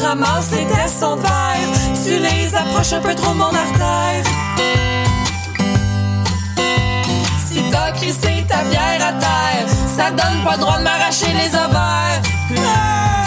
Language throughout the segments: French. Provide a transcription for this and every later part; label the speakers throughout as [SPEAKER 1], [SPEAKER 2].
[SPEAKER 1] ramasse, les tests sont verts. Tu les approches un peu trop, mon artère. Si t'as crissé ta bière à terre, ça donne pas le droit de m'arracher les ovaires. Ah!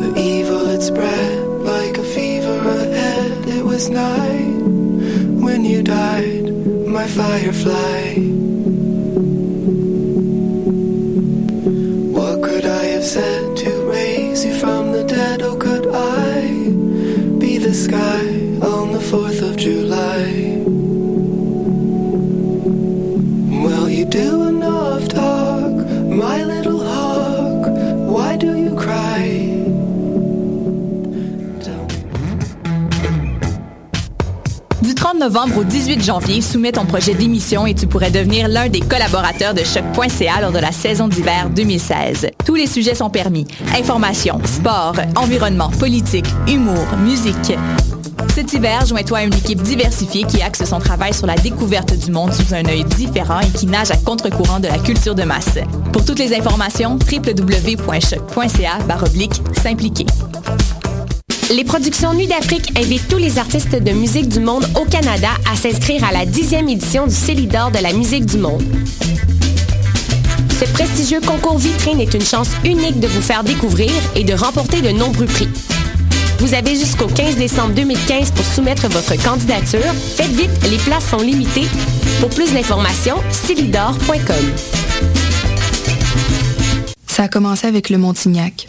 [SPEAKER 2] The evil had spread like a fever ahead. It was night when you died, my firefly. What could I have said to raise you from the dead? Oh, could I be the sky on the 4th of July? Well, you do enough talk, my little hawk. Why do you cry?
[SPEAKER 3] Du 30 novembre au 18 janvier, soumets ton projet d'émission et tu pourrais devenir l'un des collaborateurs de choc.ca lors de la saison d'hiver 2016. Tous les sujets sont permis. Information, sport, environnement, politique, humour, musique. Cet hiver, joins-toi à une équipe diversifiée qui axe son travail sur la découverte du monde sous un œil différent et qui nage à contre-courant de la culture de masse. Pour toutes les informations, www.choc.ca baroblique s'impliquer.
[SPEAKER 4] Les productions Nuit d'Afrique invitent tous les artistes de musique du monde au Canada à s'inscrire à la dixième édition du Célidor de la musique du monde. Ce prestigieux concours vitrine est une chance unique de vous faire découvrir et de remporter de nombreux prix. Vous avez jusqu'au 15 décembre 2015 pour soumettre votre candidature. Faites vite, les places sont limitées. Pour plus d'informations, célidor.com.
[SPEAKER 5] Ça a commencé avec le Montignac.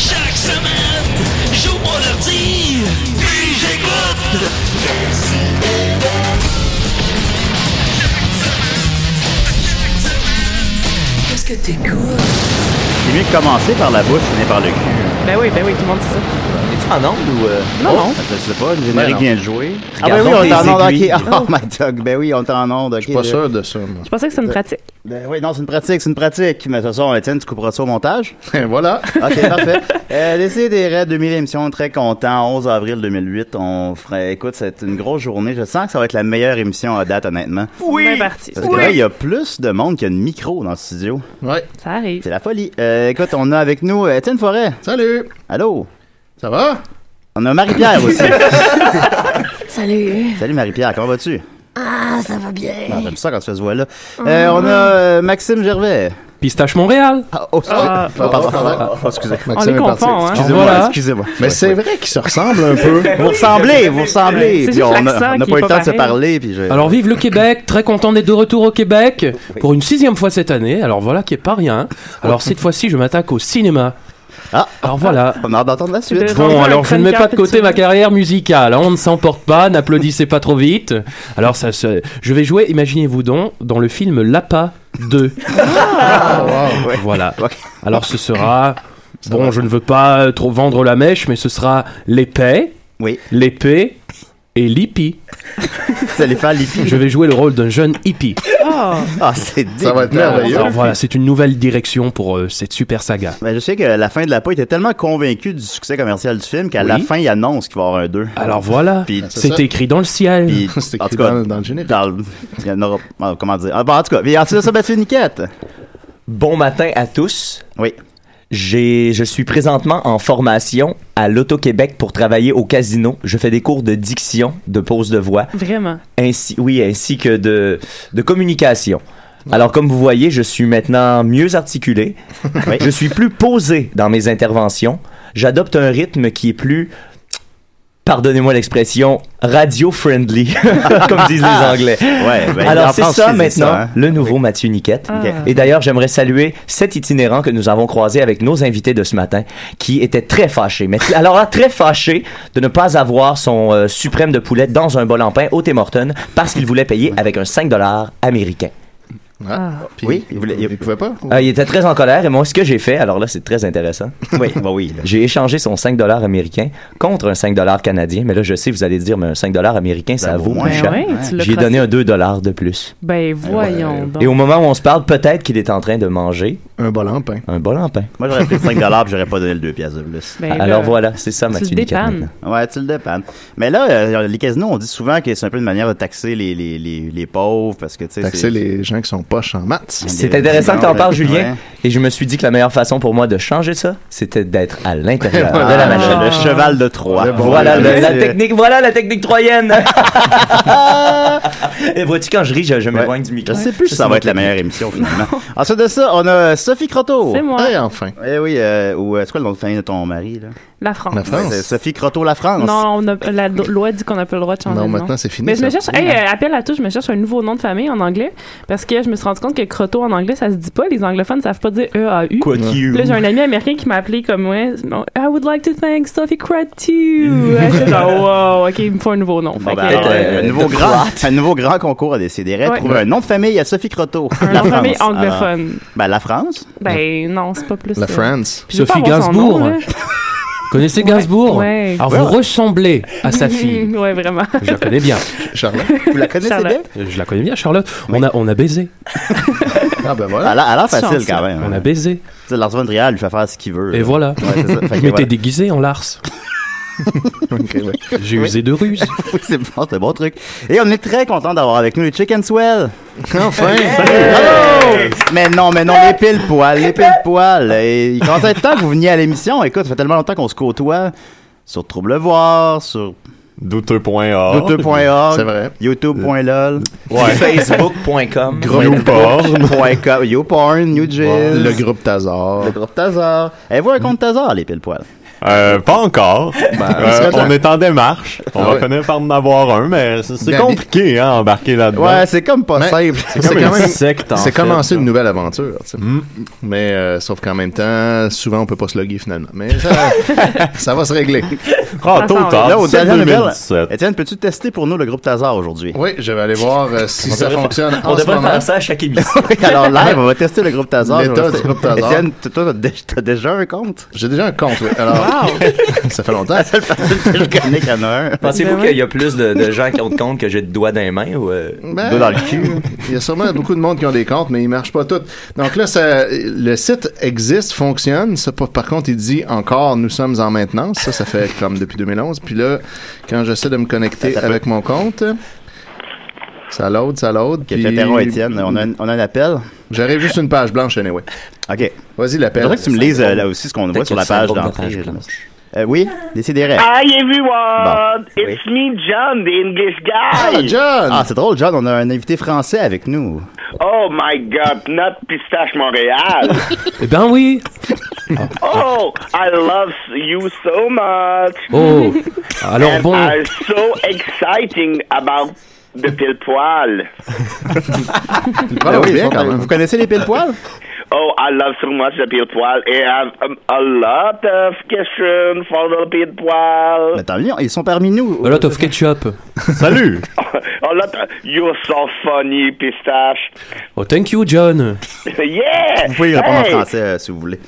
[SPEAKER 6] Chaque semaine, j'ouvre mon ordi, puis j'écoute. Qu'est-ce que t'écoutes?
[SPEAKER 7] C'est mieux de commencer par la bouche et par le cul.
[SPEAKER 8] Ben oui, ben oui, tout le monde dit ça.
[SPEAKER 7] Es-tu en onde ou.
[SPEAKER 9] euh? Oh.
[SPEAKER 8] Non, non.
[SPEAKER 7] Oh, Je sais pas, le générique
[SPEAKER 8] Ben non.
[SPEAKER 7] vient de jouer.
[SPEAKER 8] Ah ben oui, on est en onde, ok.
[SPEAKER 7] Oh my dog, ben oui, on est en onde. Je suis
[SPEAKER 8] pas sûr
[SPEAKER 7] de ça, Euh,
[SPEAKER 8] Je pensais que c'était une pratique.
[SPEAKER 7] oui, non, c'est une pratique, c'est une pratique. Mais ce soir, Étienne, tu couperas ça au montage.
[SPEAKER 10] voilà.
[SPEAKER 7] OK, parfait. Euh, Décidez des raids 2000 émissions, très content. 11 avril 2008, on ferait... Écoute, c'est une grosse journée. Je sens que ça va être la meilleure émission à date, honnêtement.
[SPEAKER 8] Oui. Bien parti.
[SPEAKER 7] Parce que là, Euh, il y a plus de monde qu'il y a de micro dans le studio.
[SPEAKER 10] Ouais.
[SPEAKER 8] Ça arrive.
[SPEAKER 7] C'est la folie. Euh, écoute, on a avec nous euh, Étienne Forêt.
[SPEAKER 10] Salut.
[SPEAKER 7] Allô.
[SPEAKER 10] Ça va?
[SPEAKER 7] On a Marie-Pierre aussi.
[SPEAKER 9] Salut.
[SPEAKER 7] Salut Marie-Pierre, comment vas-tu?
[SPEAKER 9] Ah, ça va bien.
[SPEAKER 11] Eh.
[SPEAKER 7] Ah, J'aime ça quand tu fais ce voix-là. Euh, on a euh, Maxime Gervais.
[SPEAKER 12] Pistache Montréal.
[SPEAKER 7] Oh, excusez.
[SPEAKER 12] Ah.
[SPEAKER 7] oh, pardon.
[SPEAKER 12] Ah.
[SPEAKER 7] pardon. Oh, excusez.
[SPEAKER 12] On Maxime les est parti. confond, hein.
[SPEAKER 7] Excusez-moi,
[SPEAKER 12] Voilà.
[SPEAKER 7] excusez-moi.
[SPEAKER 10] Mais c'est vrai qu'ils se ressemblent un peu.
[SPEAKER 7] Vous ressemblez, vous ressemblez.
[SPEAKER 12] C'est
[SPEAKER 7] Puis
[SPEAKER 12] juste
[SPEAKER 7] on
[SPEAKER 12] l'accent
[SPEAKER 7] n'a pas
[SPEAKER 12] qui
[SPEAKER 7] eu
[SPEAKER 12] est
[SPEAKER 7] le temps
[SPEAKER 12] pas
[SPEAKER 7] de se
[SPEAKER 12] pareil.
[SPEAKER 7] parler. Puis je...
[SPEAKER 12] Alors vive le Québec, très content d'être de retour au Québec pour une sixième fois cette année. Alors voilà qui est pas rien. Alors cette fois-ci je m'attaque au cinéma.
[SPEAKER 7] Ah,
[SPEAKER 12] alors voilà.
[SPEAKER 7] On a hâte d'entendre la suite.
[SPEAKER 12] Bon, alors je ne mets pas de côté ma carrière musicale. hein. On ne s'emporte pas, n'applaudissez pas trop vite. Alors ça, se- je vais jouer, imaginez-vous donc, dans le film Lapa 2.
[SPEAKER 7] Ah,
[SPEAKER 12] Voilà. Alors ce sera. euh, Bon, je ne veux pas trop vendre la mèche, mais ce sera l'épée.
[SPEAKER 7] Oui.
[SPEAKER 12] L'épée. et l'hippie.
[SPEAKER 7] Vous allez faire l'hippie?
[SPEAKER 12] Je vais jouer le rôle d'un jeune hippie.
[SPEAKER 8] Oh.
[SPEAKER 7] Ah, c'est
[SPEAKER 10] Ça va être
[SPEAKER 7] dégueulasse.
[SPEAKER 10] merveilleux.
[SPEAKER 12] Alors voilà, c'est une nouvelle direction pour euh, cette super saga.
[SPEAKER 7] Ben, je sais que la fin de la peau était tellement convaincue du succès commercial du film qu'à
[SPEAKER 12] Oui.
[SPEAKER 7] la fin, il annonce qu'il va y avoir un 2.
[SPEAKER 12] Alors voilà, c'est écrit dans le ciel.
[SPEAKER 7] c'est écrit dans, le générique. il y en aura. ah, comment dire Ah, bon, En tout cas, puis ensuite de ça, Mathieu Niquette.
[SPEAKER 9] Bon matin à tous.
[SPEAKER 7] Oui.
[SPEAKER 9] J'ai, je suis présentement en formation à l'Auto-Québec pour travailler au casino. Je fais des cours de diction, de pose de voix,
[SPEAKER 8] Vraiment.
[SPEAKER 9] ainsi, oui, ainsi que de, de communication. Alors, comme vous voyez, je suis maintenant mieux articulé. Je suis plus posé dans mes interventions. J'adopte un rythme qui est plus, pardonnez-moi l'expression, radio-friendly, comme disent les Anglais.
[SPEAKER 7] Ah. Ouais, ben, en
[SPEAKER 9] Alors, c'est
[SPEAKER 7] France,
[SPEAKER 9] ça
[SPEAKER 7] c'est
[SPEAKER 9] maintenant,
[SPEAKER 7] ça, hein.
[SPEAKER 9] le nouveau Mathieu Niquette.
[SPEAKER 7] Ah.
[SPEAKER 9] Et d'ailleurs, j'aimerais saluer cet itinérant que nous avons croisé avec nos invités de ce matin, qui était très fâché, mais alors là, très fâché de ne pas avoir son euh, suprême de poulet dans un bol en pain au Tim Hortons parce qu'il voulait payer avec un 5 américain.
[SPEAKER 7] oui, Ah. il voulait- il-
[SPEAKER 9] Euh, il était très en colère et moi, ce que j'ai fait, alors là, c'est très intéressant.
[SPEAKER 7] Oui, bah oui. là.
[SPEAKER 9] J'ai échangé son 5 américain contre un 5 canadien, mais là, je sais, vous allez dire, mais un 5 américain, ça, vaut
[SPEAKER 8] moins.
[SPEAKER 9] plus
[SPEAKER 7] hein.
[SPEAKER 9] cher.
[SPEAKER 8] Ben oui, tu l'as
[SPEAKER 9] J'ai donné
[SPEAKER 8] crossé.
[SPEAKER 9] un 2 de plus.
[SPEAKER 8] Ben voyons donc.
[SPEAKER 9] Et au moment où on se parle, peut-être qu'il est en train de manger. Un bol en pain. Un bol en pain.
[SPEAKER 7] Moi, j'aurais pris 5 puis j'aurais pas donné le 2 piastres de plus.
[SPEAKER 9] Ben Alors là, voilà, c'est ça, tu Mathieu le Niquette, dépannes.
[SPEAKER 7] Ouais, tu le dépannes. Mais là, euh, les casinos, on dit souvent que c'est un peu une manière de taxer les, les, les, les pauvres parce que, tu sais.
[SPEAKER 10] Taxer
[SPEAKER 7] c'est-
[SPEAKER 10] les gens qui sont poches en maths.
[SPEAKER 9] C'est intéressant que tu en parles, Julien.
[SPEAKER 7] Ouais.
[SPEAKER 9] Et je me suis dit que la meilleure façon pour moi de changer ça, c'était d'être à l'intérieur de la
[SPEAKER 7] Ah,
[SPEAKER 9] machine.
[SPEAKER 7] le cheval de Troie.
[SPEAKER 9] voilà
[SPEAKER 7] Ouais,
[SPEAKER 9] le-
[SPEAKER 7] ouais,
[SPEAKER 9] la
[SPEAKER 7] c'est-
[SPEAKER 9] technique, voilà la technique troyenne.
[SPEAKER 7] Eh,
[SPEAKER 9] Et vois-tu quand je ris, je, je m'éloigne du micro.
[SPEAKER 7] Je sais plus si ça va être la meilleure émission finalement. Ah, Ensuite de ça, on a euh, Sophie Croteau.
[SPEAKER 8] C'est moi. Eh,
[SPEAKER 7] enfin. Eh oui, euh, ou euh, c'est quoi le nom de famille de ton mari là
[SPEAKER 8] La France.
[SPEAKER 7] Ouais, c'est Sophie Croteau la France.
[SPEAKER 8] Non, on a- la do- loi dit qu'on n'a pas le droit de changer
[SPEAKER 7] Non,
[SPEAKER 8] de nom.
[SPEAKER 7] maintenant, c'est fini,
[SPEAKER 8] Mais je me
[SPEAKER 7] ça.
[SPEAKER 8] cherche, hey, euh, appel à tout, je me cherche un nouveau nom de famille en anglais parce que je me suis rendu compte que croto en anglais, ça se dit pas. Les anglophones savent pas dire E E-A-U.
[SPEAKER 6] Quoi de you.
[SPEAKER 8] Là, j'ai un ami américain qui m'a appelé comme moi. I would like to thank Sophie Croteau. J'étais genre, Ah, wow, ok, il me faut un nouveau nom.
[SPEAKER 7] Bon,
[SPEAKER 8] Fait
[SPEAKER 7] ben,
[SPEAKER 8] que-
[SPEAKER 7] alors, euh, un, nouveau
[SPEAKER 8] de
[SPEAKER 7] grand,
[SPEAKER 8] droite.
[SPEAKER 7] un nouveau grand concours à décider.
[SPEAKER 8] Ouais.
[SPEAKER 7] Trouver un nom de famille à Sophie Croteau.
[SPEAKER 8] Un nom de famille
[SPEAKER 7] France.
[SPEAKER 8] anglophone.
[SPEAKER 7] Alors, ben, la France.
[SPEAKER 8] Ben non, c'est pas plus.
[SPEAKER 7] La
[SPEAKER 8] euh,
[SPEAKER 7] France.
[SPEAKER 8] je veux pas
[SPEAKER 12] Sophie
[SPEAKER 8] avoir son nom,
[SPEAKER 12] Gainsbourg.
[SPEAKER 8] là.
[SPEAKER 12] Connaissez Gainsbourg
[SPEAKER 8] ouais.
[SPEAKER 12] Alors
[SPEAKER 8] Ouais.
[SPEAKER 12] vous ressemblez à sa fille.
[SPEAKER 8] ouais, vraiment.
[SPEAKER 12] Je la connais bien.
[SPEAKER 10] Charlotte.
[SPEAKER 7] Vous la connaissez
[SPEAKER 8] Charlotte.
[SPEAKER 12] Je la connais bien, Charlotte. On, a, on a baisé.
[SPEAKER 7] Ah ben voilà. Elle a, elle a l'air facile quand même.
[SPEAKER 12] On a baisé.
[SPEAKER 7] Tu sais, Lars von Trier lui fait faire ce qu'il veut.
[SPEAKER 12] Et
[SPEAKER 7] là.
[SPEAKER 12] voilà.
[SPEAKER 7] Ouais, c'est ça. Fait que
[SPEAKER 12] Mais
[SPEAKER 7] voilà.
[SPEAKER 12] t'es déguisé en Lars. J'ai usé de ruse.
[SPEAKER 7] oui, c'est bon, c'est un bon truc. Et on est très content d'avoir avec nous les Chicken Swell.
[SPEAKER 10] Enfin!
[SPEAKER 7] Bravo! Mais non, mais non, les pile poil, les pile poil. Et Il commence à être temps que vous veniez à l'émission. Écoute, ça fait tellement longtemps qu'on se côtoie sur Trouble-Voir, sur
[SPEAKER 13] Douteux.org.
[SPEAKER 7] Douteux.org.
[SPEAKER 13] C'est vrai.
[SPEAKER 7] YouTube.lol.
[SPEAKER 13] Ouais.
[SPEAKER 9] Facebook.com.
[SPEAKER 7] YouPorn. YouPorn, YouJizz.
[SPEAKER 10] Le groupe Tazar.
[SPEAKER 7] Le groupe Tazar. Avez-vous un compte Tazar, les pile Ben, poil?
[SPEAKER 13] Euh, pas encore. Euh,
[SPEAKER 7] c'est vrai.
[SPEAKER 13] on est en démarche. On
[SPEAKER 7] Ah
[SPEAKER 13] va
[SPEAKER 7] ouais.
[SPEAKER 13] finir par en avoir un, mais c'est- c'est
[SPEAKER 10] Ben,
[SPEAKER 13] compliqué, hein, embarquer là-dedans.
[SPEAKER 7] Ouais, c'est comme pas
[SPEAKER 10] Mais
[SPEAKER 7] simple.
[SPEAKER 10] C'est c'est quand même- c'est commencer une nouvelle aventure. tu sais. Mais euh, sauf qu'en même temps, souvent on peut pas se loguer finalement. Mais ça, ça va se régler.
[SPEAKER 13] Ah, tôt ou tard,
[SPEAKER 7] Là, au
[SPEAKER 13] d'ici
[SPEAKER 7] dernier level,
[SPEAKER 13] 2017.
[SPEAKER 7] Étienne, peux-tu tester pour nous le groupe Tazar aujourd'hui?
[SPEAKER 10] Oui, je vais aller voir euh, si
[SPEAKER 7] On
[SPEAKER 10] ça
[SPEAKER 7] devrait-
[SPEAKER 10] fonctionne
[SPEAKER 7] on
[SPEAKER 10] en ce
[SPEAKER 7] devrait
[SPEAKER 10] moment.
[SPEAKER 7] faire ça à chaque émission. Oui, alors live, on va tester le groupe Tazar.
[SPEAKER 10] L'état du groupe Tazar.
[SPEAKER 7] Étienne, t- toi, t'as dé- t'as déjà un compte? Ah,
[SPEAKER 10] J'ai déjà un compte, oui. Alors, ça fait longtemps.
[SPEAKER 7] C'est personne que je connais qui en a un.
[SPEAKER 9] Pensez-vous
[SPEAKER 10] Ben oui.
[SPEAKER 9] qu'il y a plus de, de gens qui ont de compte que j'ai de doigts dans les mains ou euh,
[SPEAKER 10] Ben,
[SPEAKER 9] doigts dans le cul?
[SPEAKER 10] Il y a sûrement beaucoup de monde qui ont des comptes, mais ils marchent pas tous. Donc là, ça, le site existe, fonctionne. Ça, par par contre, il dit encore nous sommes en maintenance. Ça, ça fait comme depuis 2011. Puis là, quand j'essaie de me connecter avec mon compte, ça load, ça load. Puis...
[SPEAKER 7] j'interromps Étienne. On a un- appel.
[SPEAKER 10] J'arrive juste une page blanche, anyway.
[SPEAKER 7] OK.
[SPEAKER 10] Vas-y, l'appel.
[SPEAKER 7] Je voudrais que tu me lises euh, là aussi ce qu'on voit sur la page d'entrée. Euh, oui, décidez.
[SPEAKER 10] Ah,
[SPEAKER 14] Hi everyone,
[SPEAKER 7] Bon.
[SPEAKER 14] it's me John, the English guy.
[SPEAKER 7] Ah, John! Ah, c'est drôle, John, on a un invité français avec nous.
[SPEAKER 14] Oh my God, not Pistache Montréal.
[SPEAKER 12] Eh ben oui.
[SPEAKER 7] Ah.
[SPEAKER 14] oh, I love you so much.
[SPEAKER 12] Oh. Alors
[SPEAKER 14] And
[SPEAKER 12] bon.
[SPEAKER 14] I'm so exciting about the pile poil.
[SPEAKER 7] Ben oui, vous- Vous connaissez les pile poils?
[SPEAKER 14] Oh, I love so much the pile poil. I have um, a lot of questions for the pile poil.
[SPEAKER 7] Mais tant mieux, ils sont parmi nous.
[SPEAKER 12] A lot of ketchup. Salut.
[SPEAKER 14] a lot. Of, you're so funny, Pistache.
[SPEAKER 12] Oh, thank you, John.
[SPEAKER 14] yeah.
[SPEAKER 7] Vous pouvez répondre en
[SPEAKER 14] Hey!
[SPEAKER 13] Oh.
[SPEAKER 7] français euh, si vous voulez.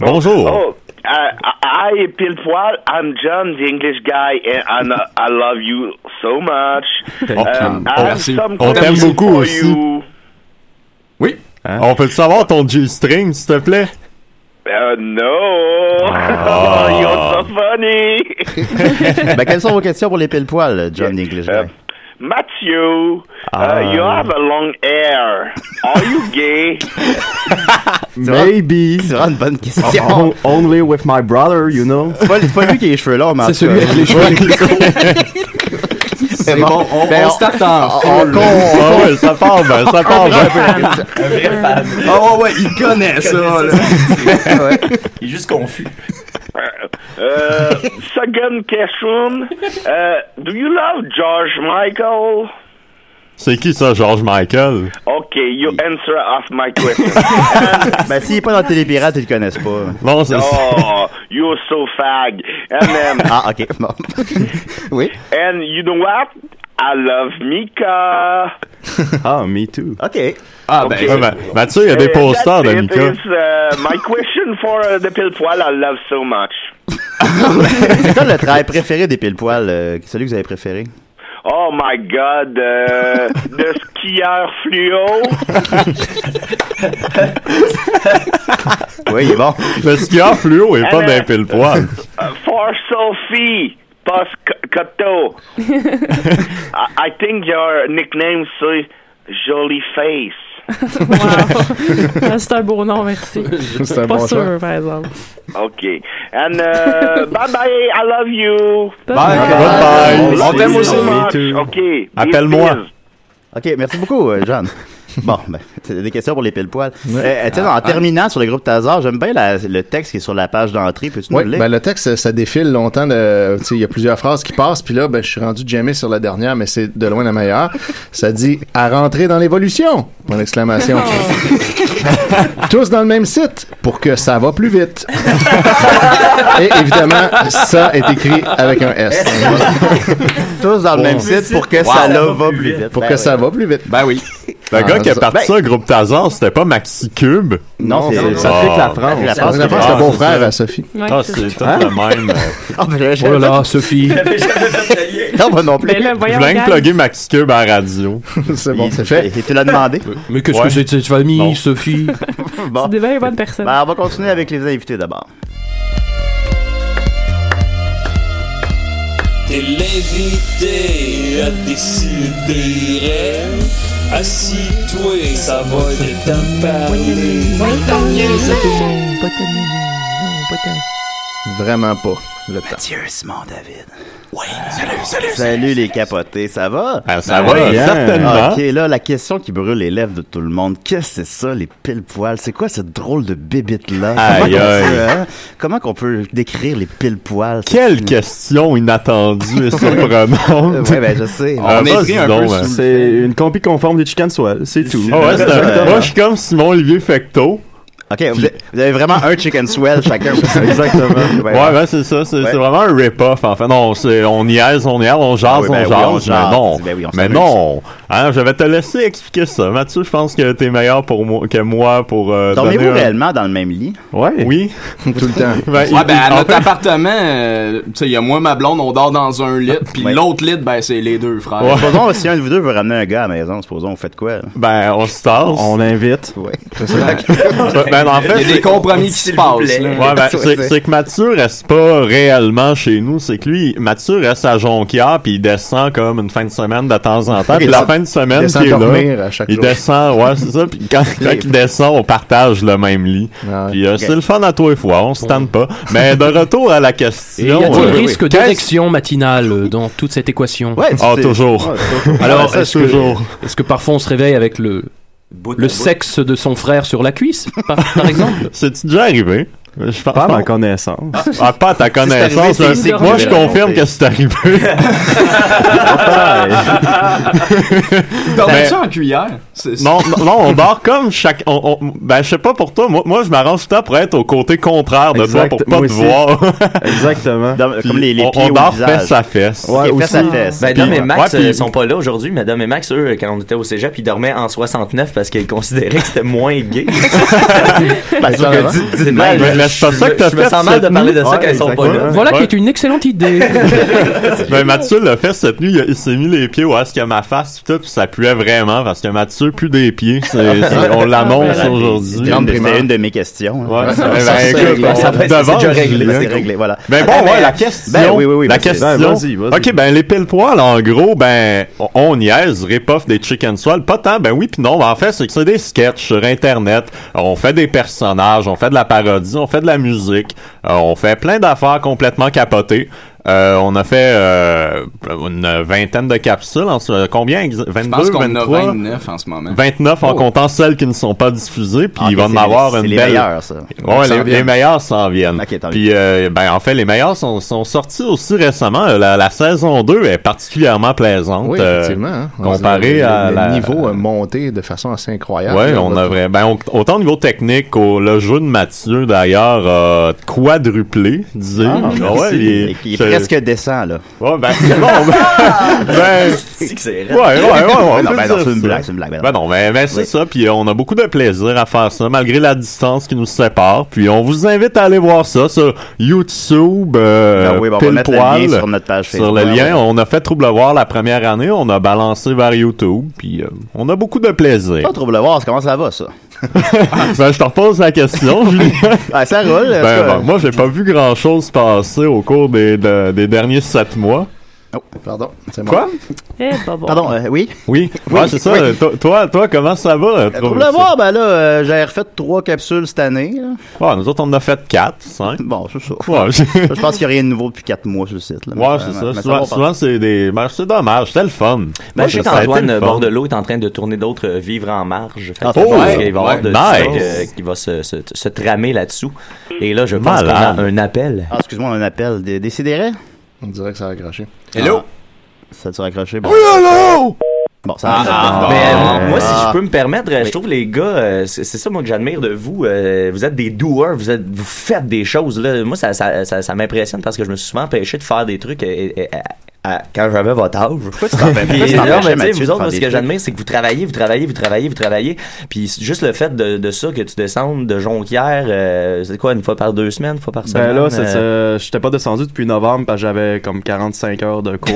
[SPEAKER 14] Oh, I, I, I pile poil. I'm John, the English guy, and I, know- I love you so much. Um, I have
[SPEAKER 13] Oh, Merci.
[SPEAKER 14] some
[SPEAKER 13] On t'aime
[SPEAKER 14] questions
[SPEAKER 13] beaucoup
[SPEAKER 14] for
[SPEAKER 13] aussi.
[SPEAKER 14] you.
[SPEAKER 13] Oui. On peut savoir ton G-string, s'il te plaît?
[SPEAKER 14] Uh, no,
[SPEAKER 13] Ah.
[SPEAKER 14] Oh, you're so funny.
[SPEAKER 7] ben, quelles sont vos questions pour les pile poils, John English Guy?
[SPEAKER 14] Matthew, uh,
[SPEAKER 7] Ah.
[SPEAKER 14] you have a long hair. Are you gay?
[SPEAKER 7] Maybe. C'est vraiment une bonne question.
[SPEAKER 13] On- only with my brother, you know.
[SPEAKER 7] C'est pas, c'est pas lui qui a les cheveux longs, mais en
[SPEAKER 13] C'est
[SPEAKER 7] tout cas.
[SPEAKER 13] celui avec les
[SPEAKER 7] C'est
[SPEAKER 13] bon, on- on se tape en full.
[SPEAKER 7] Oh.
[SPEAKER 13] Ah ouais, ça part bien, ça part bien.
[SPEAKER 7] Un vrai fan.
[SPEAKER 15] Ah,
[SPEAKER 7] Oh ouais, il connaît ça, là.
[SPEAKER 9] Il est juste confus.
[SPEAKER 14] Uh, second question. Uh, do you love George Michael?
[SPEAKER 13] C'est qui ça, George Michael?
[SPEAKER 14] Okay, you answer off my question.
[SPEAKER 7] Ben, s'il est pas dans Télépirate, ils le connaissent pas.
[SPEAKER 13] Bon, c'est
[SPEAKER 14] oh, you're so fag. And um,
[SPEAKER 7] Ah, ok. Bon. oui.
[SPEAKER 14] and you know what? I love Mika.
[SPEAKER 13] Ah, me too.
[SPEAKER 7] OK.
[SPEAKER 13] Ah, ben,
[SPEAKER 14] Okay.
[SPEAKER 13] Mathieu, il y a des
[SPEAKER 14] Uh,
[SPEAKER 13] posters de
[SPEAKER 14] that's it.
[SPEAKER 13] Mika.
[SPEAKER 14] It's, uh, my question for uh, the pile poil I love so much.
[SPEAKER 7] C'est quoi le travail préféré des pile poils? euh, celui que vous avez préféré?
[SPEAKER 14] Oh my god, uh, the skieur fluo.
[SPEAKER 7] Oui, il est bon.
[SPEAKER 13] Le skieur fluo est pas
[SPEAKER 14] Euh,
[SPEAKER 13] d'un pile poil.
[SPEAKER 14] Uh, for Sophie Pascato. I, I think your nickname is Jolie Face.
[SPEAKER 8] Wow. Ah, C'est un beau nom, merci.
[SPEAKER 14] C'est un
[SPEAKER 8] Pas
[SPEAKER 14] bon
[SPEAKER 8] sûr,
[SPEAKER 14] choix.
[SPEAKER 8] par exemple.
[SPEAKER 14] Okay. And uh, bye bye, I love you.
[SPEAKER 7] Bye.
[SPEAKER 14] Love
[SPEAKER 7] On t'aime
[SPEAKER 14] you
[SPEAKER 7] aussi.
[SPEAKER 14] so
[SPEAKER 7] Me
[SPEAKER 14] much.
[SPEAKER 7] too.
[SPEAKER 14] Okay. Peace,
[SPEAKER 7] Appelle-moi. OK, merci beaucoup, euh, Jeanne. Bon, ben, c'est des questions pour les pile poils. Euh, en terminant sur le groupe Tazar, j'aime bien la- le texte qui est sur la page d'entrée. Peux-tu nous
[SPEAKER 10] Oui,
[SPEAKER 7] le lire?
[SPEAKER 10] ben le texte, ça défile longtemps. de- tu sais, Il y a plusieurs phrases qui passent, puis là, ben, je suis rendu jamais sur la dernière, mais c'est de loin la meilleure. Ça dit « À rentrer dans l'évolution !» Point d'exclamation. Tous dans le même site, pour que ça va plus vite. Et évidemment, ça est écrit avec un S.
[SPEAKER 7] Tous dans le même site pour que ça la va plus vite.
[SPEAKER 10] Pour
[SPEAKER 7] Ben
[SPEAKER 10] que
[SPEAKER 7] oui.
[SPEAKER 10] ça va plus vite.
[SPEAKER 7] Ben oui.
[SPEAKER 13] Le gars qui a
[SPEAKER 10] Ben-
[SPEAKER 13] parti ça, groupe Tazar, c'était pas Maxi Cube.
[SPEAKER 7] Non, c'est-
[SPEAKER 13] Ah.
[SPEAKER 7] ça fait que la France.
[SPEAKER 13] Ah,
[SPEAKER 7] La France,
[SPEAKER 13] c'est
[SPEAKER 7] la France,
[SPEAKER 13] ça.
[SPEAKER 7] le beau-frère
[SPEAKER 13] Ah, c'est
[SPEAKER 7] à
[SPEAKER 13] ça.
[SPEAKER 10] Sophie.
[SPEAKER 8] Ouais,
[SPEAKER 13] Ah,
[SPEAKER 8] c'est
[SPEAKER 13] c'est
[SPEAKER 8] ça.
[SPEAKER 13] tout
[SPEAKER 8] Hein?
[SPEAKER 13] le même.
[SPEAKER 7] Oh, ben, je-
[SPEAKER 13] Oh là là,
[SPEAKER 12] Sophie.
[SPEAKER 7] Non, moi non plus.
[SPEAKER 8] Mais là,
[SPEAKER 13] Je
[SPEAKER 8] voyons,
[SPEAKER 13] voulais même
[SPEAKER 8] regarde.
[SPEAKER 13] plugger Maxi Cube à la radio.
[SPEAKER 10] c'est bon,
[SPEAKER 7] c'est fait. Et tu l'as demandé.
[SPEAKER 12] Mais qu'est-ce
[SPEAKER 13] Ouais.
[SPEAKER 12] que c'est de cette famille,
[SPEAKER 13] Non.
[SPEAKER 12] Sophie
[SPEAKER 7] Bon.
[SPEAKER 8] C'est des bien bonnes personnes.
[SPEAKER 7] Ben, on va continuer avec les invités d'abord.
[SPEAKER 6] T'es l'invité à décider. Assis-toi, ça va de t'en parler.
[SPEAKER 10] Vraiment pas le temps.
[SPEAKER 7] Mathieu Simon David. Oui. Salut, salut. Salut les capotés, ça va?
[SPEAKER 13] Ah,
[SPEAKER 7] Ben, hein?
[SPEAKER 13] ça va, Ben, certainement.
[SPEAKER 7] Ok, là, la question qui brûle les lèvres de tout le monde, qu'est-ce que c'est ça, les pile poils? C'est quoi cette drôle de bébite-là?
[SPEAKER 13] Aïe,
[SPEAKER 7] Comment qu'on
[SPEAKER 13] aïe.
[SPEAKER 7] peut, hein, Comment qu'on peut décrire les pile poils?
[SPEAKER 13] Quelle question inattendue et surprenante.
[SPEAKER 7] Ouais, ben, je sais.
[SPEAKER 13] Ah, vas-y donc, hein.
[SPEAKER 15] C'est une compie conforme des chicken swell, c'est tout.
[SPEAKER 13] Ah ouais, c'est un- Moi, je suis comme Simon Olivier Fecto.
[SPEAKER 7] Ok, vous avez- vous avez vraiment un chicken swell chacun.
[SPEAKER 13] Exactement. Ouais, ouais, c'est ça. C'est c'est vraiment un rip-off, en fait. Non, c'est- on niaise, on niaise, on jase,
[SPEAKER 7] Ah oui, ben oui,
[SPEAKER 13] on
[SPEAKER 7] on
[SPEAKER 13] jase.
[SPEAKER 7] jase.
[SPEAKER 13] mais non.
[SPEAKER 7] Ben oui, on
[SPEAKER 13] mais
[SPEAKER 7] s'amuse.
[SPEAKER 13] non. Hein, je vais te laisser expliquer ça. Mathieu, je pense que t'es meilleur pour moi, que moi pour. Euh,
[SPEAKER 7] Dormez-vous
[SPEAKER 13] donner un-
[SPEAKER 7] réellement dans le même lit?
[SPEAKER 13] Ouais. Oui.
[SPEAKER 10] Tout le temps.
[SPEAKER 13] Ben, il-
[SPEAKER 15] ouais, ben, à
[SPEAKER 13] en
[SPEAKER 15] notre
[SPEAKER 13] fait-
[SPEAKER 15] appartement, euh, tu sais, il y a moi, ma blonde, on dort dans un lit, puis l'autre lit, ben, c'est les deux, frère.
[SPEAKER 7] Supposons, si un de vous deux veut ramener un gars à la maison, supposons, vous faites quoi? là?
[SPEAKER 13] Ben, on se tasse.
[SPEAKER 15] On
[SPEAKER 13] l'invite.
[SPEAKER 7] Ouais.
[SPEAKER 13] ben, en fait,
[SPEAKER 15] il y a des
[SPEAKER 13] c'est-
[SPEAKER 15] compromis qui se passent. là.
[SPEAKER 13] Ouais, ben, c'est c'est que Mathieu reste pas réellement chez nous. C'est que lui, Mathieu reste à Jonquière, puis il descend comme une fin de semaine de temps en temps.
[SPEAKER 10] Il
[SPEAKER 13] Puis la
[SPEAKER 10] descend-
[SPEAKER 13] fin de
[SPEAKER 10] il
[SPEAKER 13] semaine,
[SPEAKER 10] descend
[SPEAKER 13] qu'il est
[SPEAKER 10] dormir
[SPEAKER 13] là,
[SPEAKER 10] à chaque
[SPEAKER 13] il
[SPEAKER 10] jour.
[SPEAKER 13] descend, ouais, c'est ça. Puis quand, quand il descend, on partage le même lit. Puis euh,
[SPEAKER 12] Ok.
[SPEAKER 13] c'est le fun à toi et fois, on se tente pas. Mais de retour à la question...
[SPEAKER 12] Et y a-t-il
[SPEAKER 13] euh,
[SPEAKER 12] risque d'érection matinale euh, dans toute cette équation
[SPEAKER 13] Ouais, Ah, c'est- toujours. Ouais, toujours. Ouais,
[SPEAKER 12] Alors,
[SPEAKER 13] ça,
[SPEAKER 12] est-ce que,
[SPEAKER 13] toujours.
[SPEAKER 12] est-ce que parfois on se réveille avec le, le sexe de son frère sur la cuisse, par, par exemple
[SPEAKER 13] C'est déjà arrivé. Je pense,
[SPEAKER 15] Pas à ma
[SPEAKER 13] connaissance. Ah, pas à ta connaissance.
[SPEAKER 15] c'est-
[SPEAKER 13] là.
[SPEAKER 15] c'est
[SPEAKER 13] moi, je
[SPEAKER 15] cool.
[SPEAKER 13] confirme que c'est arrivé.
[SPEAKER 15] Tu dormais-tu
[SPEAKER 13] Mais-
[SPEAKER 15] en cuillère? C'est-
[SPEAKER 13] Ben, Non, non, non, on dort comme chaque. On, on- ben, je sais pas pour toi. Moi, moi je m'arrange tout le temps pour être au côté contraire de
[SPEAKER 15] Exact,
[SPEAKER 13] toi pour
[SPEAKER 15] moi
[SPEAKER 13] pas te
[SPEAKER 15] aussi.
[SPEAKER 13] voir.
[SPEAKER 15] Exactement.
[SPEAKER 13] Puis on, on dort fesse à fesse.
[SPEAKER 9] Ben, Dom et Max
[SPEAKER 13] Ouais,
[SPEAKER 9] euh,
[SPEAKER 13] puis-
[SPEAKER 9] sont pas là aujourd'hui. mais Dom et Max, eux, quand on était au cégep, ils dormaient en 69 parce qu'ils considéraient que c'était moins gay.
[SPEAKER 13] Ben,
[SPEAKER 9] Parce que
[SPEAKER 13] mais- mais mais c'est pas ça que t'as
[SPEAKER 9] Je me
[SPEAKER 13] fait,
[SPEAKER 9] sens mal
[SPEAKER 13] cette
[SPEAKER 9] de parler de
[SPEAKER 13] nuit.
[SPEAKER 9] ça
[SPEAKER 13] Ouais,
[SPEAKER 9] quand ils sont pas
[SPEAKER 13] exactement.
[SPEAKER 9] là.
[SPEAKER 12] Voilà qui
[SPEAKER 13] Ouais.
[SPEAKER 12] est une excellente idée.
[SPEAKER 13] ben, Mathieu l'a fait cette nuit, il, a- il s'est mis les pieds où est-ce qu'il y a ma face, tout, puis ça puait vraiment, parce que Mathieu pue des pieds, c'est-
[SPEAKER 7] Ah,
[SPEAKER 13] c'est- on l'annonce
[SPEAKER 7] Voilà,
[SPEAKER 13] aujourd'hui.
[SPEAKER 7] c'est une de- C'était une de mes questions. hein.
[SPEAKER 13] Ouais,
[SPEAKER 7] Ça,
[SPEAKER 13] ben,
[SPEAKER 7] ça,
[SPEAKER 13] écoute,
[SPEAKER 7] c'est réglé.
[SPEAKER 13] on-
[SPEAKER 7] Ça, c'est-
[SPEAKER 13] d'avance,
[SPEAKER 7] c'est déjà réglé.
[SPEAKER 13] bien.
[SPEAKER 7] C'est réglé, voilà.
[SPEAKER 13] Ben bon,
[SPEAKER 7] Ah,
[SPEAKER 13] ouais,
[SPEAKER 7] mais-
[SPEAKER 13] la question.
[SPEAKER 7] Ben oui, oui, oui.
[SPEAKER 13] la
[SPEAKER 7] vas-y.
[SPEAKER 13] question.
[SPEAKER 15] Ah,
[SPEAKER 7] Ben, vas-y, vas-y.
[SPEAKER 13] OK, ben les pile poils en gros, ben on, on niaise, ripoff des chicken swell, pas tant, ben oui puis non, en fait, c'est que c'est des sketchs sur internet, on fait des personnages, on fait de la parodie, on fait de la musique, euh, on fait plein d'affaires complètement capotées. Euh, on a fait euh, une vingtaine de capsules en ce- combien ex- 22
[SPEAKER 15] Je pense qu'on a
[SPEAKER 13] 23?
[SPEAKER 15] 29 en ce moment.
[SPEAKER 13] 29 en
[SPEAKER 15] Oh.
[SPEAKER 13] comptant celles qui ne sont pas diffusées, puis
[SPEAKER 15] Ah,
[SPEAKER 13] il
[SPEAKER 15] ok,
[SPEAKER 13] va en
[SPEAKER 15] c'est-
[SPEAKER 13] avoir
[SPEAKER 15] c'est
[SPEAKER 13] une
[SPEAKER 15] les
[SPEAKER 13] belle.
[SPEAKER 15] meilleures, ça.
[SPEAKER 13] Ouais,
[SPEAKER 15] S'en
[SPEAKER 13] les, les
[SPEAKER 15] viennent.
[SPEAKER 13] meilleurs s'en viennent.
[SPEAKER 7] tant
[SPEAKER 13] puis, euh, ben, en fait, les meilleurs sont, sont sortis aussi récemment. La, la saison 2 est particulièrement plaisante.
[SPEAKER 10] Oui,
[SPEAKER 13] euh,
[SPEAKER 10] effectivement. hein. On
[SPEAKER 13] comparée
[SPEAKER 10] dirait que le-
[SPEAKER 13] à
[SPEAKER 10] le,
[SPEAKER 13] la-
[SPEAKER 10] niveau a monté de façon assez incroyable.
[SPEAKER 13] Ouais,
[SPEAKER 10] Là,
[SPEAKER 13] on
[SPEAKER 10] votre-
[SPEAKER 13] a vrai. Ben, on- autant au niveau technique, au, le jeu de Mathieu, d'ailleurs, a quadruplé, disons.
[SPEAKER 7] Ah, merci. Il est presque décent, là.
[SPEAKER 13] Ouais, ben, c'est bon. ben, ben,
[SPEAKER 7] Ah! C'est que c'est
[SPEAKER 13] Ouais, ouais, ouais, ouais, on
[SPEAKER 7] Non,
[SPEAKER 13] peut
[SPEAKER 7] ben,
[SPEAKER 13] dire
[SPEAKER 7] non, c'est une
[SPEAKER 13] ça.
[SPEAKER 7] blague, c'est une blague. ben non.
[SPEAKER 13] Ben non, mais, mais c'est
[SPEAKER 7] Oui.
[SPEAKER 13] ça, puis euh, on a beaucoup de plaisir à faire ça, malgré la distance qui nous sépare, puis on vous invite à aller voir ça sur YouTube, euh,
[SPEAKER 7] Ben oui, ben, on va
[SPEAKER 13] pile
[SPEAKER 7] mettre le
[SPEAKER 13] poil,
[SPEAKER 7] lien sur notre page
[SPEAKER 13] sur le
[SPEAKER 7] Facebook.
[SPEAKER 13] lien,
[SPEAKER 7] Ouais, ouais.
[SPEAKER 13] on a fait Trouble Voir la première année, on a balancé vers YouTube, puis euh, on a beaucoup de plaisir.
[SPEAKER 7] Pas trouble voir, comment ça va, ça?
[SPEAKER 13] Ben, je te repose la question, Julien.
[SPEAKER 7] Ah, ça roule. en tout
[SPEAKER 13] Ben,
[SPEAKER 7] cas.
[SPEAKER 13] ben, moi, j'ai pas vu grand-chose passer au cours des, de- des derniers sept mois.
[SPEAKER 7] Oh, pardon, c'est moi.
[SPEAKER 13] Quoi?
[SPEAKER 8] Eh, pas bon.
[SPEAKER 7] Pardon, euh, oui?
[SPEAKER 13] Oui,
[SPEAKER 7] Oui,
[SPEAKER 13] Ouais, c'est ça.
[SPEAKER 7] oui.
[SPEAKER 13] euh, to- Toi, toi, comment Euh, ça va?
[SPEAKER 7] Pour
[SPEAKER 13] Trouble
[SPEAKER 7] le voir, ben là, euh, j'ai refait trois capsules cette année. là.
[SPEAKER 13] Ouais, nous autres, on en a fait 4, 5.
[SPEAKER 7] Bon, c'est ça.
[SPEAKER 13] Ouais,
[SPEAKER 7] je
[SPEAKER 13] c'est-
[SPEAKER 7] pense qu'il n'y a rien de nouveau depuis quatre mois sur le site. là.
[SPEAKER 13] Ouais,
[SPEAKER 7] Mais,
[SPEAKER 13] c'est
[SPEAKER 7] euh,
[SPEAKER 13] ça.
[SPEAKER 7] mais
[SPEAKER 13] souvent,
[SPEAKER 7] va
[SPEAKER 13] souvent, c'est des. ben, c'est dommage, c'était le
[SPEAKER 7] Ben,
[SPEAKER 13] fun.
[SPEAKER 9] Moi,
[SPEAKER 13] Ouais,
[SPEAKER 9] je sais
[SPEAKER 13] ça a été le
[SPEAKER 9] qu'Antoine euh,
[SPEAKER 13] fun.
[SPEAKER 9] Bordelot est en train de tourner d'autres euh, Vivre en marge. Fait
[SPEAKER 13] Ah,
[SPEAKER 9] que je
[SPEAKER 13] oh,
[SPEAKER 9] pense
[SPEAKER 13] ouais,
[SPEAKER 9] qu'il va y avoir
[SPEAKER 13] ouais,
[SPEAKER 9] de
[SPEAKER 13] nice.
[SPEAKER 9] stock, euh, qui va se, se, se tramer là-dessous. Et là, je pense qu'on a
[SPEAKER 7] Malade.
[SPEAKER 9] un appel.
[SPEAKER 7] Ah, excuse-moi, on a un appel. Des, des sidérés?
[SPEAKER 10] On dirait que ça a accroché.
[SPEAKER 7] Hello? Ça a-tu raccroché? Bon. Bon, ça
[SPEAKER 9] Ah,
[SPEAKER 7] a
[SPEAKER 9] ah,
[SPEAKER 7] raccroché.
[SPEAKER 9] mais
[SPEAKER 7] Ah.
[SPEAKER 9] euh, moi, si je peux me permettre, euh, je trouve les gars, euh, c'est c'est ça moi que j'admire de vous. euh, vous êtes des doers, vous êtes, vous faites des choses. Là. Moi, ça, ça, ça, ça m'impressionne parce que je me suis souvent empêché de faire des trucs. euh, euh, euh, à- quand j'avais votre âge. Pourquoi tu
[SPEAKER 7] t'empêches- pourquoi tu t'empêchais, Mathieu, de
[SPEAKER 9] vous autres,
[SPEAKER 7] faire
[SPEAKER 9] moi, ce
[SPEAKER 7] des
[SPEAKER 9] que
[SPEAKER 7] trucs?
[SPEAKER 9] j'admire, c'est que vous travaillez, vous travaillez, vous travaillez, vous travaillez. Puis c'est juste le fait de, de ça, que tu descendes de Jonquière, euh, c'est quoi, une fois par deux semaines, une fois par semaine?
[SPEAKER 16] Ben là, c'est
[SPEAKER 9] euh,
[SPEAKER 16] ça. J'étais pas descendu depuis novembre parce que j'avais comme 45 heures de cours.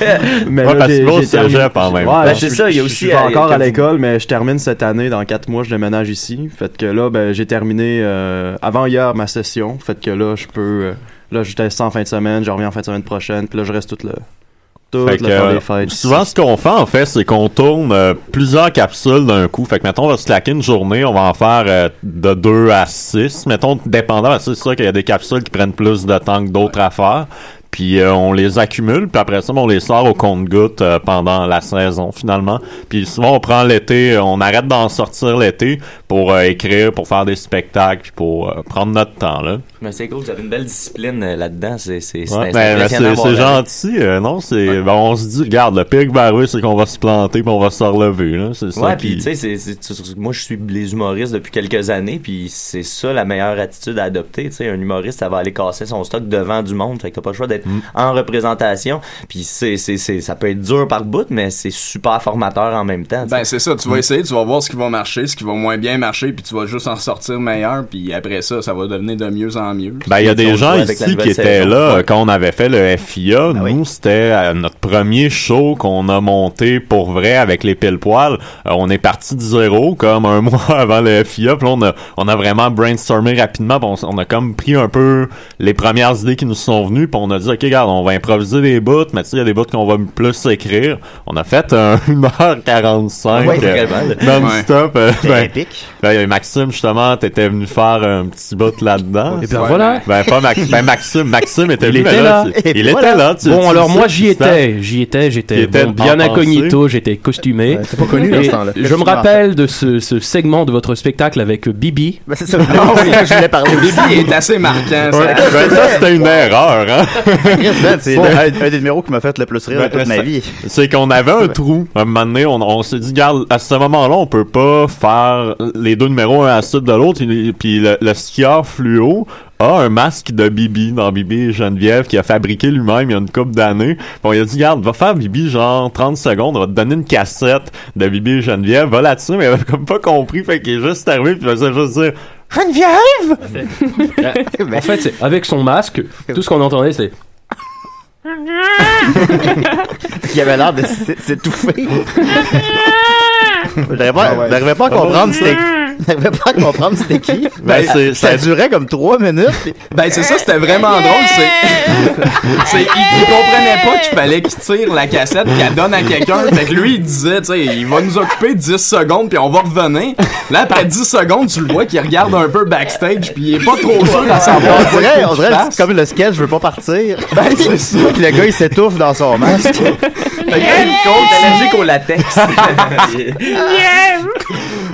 [SPEAKER 13] Ouais,
[SPEAKER 16] là,
[SPEAKER 13] parce que
[SPEAKER 16] j'ai-
[SPEAKER 13] gros,
[SPEAKER 16] j'ai
[SPEAKER 13] c'est
[SPEAKER 16] terminé-
[SPEAKER 13] cégep en même
[SPEAKER 16] Ouais,
[SPEAKER 13] temps.
[SPEAKER 16] ben,
[SPEAKER 9] c'est
[SPEAKER 16] je-
[SPEAKER 9] ça, il y a
[SPEAKER 16] je-
[SPEAKER 9] aussi,
[SPEAKER 16] Je suis
[SPEAKER 9] euh,
[SPEAKER 16] encore
[SPEAKER 9] que
[SPEAKER 16] à
[SPEAKER 9] vous-
[SPEAKER 16] l'école, mais je termine cette année. Dans 4 mois, je déménage ici. Fait que là, ben, j'ai terminé euh, avant hier ma session. Fait que là, je peux. euh, Là, je teste ça en fin de semaine. Je reviens en fin de semaine prochaine. Puis là, je reste toute le. Tout
[SPEAKER 13] Fait
[SPEAKER 16] le
[SPEAKER 13] que,
[SPEAKER 16] temps
[SPEAKER 13] euh,
[SPEAKER 16] des fêtes.
[SPEAKER 13] souvent, ce qu'on fait, en fait, c'est qu'on tourne euh, plusieurs capsules d'un coup. Fait que, mettons, on va se claquer une journée, on va en faire euh, de 2 à 6. Mettons, dépendant, parce que c'est sûr qu'il y a des capsules qui prennent plus de temps que d'autres à faire. Puis euh, on les accumule, puis après ça, ben, on les sort au compte-goutte euh, pendant la saison, finalement. Puis souvent, on prend l'été, euh, on arrête d'en sortir l'été pour euh, écrire, pour faire des spectacles, puis pour euh, prendre notre temps, là.
[SPEAKER 9] Mais c'est cool, vous avez une belle discipline euh, là-dedans. C'est c'est- c'est
[SPEAKER 13] Ouais,
[SPEAKER 9] c'est
[SPEAKER 13] ben, ben,
[SPEAKER 9] impressionnant à
[SPEAKER 13] c'est
[SPEAKER 9] voir
[SPEAKER 13] c'est
[SPEAKER 9] la-
[SPEAKER 13] gentil, euh, non? C'est, ben, on se dit, regarde, le pire que vers eux, c'est qu'on va se planter puis on va se relever, là. C'est ça.
[SPEAKER 9] Ouais,
[SPEAKER 13] qui-
[SPEAKER 9] puis tu sais, c'est- c'est- c'est- moi je suis les humoristes depuis quelques années, puis c'est ça la meilleure attitude à adopter. Tu sais, un humoriste, ça va aller casser son stock devant du monde, fait que t'as pas le choix
[SPEAKER 13] Mm.
[SPEAKER 9] d'être en représentation. Puis c'est, c'est, c'est, ça peut être dur par bout, mais c'est super formateur en même temps. tu sais.
[SPEAKER 15] Ben c'est ça, tu
[SPEAKER 13] Mm.
[SPEAKER 15] vas essayer, tu vas voir ce qui va marcher, ce qui va moins bien marcher, puis tu vas juste en sortir meilleur, puis après ça, ça va devenir de mieux en mieux.
[SPEAKER 13] Ben, il y a
[SPEAKER 15] Ils
[SPEAKER 13] des
[SPEAKER 15] ont
[SPEAKER 13] gens
[SPEAKER 15] joué avec la
[SPEAKER 13] ici qui
[SPEAKER 15] nouvelle
[SPEAKER 13] étaient
[SPEAKER 15] saison.
[SPEAKER 13] là euh,
[SPEAKER 15] Ouais.
[SPEAKER 13] quand on avait fait le FIA. Nous, c'était euh, notre premier show qu'on a monté pour vrai avec les pile poils. Euh, on est parti de zéro comme un mois avant le FIA. Puis là, on a, on a vraiment brainstormé rapidement. puis on, s- on a comme pris un peu les premières idées qui nous sont venues. Puis on a dit, OK, regarde, on va improviser des bouts. Mais tu sais, il y a des bouts qu'on va plus écrire. On a fait un 1h45
[SPEAKER 9] Ouais,
[SPEAKER 13] euh,
[SPEAKER 9] vraiment.
[SPEAKER 13] non-stop. euh,
[SPEAKER 9] C'était
[SPEAKER 13] ben,
[SPEAKER 9] épique.
[SPEAKER 13] ben, Maxime, justement, t'étais venu faire un petit bout là-dedans.
[SPEAKER 12] Et ben voilà.
[SPEAKER 13] Ben, pas Max- ben, Maxime. Maxime était
[SPEAKER 12] Il
[SPEAKER 13] venu, mais
[SPEAKER 12] était là.
[SPEAKER 13] c'est- Il était là. tu- tu
[SPEAKER 12] bon, alors
[SPEAKER 13] sais
[SPEAKER 12] moi
[SPEAKER 13] que
[SPEAKER 12] j'y
[SPEAKER 13] tu sens-
[SPEAKER 12] étais, j'y étais,
[SPEAKER 13] Il
[SPEAKER 12] j'étais
[SPEAKER 13] était
[SPEAKER 12] bon, bien
[SPEAKER 13] bien
[SPEAKER 12] incognito, j'étais costumé.
[SPEAKER 10] t'es pas connu
[SPEAKER 12] Et
[SPEAKER 10] dans
[SPEAKER 7] hein,
[SPEAKER 10] ce temps-là.
[SPEAKER 12] Je me rappelle de ce, ce segment de votre spectacle avec Bibi. Ah
[SPEAKER 7] Ben, c'est ça.
[SPEAKER 15] Ah
[SPEAKER 7] Non, oui, je voulais parler
[SPEAKER 15] Le
[SPEAKER 7] aussi.
[SPEAKER 15] débit est assez marquant. ça.
[SPEAKER 13] Ouais, ben, ça, c'était une erreur, hein.
[SPEAKER 7] Chris, man, c'est
[SPEAKER 13] Bon.
[SPEAKER 7] un, un des numéros qui m'a fait le plus rire
[SPEAKER 13] Ben,
[SPEAKER 7] de toute ma
[SPEAKER 13] c'est-
[SPEAKER 7] vie.
[SPEAKER 13] C'est qu'on avait un trou. Un moment donné, on, on s'est dit, regarde, à ce moment-là, on peut pas faire les deux numéros un à la suite de l'autre. Il- Puis le, le skieur fluo a un masque de Bibi dans Bibi et Geneviève qui a fabriqué lui-même il y a une couple d'années. Puis on lui a dit, regarde, va faire Bibi genre 30 secondes, on va te donner une cassette de Bibi et Geneviève, va là-dessus, mais il avait comme pas compris, fait qu'il est juste arrivé puis il faisait juste dire,
[SPEAKER 17] Geneviève
[SPEAKER 12] en fait, c'est- avec son masque, tout ce qu'on entendait, c'est.
[SPEAKER 7] Il avait l'air de
[SPEAKER 12] ah.
[SPEAKER 7] s- s'étouffer. J'arrivais pas, j'arrivais pas à comprendre c'était j'arrivais pas à comprendre c'était qui.
[SPEAKER 15] Ben,
[SPEAKER 7] Ben,
[SPEAKER 15] c'est-
[SPEAKER 7] ça
[SPEAKER 15] ça-
[SPEAKER 7] durait comme trois minutes.
[SPEAKER 15] Ben, c'est ça, c'était vraiment drôle. C'est. c'est- il, il comprenait pas qu'il fallait qu'il tire la cassette pis qu'elle donne à quelqu'un. Fait que lui, il disait, tu sais, il va nous occuper 10 secondes puis on va revenir. Là, après 10 secondes, tu le vois qu'il regarde un peu backstage puis il est pas trop sûr à savoir.
[SPEAKER 7] on
[SPEAKER 15] quoi qu'il
[SPEAKER 7] dirait,
[SPEAKER 15] faut
[SPEAKER 7] on
[SPEAKER 15] qu'il
[SPEAKER 7] dirait
[SPEAKER 15] fasse.
[SPEAKER 7] comme le sketch, je veux pas partir.
[SPEAKER 15] Ben, c'est ça.
[SPEAKER 7] Puis le gars, il s'étouffe dans son masque.
[SPEAKER 9] allergique au latex.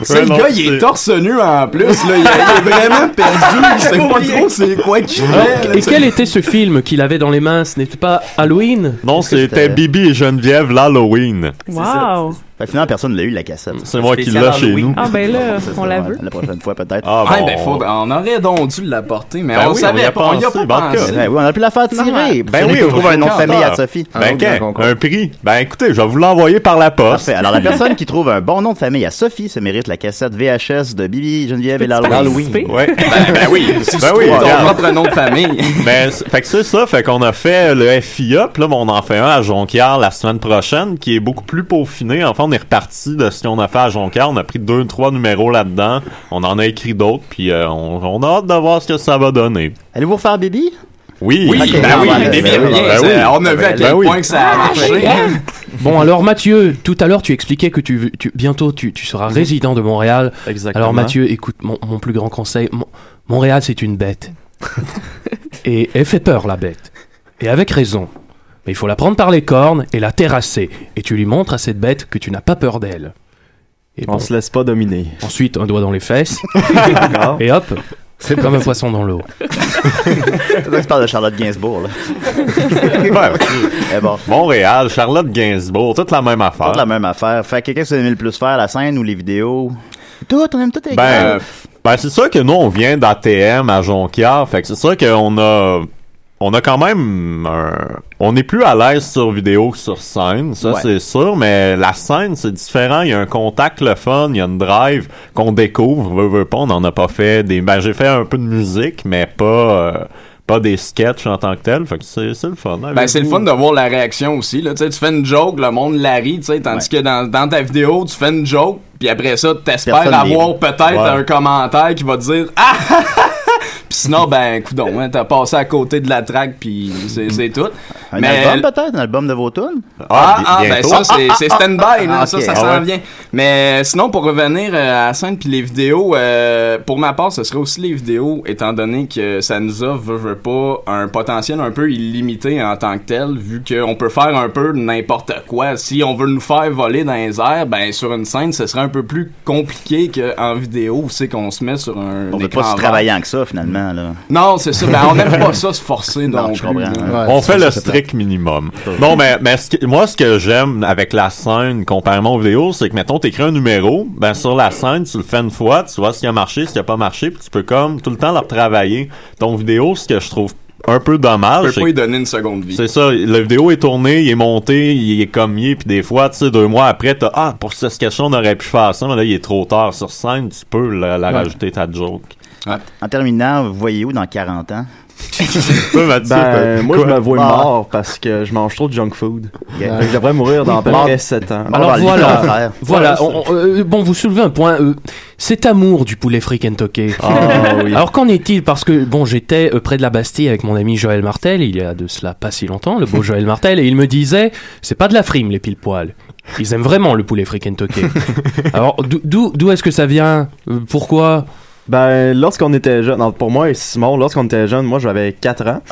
[SPEAKER 15] Tu sais, le gars, il est torse nu en plus. Là, il, il est vraiment perdu. Il sait pas trop c'est quoi qu'il fait. là,
[SPEAKER 12] Et
[SPEAKER 15] tu sais.
[SPEAKER 12] quel était ce film qu'il avait dans les mains Ce n'était pas Halloween
[SPEAKER 13] Non, c'était Bibi et Geneviève l'Halloween.
[SPEAKER 8] Wow!
[SPEAKER 7] Fait que finalement, personne l'a eu, la cassette.
[SPEAKER 13] C'est moi qui Spécial l'ai chez Halloween. nous.
[SPEAKER 8] Ah, ben là, on la veut.
[SPEAKER 7] La prochaine fois, peut-être.
[SPEAKER 13] Ah,
[SPEAKER 15] Ouais, ben, faut- on aurait donc dû l'apporter, mais
[SPEAKER 7] Ben oui,
[SPEAKER 15] on
[SPEAKER 7] on y
[SPEAKER 15] savait
[SPEAKER 7] a
[SPEAKER 15] pas. On y a
[SPEAKER 7] pensé,
[SPEAKER 15] pas
[SPEAKER 7] Barca.
[SPEAKER 15] pensé.
[SPEAKER 7] Ben oui, on a pu la faire tirer. Ben oui, on trouve un nom de famille à Sophie.
[SPEAKER 15] Ah,
[SPEAKER 13] Ben, quand? Un prix. Ben, écoutez, je vais vous l'envoyer par la poste.
[SPEAKER 7] Parfait. Alors, la personne qui trouve un bon nom de famille à Sophie se mérite la cassette VHS de Bibi, Geneviève et
[SPEAKER 13] Peux-tu
[SPEAKER 7] l'Halloween.
[SPEAKER 13] participer? Ouais. Ben- ben oui, si tu trouves ton propre nom de famille. Ben, c'est- fait que c'est ça, fait qu'on a fait le FIA, puis là, ben, on en fait un à Jonquière la semaine prochaine, qui est beaucoup plus peaufiné. Enfin, on est reparti de ce qu'on a fait à Jonquière. On a pris deux, trois numéros là-dedans. On en a écrit d'autres, puis euh, on, on a hâte de voir ce que ça va donner.
[SPEAKER 7] Allez-vous refaire Bibi?
[SPEAKER 13] Oui,
[SPEAKER 7] Ok,
[SPEAKER 13] ben
[SPEAKER 7] ben
[SPEAKER 13] oui,
[SPEAKER 7] voilà,
[SPEAKER 13] ben
[SPEAKER 7] ben
[SPEAKER 13] bien,
[SPEAKER 7] oui,
[SPEAKER 13] bien,
[SPEAKER 7] ben
[SPEAKER 13] c'est-
[SPEAKER 7] oui.
[SPEAKER 13] on a
[SPEAKER 7] Ben
[SPEAKER 13] vu à
[SPEAKER 7] oui.
[SPEAKER 13] quel
[SPEAKER 7] Ben oui.
[SPEAKER 13] point que ça a marché.
[SPEAKER 12] Bon, alors Mathieu, tout à l'heure tu expliquais que tu, tu- bientôt tu, tu seras résident de Montréal.
[SPEAKER 16] Exactement.
[SPEAKER 12] Alors Mathieu, écoute, mon, mon plus grand conseil, Mon- Montréal c'est une bête. et elle fait peur la bête. Et avec raison. Mais il faut la prendre par les cornes et la terrasser. Et tu lui montres à cette bête que tu n'as pas peur d'elle. Et
[SPEAKER 16] On se laisse pas dominer. Ah.
[SPEAKER 12] Ensuite, un doigt dans les fesses. et hop, c'est comme un poisson dans l'eau.
[SPEAKER 7] Je parle de Charlotte Gainsbourg, là. Eh,
[SPEAKER 13] Ouais, ok. Montréal, Charlotte Gainsbourg, toute la même affaire.
[SPEAKER 7] Toute la même affaire. Fait que qu'est-ce que vous aimez le plus faire, la scène ou les vidéos? Tout, on aime tout les
[SPEAKER 13] Ben,
[SPEAKER 7] gars.
[SPEAKER 13] euh, ben c'est sûr que nous, on vient d'ATM à Jonquière. Fait que c'est sûr qu'on a. On a quand même un- On est plus à l'aise sur vidéo que sur scène, ça
[SPEAKER 7] Ouais.
[SPEAKER 13] c'est sûr, mais la scène c'est différent, il y a un contact le fun, il y a une drive qu'on découvre, veut, veut pas, on en a pas fait des... Ben j'ai fait un peu de musique, mais pas euh, pas des sketchs en tant que tel, fait que c'est c'est le fun.
[SPEAKER 15] Ben, c'est le fun de voir la réaction aussi. Là. Tu sais, tu fais une joke, le monde la rit, tu sais, tandis que dans, dans ta vidéo, tu fais une joke, puis après ça, t'espères
[SPEAKER 13] Personne
[SPEAKER 15] avoir
[SPEAKER 13] les-
[SPEAKER 15] peut-être
[SPEAKER 13] Ouais.
[SPEAKER 15] un commentaire qui va te dire Ah ah, ah, ah. Puis sinon, ben, coudon, hein, t'as passé à côté de la track, puis c'est c'est tout.
[SPEAKER 7] Un album, peut-être? Un album de vos tunes?
[SPEAKER 15] Ah, ah, ben ça, c'est c'est stand-by, là,
[SPEAKER 7] Ah,
[SPEAKER 15] ça,
[SPEAKER 7] ok.
[SPEAKER 15] ça
[SPEAKER 7] Ah
[SPEAKER 15] s'en
[SPEAKER 7] ouais.
[SPEAKER 15] vient. Mais sinon, pour revenir euh, à la scène puis les vidéos, euh, pour ma part, ce serait aussi les vidéos, étant donné que ça nous offre, veut, veut pas, un potentiel un peu illimité en tant que tel, vu qu'on peut faire un peu n'importe quoi. Si on veut nous faire voler dans les airs, ben sur une scène, ce serait un peu plus compliqué qu'en vidéo, où c'est qu'on se met sur un
[SPEAKER 7] On veut
[SPEAKER 15] écran
[SPEAKER 7] pas si
[SPEAKER 15] vert.
[SPEAKER 7] travaillant que ça, finalement, là.
[SPEAKER 15] Non, c'est ça. Ben, on aime pas ça se forcer, non,
[SPEAKER 7] je comprends. Ouais,
[SPEAKER 13] on
[SPEAKER 7] ça,
[SPEAKER 13] fait
[SPEAKER 7] ça,
[SPEAKER 13] le
[SPEAKER 7] c'est
[SPEAKER 13] strict minimum. Non, mais, mais ce que- moi, ce que j'aime avec la scène, comparément aux vidéos, c'est que, mettons, t'écris un numéro, ben, sur la scène, tu le fais une fois, tu vois ce qui a marché, ce qui a pas marché, puis tu peux comme tout le temps le retravailler. Ton vidéo, ce que je trouve un
[SPEAKER 7] Ah,
[SPEAKER 13] peu
[SPEAKER 15] On
[SPEAKER 13] dommage,
[SPEAKER 15] peut
[SPEAKER 13] c'est
[SPEAKER 15] pas
[SPEAKER 13] que-
[SPEAKER 15] y donner une seconde vie.
[SPEAKER 13] c'est ça, la vidéo est tournée, il est monté, il est comme il est, puis des fois, tu sais, deux mois après, t'as Ah, pour ce sketch on aurait pu faire ça, mais là, il est trop tard sur scène, tu peux la, la
[SPEAKER 7] Ouais.
[SPEAKER 13] rajouter ta joke.
[SPEAKER 7] En terminant, vous voyez où dans 40 ans?
[SPEAKER 13] Toi,
[SPEAKER 16] Ben,
[SPEAKER 13] Mathieu, t'as-
[SPEAKER 16] moi, je
[SPEAKER 13] quoi?
[SPEAKER 16] me vois
[SPEAKER 13] Ah.
[SPEAKER 16] mort parce que je mange trop de junk food.
[SPEAKER 7] Yeah.
[SPEAKER 16] Fait que Je devrais Ah, mourir dans à peu
[SPEAKER 12] Mort.
[SPEAKER 16] près 7 ans.
[SPEAKER 12] Alors voilà, voilà. on- on- euh, bon, vous soulevez un point. euh, cet amour du poulet frit Kentucky.
[SPEAKER 16] Ah, oui.
[SPEAKER 12] Alors qu'en est-il Parce que bon, j'étais euh, près de la Bastille avec mon ami Joël Martel. Il y a de cela pas si longtemps, le beau Joël Martel, et il me disait, c'est pas de la frime les pile poils. Ils aiment vraiment le poulet frit Kentucky. Alors d'o- d'où d'où est-ce que ça vient Euh, Pourquoi
[SPEAKER 16] Ben, lorsqu'on était jeune, non, pour moi et Simon, lorsqu'on était jeune, moi j'avais 4 ans,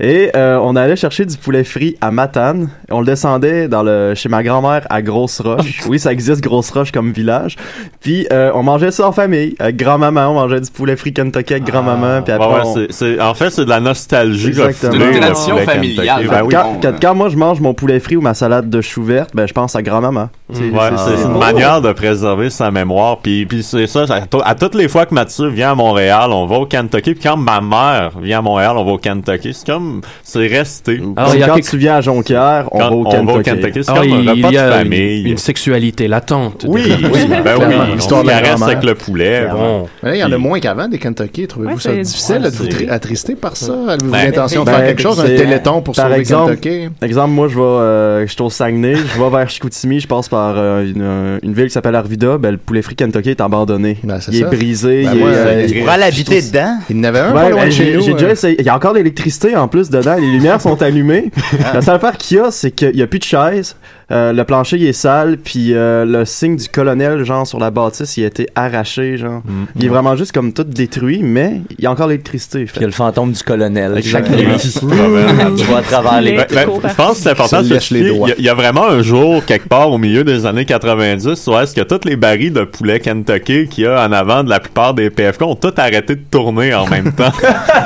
[SPEAKER 16] et euh, on allait chercher du poulet frit à Matane, et on le descendait dans le, chez ma grand-mère à Grosse-Roche. Oui, ça existe Grosse-Roche comme village. Puis euh, on mangeait ça en famille. Avec grand-maman, on mangeait du poulet frit Kentucky avec
[SPEAKER 12] Ah.
[SPEAKER 16] grand-maman, puis
[SPEAKER 13] Ouais,
[SPEAKER 16] après
[SPEAKER 13] ouais,
[SPEAKER 16] on-
[SPEAKER 13] c'est- c'est- en fait, c'est de la nostalgie.
[SPEAKER 16] Exactement.
[SPEAKER 13] refoulée, le poulet Kentucky. Ben oui.
[SPEAKER 16] quand, quand- quand moi je mange mon poulet frit ou ma salade de chou verte, ben je pense à
[SPEAKER 12] Mm.
[SPEAKER 16] grand-maman.
[SPEAKER 13] Ouais, c'est c'est une manière de préserver sa mémoire. Puis, puis c'est ça, ça- à, to- à toutes les fois que Mathieu ça vient à Montréal, on va au Kentucky. Puis quand ma mère vient à Montréal, on va au Kentucky. C'est comme, c'est resté.
[SPEAKER 16] Alors, quand tu viens à Jonquière, on
[SPEAKER 13] Quand
[SPEAKER 16] va au
[SPEAKER 13] on va au
[SPEAKER 16] Kentucky.
[SPEAKER 13] Kentucky, c'est Ah, comme un il- repas il y de a une- famille.
[SPEAKER 12] Une sexualité latente.
[SPEAKER 13] Oui, oui,
[SPEAKER 16] Bah
[SPEAKER 13] ben oui. Histoire de la caresse grand-mère. avec le poulet.
[SPEAKER 12] Bon.
[SPEAKER 10] Mais là, il y en a moins qu'avant des Kentucky. Trouvez-vous
[SPEAKER 12] Ouais,
[SPEAKER 10] ça
[SPEAKER 12] c'est-
[SPEAKER 10] difficile?
[SPEAKER 12] ouais,
[SPEAKER 10] Êtes-vous
[SPEAKER 12] c'est-
[SPEAKER 10] tri- attristé par ça? Avez-vous
[SPEAKER 16] Ben,
[SPEAKER 10] l'intention de
[SPEAKER 16] ben,
[SPEAKER 10] faire quelque chose? Un
[SPEAKER 16] c'est-
[SPEAKER 10] téléthon pour
[SPEAKER 16] par
[SPEAKER 10] sauver
[SPEAKER 16] exemple,
[SPEAKER 10] Kentucky?
[SPEAKER 16] Exemple, moi, je vais, euh, je suis au Saguenay, je vais vers Chicoutimi, je passe par euh, une, euh, une ville qui s'appelle Arvida, ben, le poulet frit Kentucky est abandonné. il
[SPEAKER 7] ça.
[SPEAKER 16] est brisé,
[SPEAKER 7] Ben,
[SPEAKER 16] il
[SPEAKER 7] moi,
[SPEAKER 16] est...
[SPEAKER 7] euh,
[SPEAKER 16] il
[SPEAKER 7] je
[SPEAKER 16] est-
[SPEAKER 7] pourrais l'habiter
[SPEAKER 16] je trouve-
[SPEAKER 7] dedans.
[SPEAKER 10] Il n'avait
[SPEAKER 16] Ouais, ben, j'ai- j'ai
[SPEAKER 10] euh.
[SPEAKER 16] déjà essayé. Il y a encore de l'électricité en plus dedans. Les lumières sont allumées. La seule affaire qu'il y a, c'est qu'il n'y a plus de chaise. euh, le plancher, il est sale. Puis euh, le signe du colonel, genre, sur la bâtisse, il a été arraché, genre. Il est vraiment juste comme tout détruit, mais il y a encore l'électricité. Puis il y a le fantôme du colonel.
[SPEAKER 9] chaque nuit. Tu vois à travers les-
[SPEAKER 13] Ben, ben, je pense que c'est important de
[SPEAKER 9] Se lèche les
[SPEAKER 13] spécifier.
[SPEAKER 9] doigts.
[SPEAKER 13] Il y a- il y, a vraiment un jour, quelque part au milieu des années 90, où est-ce que toutes les barils de poulet Kentucky qu'il y a en avant de la plupart des PFK ont tout arrêté de tourner en même temps.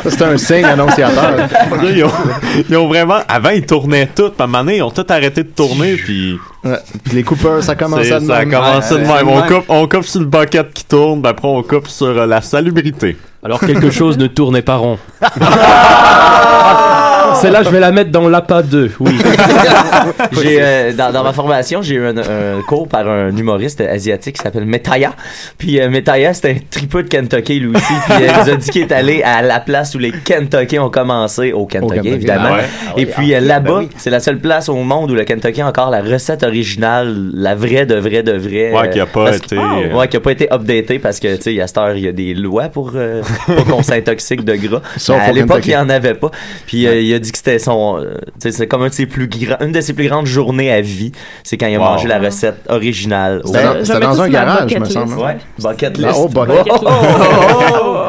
[SPEAKER 10] C'est un signe annonciateur.
[SPEAKER 13] Là, ils, ont, ils ont vraiment... Avant, ils tournaient tout. Puis à un moment donné, ils ont tout arrêté de tourner, puis...
[SPEAKER 10] Ouais. Puis les coupeurs, ça commence
[SPEAKER 13] C'est-
[SPEAKER 10] à de
[SPEAKER 13] ça a
[SPEAKER 10] même.
[SPEAKER 13] commencé de
[SPEAKER 10] Ouais,
[SPEAKER 13] même.
[SPEAKER 10] ouais,
[SPEAKER 13] On
[SPEAKER 10] ouais.
[SPEAKER 13] coupe, on coupe sur le bucket qui tourne, puis après on coupe sur euh, la salubrité.
[SPEAKER 12] Alors quelque chose ne tournait pas rond. Celle-là, je vais la mettre dans l'APA 2, oui.
[SPEAKER 9] J'ai, euh, dans, dans ma formation, j'ai eu un, un cours par un humoriste asiatique qui s'appelle Metaya. Puis euh, Metaya, c'était un tripeux de Kentucky, lui aussi. Puis euh, il nous a dit qu'il est allé à la place où les Kentucky ont commencé, au Kentucky,
[SPEAKER 7] Kentucky,
[SPEAKER 9] évidemment.
[SPEAKER 7] ah ouais. Ah oui,
[SPEAKER 9] Et puis
[SPEAKER 7] ah,
[SPEAKER 9] euh, là-bas,
[SPEAKER 7] ben oui.
[SPEAKER 9] c'est la seule place au monde où le Kentucky a encore la recette originale, la vraie de vraie de vraie.
[SPEAKER 13] Ouais, qui a
[SPEAKER 9] euh,
[SPEAKER 13] pas
[SPEAKER 9] parce que-
[SPEAKER 13] été, euh,
[SPEAKER 9] Ouais, qui a pas été updatée parce que, tu sais, à cette heure, il y a des lois pour, euh, pour qu'on s'intoxique de gras.
[SPEAKER 7] Sauf
[SPEAKER 9] à
[SPEAKER 7] au
[SPEAKER 9] l'époque,
[SPEAKER 7] Kentucky.
[SPEAKER 9] il y en avait pas. Puis euh, il a dit que c'était son, euh, tu sais, c'est comme un de ses plus grands, une de ses plus grandes journées à vie. C'est quand il a
[SPEAKER 7] Wow.
[SPEAKER 9] mangé la recette originale.
[SPEAKER 7] C'était dans- Je vais c'était mettre dans ça un sur ma garage, bucket me list. semble, hein?
[SPEAKER 9] Ouais, Ah, bucket
[SPEAKER 7] Non,
[SPEAKER 9] list.
[SPEAKER 7] oh, bucket list.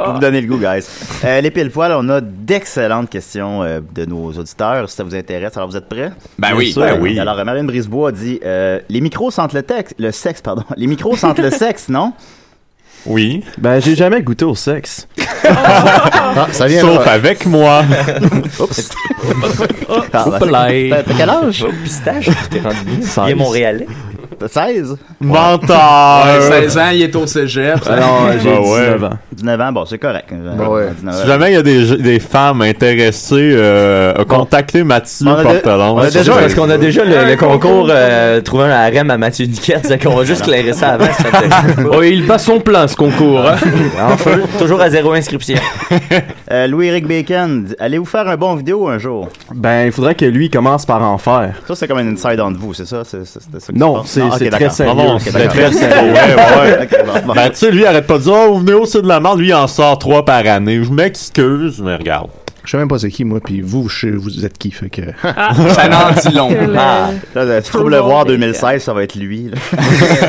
[SPEAKER 7] Vous me donnez le goût, guys. Euh, les pile poils, on a d'excellentes questions euh, de nos auditeurs, si ça vous intéresse. Alors, vous êtes prêts?
[SPEAKER 15] Ben oui, ben oui.
[SPEAKER 7] Alors, euh, Marine Brisebois dit euh, Les micros sentent le texte, le sexe, pardon. Les micros sentent le sexe, non?
[SPEAKER 13] Oui.
[SPEAKER 16] Ben, j'ai jamais goûté au sexe.
[SPEAKER 7] Ah, ça vient Sauf là.
[SPEAKER 13] avec moi.
[SPEAKER 7] Oups.
[SPEAKER 9] Ah,
[SPEAKER 7] Oups là. T'as t'as quel âge?
[SPEAKER 9] Pistache, t'es rendu bien.
[SPEAKER 7] Seize.
[SPEAKER 9] Il est montréalais.
[SPEAKER 7] T'as 16?
[SPEAKER 13] Menteur!
[SPEAKER 15] Ouais, 16 ans, il est au cégep.
[SPEAKER 7] Alors,
[SPEAKER 13] j'ai Ben ouais. 19 ans.
[SPEAKER 7] 19 ans, bon, c'est correct.
[SPEAKER 10] ouais.
[SPEAKER 7] 19
[SPEAKER 13] Si jamais il y a des, des femmes intéressées, euh, contactez Mathieu
[SPEAKER 9] On a de-
[SPEAKER 13] Portelon.
[SPEAKER 9] on a déjà, parce qu'on a déjà le, le concours euh, trouver un harem à Mathieu Niquette, c'est qu'on va juste clairer ça avant. ça fait-
[SPEAKER 12] Oh, il bat son plein, ce concours. hein.
[SPEAKER 9] En feu, toujours à zéro inscription.
[SPEAKER 7] Euh, Louis-Éric Bacon, dit, allez-vous faire un bon vidéo un jour?
[SPEAKER 16] Ben, il faudrait que lui commence par en faire.
[SPEAKER 7] Ça, c'est comme un inside entre vous, c'est ça? C'est- c'est- c'est ça que
[SPEAKER 16] Non,
[SPEAKER 7] tu penses?
[SPEAKER 16] c'est-
[SPEAKER 7] Ah, ok,
[SPEAKER 16] c'est très
[SPEAKER 7] d'accord.
[SPEAKER 16] sérieux.
[SPEAKER 7] Ah bon, ok,
[SPEAKER 13] C'est
[SPEAKER 7] d'accord.
[SPEAKER 13] très sérieux. Ouais, ouais.
[SPEAKER 7] Ok, bon, bon.
[SPEAKER 13] Ben, tu sais, lui, arrête pas de dire, oh, vous venez aussi de la merde. Lui, il en sort trois par année. Je m'excuse, mais regarde.
[SPEAKER 10] Je sais même pas c'est qui, moi, puis vous, je sais- vous êtes qui, fait que...
[SPEAKER 15] Ça n'en dit long. Que le-
[SPEAKER 7] Ah, là, là, tu trouves le voir 2016, ça va être lui. là.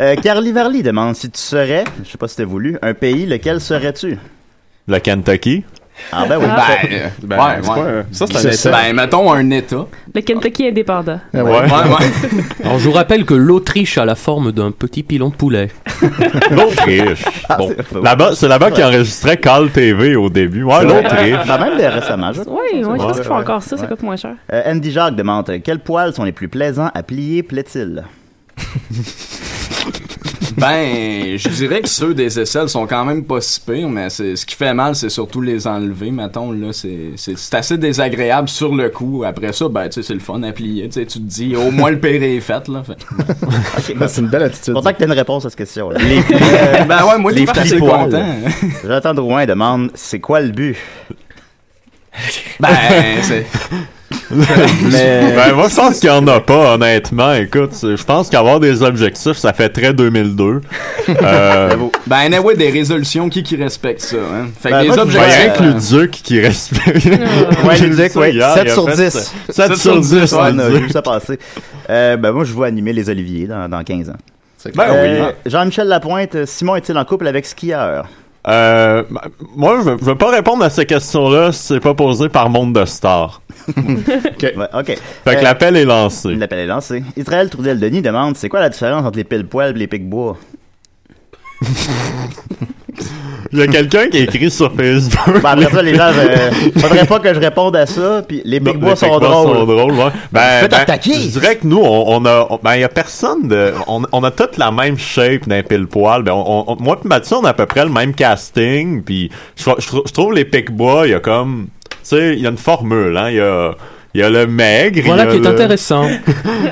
[SPEAKER 7] euh, Carly Varly demande si tu serais, je sais pas si t'as voulu, un pays, lequel serais-tu?
[SPEAKER 13] Le Kentucky.
[SPEAKER 7] Ah ben oui.
[SPEAKER 15] Ben, euh,
[SPEAKER 7] Ben,
[SPEAKER 15] ouais,
[SPEAKER 7] c'est
[SPEAKER 15] ouais.
[SPEAKER 7] pas un-
[SPEAKER 15] Ça,
[SPEAKER 7] C'est
[SPEAKER 15] c'est
[SPEAKER 7] ça.
[SPEAKER 15] un état. Ben, mettons un état.
[SPEAKER 8] Le Kentucky indépendant.
[SPEAKER 13] Ah
[SPEAKER 12] Alors, je vous rappelle que l'Autriche a la forme d'un petit pilon de poulet.
[SPEAKER 13] L'Autriche.
[SPEAKER 12] Ah,
[SPEAKER 13] Bon. Là-bas, Ah, c'est là-bas qu'il enregistrait Call TV au début. Ouais,
[SPEAKER 7] C'est vrai.
[SPEAKER 13] l'Autriche.
[SPEAKER 7] Ben, même de récemment, je crois.
[SPEAKER 8] Oui, ouais, je pense qu'ils font
[SPEAKER 7] Ouais,
[SPEAKER 8] encore ça,
[SPEAKER 7] ouais.
[SPEAKER 8] ça coûte moins cher.
[SPEAKER 7] Euh, Andy Jacques demande euh, quels poils sont les plus plaisants à plier, plaît-il?
[SPEAKER 15] Ben, je dirais que ceux des aisselles sont quand même pas si pires, mais c'est, ce qui fait mal, c'est surtout les enlever, mettons, là, c'est, c'est, c'est assez désagréable sur le coup. Après ça, ben, tu sais, c'est le fun à plier, tu sais, tu te dis, au moins le pire est fait, là. Fait- ben,
[SPEAKER 7] c'est une belle attitude. Pourtant que t'as une réponse à cette question. là.
[SPEAKER 15] Les plis- Euh, ben ouais, moi,
[SPEAKER 7] Les
[SPEAKER 15] je suis assez
[SPEAKER 7] plis poils.
[SPEAKER 15] content.
[SPEAKER 7] Jonathan Drouin demande c'est quoi le but?
[SPEAKER 15] Ben, c'est-
[SPEAKER 13] Ben, moi, je pense qu'il n'y en a pas, honnêtement. Écoute, c'est- je pense qu'avoir des objectifs, ça fait très 2002. Euh,
[SPEAKER 15] Ben, anyway, des résolutions, qui qui respecte ça, hein? Fait que
[SPEAKER 13] Ben,
[SPEAKER 15] les
[SPEAKER 13] moi, je
[SPEAKER 15] objectifs.
[SPEAKER 13] voyais que le duc qui respecte.
[SPEAKER 7] Ouais,
[SPEAKER 13] J'ai
[SPEAKER 7] le
[SPEAKER 13] vu
[SPEAKER 7] Duc,
[SPEAKER 13] ça
[SPEAKER 7] ouais.
[SPEAKER 13] hier,
[SPEAKER 7] 7
[SPEAKER 13] il a
[SPEAKER 7] sur
[SPEAKER 13] fait
[SPEAKER 7] 10.
[SPEAKER 13] ça. 7 sur 10,
[SPEAKER 7] ouais, on a
[SPEAKER 13] le
[SPEAKER 7] vu
[SPEAKER 13] Duc.
[SPEAKER 7] ça passer. Euh, ben, moi, je vois animer les Oliviers dans, dans 15 ans. Euh,
[SPEAKER 13] clair. Ben oui.
[SPEAKER 7] Jean-Michel Lapointe, euh, Simon est-il en couple avec skieur?
[SPEAKER 13] Euh, ben, moi, je ne veux pas répondre à ces questions-là si c'est pas posé par Monde de Stars.
[SPEAKER 7] OK. OK.
[SPEAKER 13] Fait que
[SPEAKER 7] Euh,
[SPEAKER 13] l'appel est lancé.
[SPEAKER 7] L'appel est lancé. Israël Trudel-Denis demande c'est quoi la différence entre les pile-poils et les pics bois
[SPEAKER 13] Il y a quelqu'un qui a écrit sur Facebook.
[SPEAKER 7] Ben, après ça, les gens, euh, faudrait pas que je réponde à ça. Puis les Big Bois
[SPEAKER 13] Les
[SPEAKER 7] sont
[SPEAKER 13] Québécois
[SPEAKER 7] drôles.
[SPEAKER 13] sont drôles, ouais. Ben,
[SPEAKER 7] Faites
[SPEAKER 13] ben,
[SPEAKER 7] attaquer.
[SPEAKER 13] Je dirais que nous, on, on a. on- ben, il y a personne de. On, on a toutes la même shape d'un pile-poil. Ben, on- on- moi, puis Mathieu, on a à peu près le même casting. Puis, je, je trou- je trouve les pic-bois, il y a comme. Tu sais, il y a une formule, hein. Il y a. Il y a le maigre.
[SPEAKER 12] Voilà
[SPEAKER 13] il y a
[SPEAKER 12] qui est
[SPEAKER 13] le-
[SPEAKER 12] intéressant.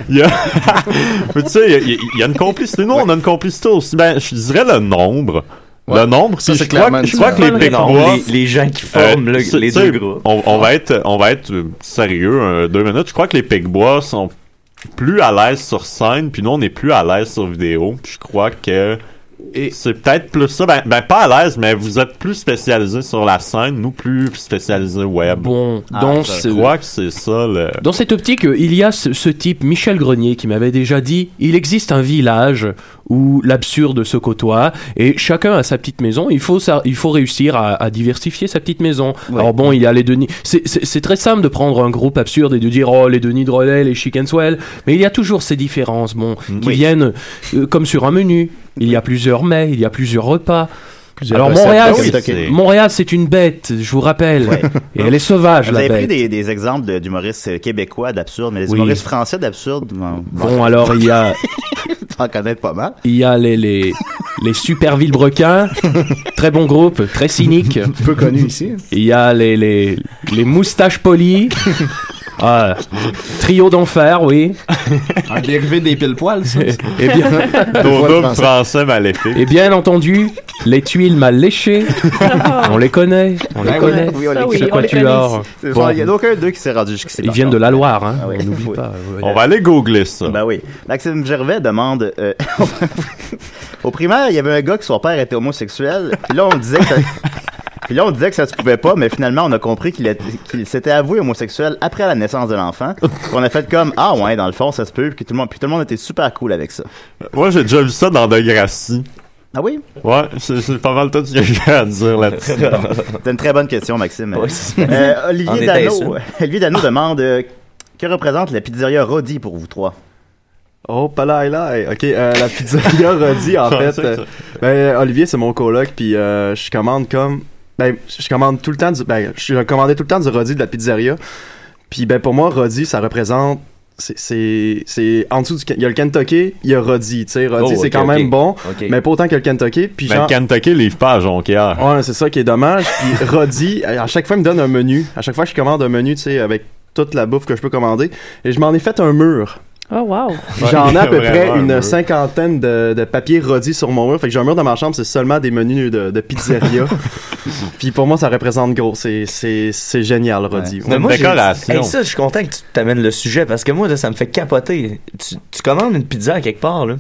[SPEAKER 13] il y a- Mais tu sais, il y, a- il y a une complicité. Nous, on a une complicité aussi. Ben, je dirais le nombre. Le nombre,
[SPEAKER 9] Ça,
[SPEAKER 13] puis
[SPEAKER 9] c'est
[SPEAKER 13] je crois,
[SPEAKER 9] clairement
[SPEAKER 13] que- je crois
[SPEAKER 9] une
[SPEAKER 13] que les
[SPEAKER 9] différence.
[SPEAKER 13] Pécois...
[SPEAKER 9] Les- les gens qui forment le-
[SPEAKER 13] tu-
[SPEAKER 9] les
[SPEAKER 13] tu sais,
[SPEAKER 9] deux groupes.
[SPEAKER 13] On, on va être, on va être euh, sérieux euh, deux minutes. Je crois que les Pécois sont plus à l'aise sur scène, puis nous, on est plus à l'aise sur vidéo. Puis je crois que c'est peut-être plus ça. Ben, ben, pas à l'aise, mais vous êtes plus spécialisés sur la scène, nous plus spécialisés web.
[SPEAKER 12] Bon, donc
[SPEAKER 13] je
[SPEAKER 12] c'est-
[SPEAKER 13] crois que c'est Ah, ça le...
[SPEAKER 12] Dans cette optique, euh, il y a ce, ce type, Michel Grenier, qui m'avait déjà dit il existe un village où l'absurde se côtoie et chacun a sa petite maison. Il faut, ça, il faut réussir à, à diversifier sa petite maison. Alors bon, il y a les Denis. C'est- C'est c'est très simple de prendre un groupe absurde et de dire oh, les Denis de Relais, les Chick and Swell. Mais il y a toujours ces différences, bon,
[SPEAKER 7] Mm,
[SPEAKER 12] qui viennent euh, comme sur un menu. Il y a plusieurs mets, il y a plusieurs repas.
[SPEAKER 7] Plusieurs
[SPEAKER 12] Alors
[SPEAKER 7] recettes,
[SPEAKER 12] Montréal,
[SPEAKER 7] ah oui,
[SPEAKER 12] c'est-
[SPEAKER 7] c'est-
[SPEAKER 12] Montréal, c'est une bête, je vous rappelle, et elle est sauvage
[SPEAKER 7] Vous
[SPEAKER 12] la
[SPEAKER 7] avez
[SPEAKER 12] bête.
[SPEAKER 7] pris des, des exemples de- d'humoristes euh, québécois d'absurdes, mais les
[SPEAKER 12] Oui.
[SPEAKER 7] humoristes français d'absurdes, bon,
[SPEAKER 12] Bon, alors il y a.
[SPEAKER 7] t'en connais pas mal.
[SPEAKER 12] Il y a les, les, les Super Vilebrequins, très bon groupe, très cynique.
[SPEAKER 10] Peu connu ici.
[SPEAKER 12] Il y a les, les, les Moustaches Polies. Ah, trio d'enfer, oui.
[SPEAKER 7] Ah,
[SPEAKER 15] Un dérivé des pile-poils, ça.
[SPEAKER 12] Et bien,
[SPEAKER 13] Nos doubles français maléfiques.
[SPEAKER 12] Et bien entendu, les tuiles mal léchées. On les connaît, on les
[SPEAKER 7] Ben oui,
[SPEAKER 12] connaît.
[SPEAKER 7] oui, on les
[SPEAKER 12] C'est
[SPEAKER 7] connaît.
[SPEAKER 12] quoi, tu as
[SPEAKER 7] C'est-
[SPEAKER 12] Bon.
[SPEAKER 7] Il y en a aucun d'eux qui s'est rendu jusqu'ici.
[SPEAKER 12] Ils
[SPEAKER 7] par
[SPEAKER 12] viennent
[SPEAKER 7] contre.
[SPEAKER 12] de la Loire, hein.
[SPEAKER 7] Ah oui.
[SPEAKER 12] On n'oublie
[SPEAKER 7] Oui.
[SPEAKER 12] pas.
[SPEAKER 13] On va aller googler ça.
[SPEAKER 7] Ben oui. Maxime Gervais demande. euh, au primaire, il y avait un gars que son père était homosexuel. Puis là, on disait que ça. Puis là, on disait que ça se pouvait pas, mais finalement, on a compris qu'il était- qu'il s'était avoué homosexuel après la naissance de l'enfant. On a fait comme Ah, ouais, dans le fond, ça se peut. Puis que tout le monde, puis tout le monde était super cool avec ça.
[SPEAKER 13] Moi, j'ai déjà vu ça dans Degrassi.
[SPEAKER 7] Ah oui?
[SPEAKER 13] Ouais, c'est c'est pas mal tout ce que j'ai à dire là-dessus.
[SPEAKER 7] C'est une très bonne question, Maxime.
[SPEAKER 13] Oui, c'est ça.
[SPEAKER 7] Euh, Olivier,
[SPEAKER 13] En
[SPEAKER 7] Dano,
[SPEAKER 13] étant
[SPEAKER 7] Olivier Dano demande euh, Que représente la pizzeria Rodi pour vous trois
[SPEAKER 16] Oh, palaï laï. Ok, euh, la pizzeria Rodi, en
[SPEAKER 7] Ouais,
[SPEAKER 16] fait.
[SPEAKER 7] c'est ça.
[SPEAKER 16] euh, ben, Olivier, c'est mon coloc, puis euh, je commande comme. Ben, je commande tout le temps du. Ben, je commandais tout le temps du Rodi de la pizzeria. Puis, ben, pour moi, Rodi, ça représente. c'est- C'est c'est en dessous du. Il y a le Kentucky, il y a Rodi. Tu sais, Rodi,
[SPEAKER 13] Oh,
[SPEAKER 16] c'est
[SPEAKER 13] ok,
[SPEAKER 16] quand même
[SPEAKER 13] ok.
[SPEAKER 16] bon,
[SPEAKER 13] Ok.
[SPEAKER 16] mais pas autant que le Kentucky. Puis,
[SPEAKER 13] Mais
[SPEAKER 16] genre-
[SPEAKER 13] le Kentucky livre pas à Jonquière.
[SPEAKER 16] Ouais, c'est ça qui est dommage. Puis Roddy, à à chaque fois, il me donne un menu. À chaque fois, je commande un menu, tu sais, avec toute la bouffe que je peux commander. Et je m'en ai fait un mur.
[SPEAKER 8] Oh, wow.
[SPEAKER 16] J'en ai à peu près
[SPEAKER 8] Vraiment un
[SPEAKER 16] une
[SPEAKER 8] mur.
[SPEAKER 16] cinquantaine de, de papiers Roddy sur mon mur. Fait que j'ai un mur dans ma chambre, c'est seulement des menus de, de pizzeria. Puis pour moi, ça représente gros. C'est- C'est c'est génial, Roddy.
[SPEAKER 9] Mais moi, j'ai- Hey, ça, je suis content que tu t'amènes le sujet parce que moi, là, ça me fait capoter. Tu, tu commandes une pizza à quelque part, là.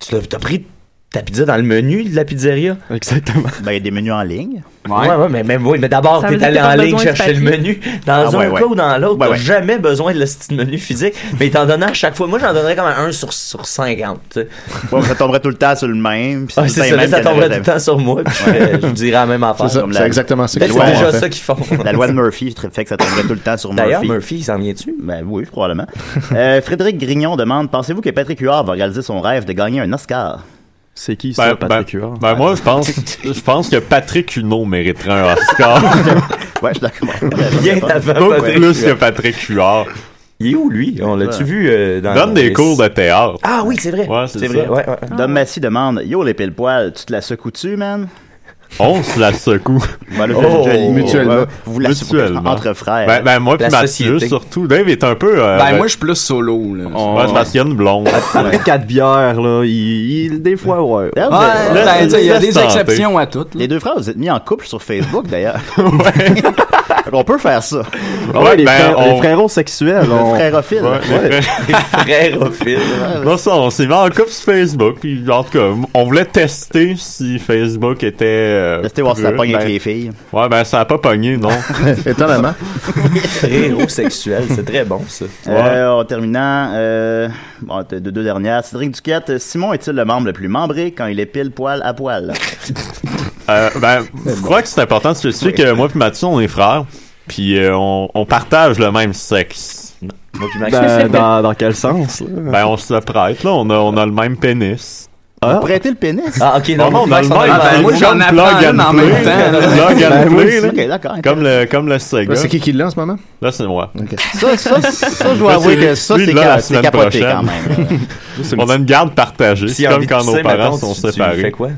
[SPEAKER 9] Tu l'as- t'as pris ta pizza dans le menu de la pizzeria.
[SPEAKER 16] Exactement.
[SPEAKER 7] Ben, il y a des menus en ligne.
[SPEAKER 9] Ouais, ouais, mais, mais, oui, mais d'abord,
[SPEAKER 7] Ça veut
[SPEAKER 9] t'es allé
[SPEAKER 7] dire que t'as
[SPEAKER 9] en
[SPEAKER 7] pas
[SPEAKER 9] ligne
[SPEAKER 7] besoin de
[SPEAKER 9] chercher le
[SPEAKER 7] papier.
[SPEAKER 9] menu. Dans
[SPEAKER 7] Ah,
[SPEAKER 9] un
[SPEAKER 7] ouais,
[SPEAKER 9] cas
[SPEAKER 7] ouais.
[SPEAKER 9] ou dans l'autre,
[SPEAKER 7] Ouais,
[SPEAKER 9] t'as
[SPEAKER 7] ouais.
[SPEAKER 9] jamais besoin de le petit menu physique, mais t'en donnais à chaque fois. Moi, j'en donnerais comme un 1 sur, sur 50, tu sais.
[SPEAKER 7] Bon, ça tomberait tout le temps sur le même. puis
[SPEAKER 9] Ah,
[SPEAKER 7] tout
[SPEAKER 9] c'est ça,
[SPEAKER 7] le temps les mêmes
[SPEAKER 9] ça
[SPEAKER 7] qui
[SPEAKER 9] tomberait tout
[SPEAKER 7] arrivent.
[SPEAKER 9] le temps sur moi, puis je- je me dirais la même affaire.
[SPEAKER 7] Comme la-
[SPEAKER 9] Peut-être Ben, C'est déjà ça qu'ils font.
[SPEAKER 7] La loi de Murphy fait que ça tomberait tout le temps sur Murphy.
[SPEAKER 9] D'ailleurs, Murphy, il s'en vient-tu?
[SPEAKER 7] Ben oui, probablement. Euh, Frédéric Grignon demande Pensez-vous que Patrick Huard va réaliser son rêve de gagner un Oscar
[SPEAKER 16] C'est qui
[SPEAKER 13] Ben, ben- ben, moi, je pense, je pense que Patrick Huneau mériterait un Oscar.
[SPEAKER 7] ouais, je d'accord.
[SPEAKER 9] Bien avant
[SPEAKER 13] Beaucoup
[SPEAKER 9] Patrick
[SPEAKER 13] plus que
[SPEAKER 9] Huard.
[SPEAKER 13] Patrick Huard.
[SPEAKER 9] Il est où, lui? On l'a-tu vu euh, dans
[SPEAKER 13] Donne des
[SPEAKER 9] les-
[SPEAKER 13] cours de théâtre.
[SPEAKER 9] Ah oui, c'est vrai.
[SPEAKER 13] Ouais, c'est
[SPEAKER 9] C'est vrai,
[SPEAKER 13] ça.
[SPEAKER 9] ouais, ouais.
[SPEAKER 7] Dom Massy demande Yo, les pile poil tu te la secoues-tu, man
[SPEAKER 13] On se la secoue.
[SPEAKER 7] Ben
[SPEAKER 13] Oh,
[SPEAKER 7] là, je- je- je- Mutuellement. ouais, vous la secouez
[SPEAKER 13] Mutuellement.
[SPEAKER 7] entre frères.
[SPEAKER 13] Ben, ben, moi puis
[SPEAKER 7] La
[SPEAKER 13] Mathieu,
[SPEAKER 7] société.
[SPEAKER 13] surtout. Dave est un peu... euh,
[SPEAKER 15] Ben, moi, je suis plus solo, là.
[SPEAKER 13] Ouais, c'est parce qu'il y a une blonde.
[SPEAKER 9] Ah,
[SPEAKER 16] Après quatre bières, là, il, il- des fois, ouais.
[SPEAKER 7] D'ailleurs, vous êtes-
[SPEAKER 16] Ouais,
[SPEAKER 9] ben,
[SPEAKER 7] laisse-
[SPEAKER 16] ben, il y a
[SPEAKER 7] laisse
[SPEAKER 16] des
[SPEAKER 7] tenter.
[SPEAKER 16] exceptions
[SPEAKER 15] à toutes.
[SPEAKER 7] Les deux frères, vous êtes mis en couple sur Facebook, d'ailleurs. On peut faire ça.
[SPEAKER 16] Ouais, les,
[SPEAKER 13] ben,
[SPEAKER 16] frères, les frérots sexuels.
[SPEAKER 7] Le
[SPEAKER 16] on-
[SPEAKER 7] frérophile.
[SPEAKER 13] Ouais, les Non, ça, on s'est mis en couple sur Facebook. Puis, en tout cas, on voulait tester si Facebook était. euh,
[SPEAKER 7] Tester voir si ça
[SPEAKER 13] prêt.
[SPEAKER 7] pogne avec
[SPEAKER 13] Ben,
[SPEAKER 7] les filles.
[SPEAKER 13] Ouais, ben, ça a pas pogné, non.
[SPEAKER 10] Étonnamment.
[SPEAKER 9] Frérot sexuel, c'est très bon, ça.
[SPEAKER 7] Euh, en terminant, euh, bon, t'as deux, deux dernières. Cédric Duquette, Simon est-il le membre le plus membré quand il est pile poil à poil?
[SPEAKER 13] Euh, ben, je crois que c'est important de spécifier que moi puis Mathieu, on est frères. Puis, euh, on, on partage le même sexe.
[SPEAKER 9] Moi puis
[SPEAKER 7] Ben,
[SPEAKER 16] Ben, dans, dans quel sens?
[SPEAKER 13] Ben, on se le prête, là. On a, on a le même pénis.
[SPEAKER 7] Vous prêtez le pénis?
[SPEAKER 9] Ah, ok, non,
[SPEAKER 7] Bon,
[SPEAKER 9] mais-
[SPEAKER 7] Max, on a-
[SPEAKER 9] Ah, ben, moi, j'en apprends une en même temps, là.
[SPEAKER 13] Plug and
[SPEAKER 9] Ben, moi
[SPEAKER 13] play,
[SPEAKER 9] aussi.
[SPEAKER 13] là.
[SPEAKER 9] Ok, d'accord,
[SPEAKER 13] Comme le, comme le Sega.
[SPEAKER 10] Là, c'est qui qui l'a en ce moment?
[SPEAKER 13] Là, c'est moi.
[SPEAKER 7] Ça, ça, ça, je dois
[SPEAKER 13] Là,
[SPEAKER 7] avouer
[SPEAKER 13] lui-
[SPEAKER 7] que ça,
[SPEAKER 13] Ben, lui,
[SPEAKER 7] c'est
[SPEAKER 13] là,
[SPEAKER 7] ca-
[SPEAKER 13] la
[SPEAKER 7] c'est
[SPEAKER 13] semaine
[SPEAKER 7] capoté quand
[SPEAKER 13] prochaine.
[SPEAKER 7] même.
[SPEAKER 13] On a une garde partagée.
[SPEAKER 9] S'il
[SPEAKER 13] C'est
[SPEAKER 9] a
[SPEAKER 13] comme
[SPEAKER 9] envie de
[SPEAKER 13] quand
[SPEAKER 9] pisser,
[SPEAKER 13] nos parents
[SPEAKER 9] mettons,
[SPEAKER 13] sont
[SPEAKER 9] tu- tu
[SPEAKER 13] séparés.
[SPEAKER 9] fais quoi?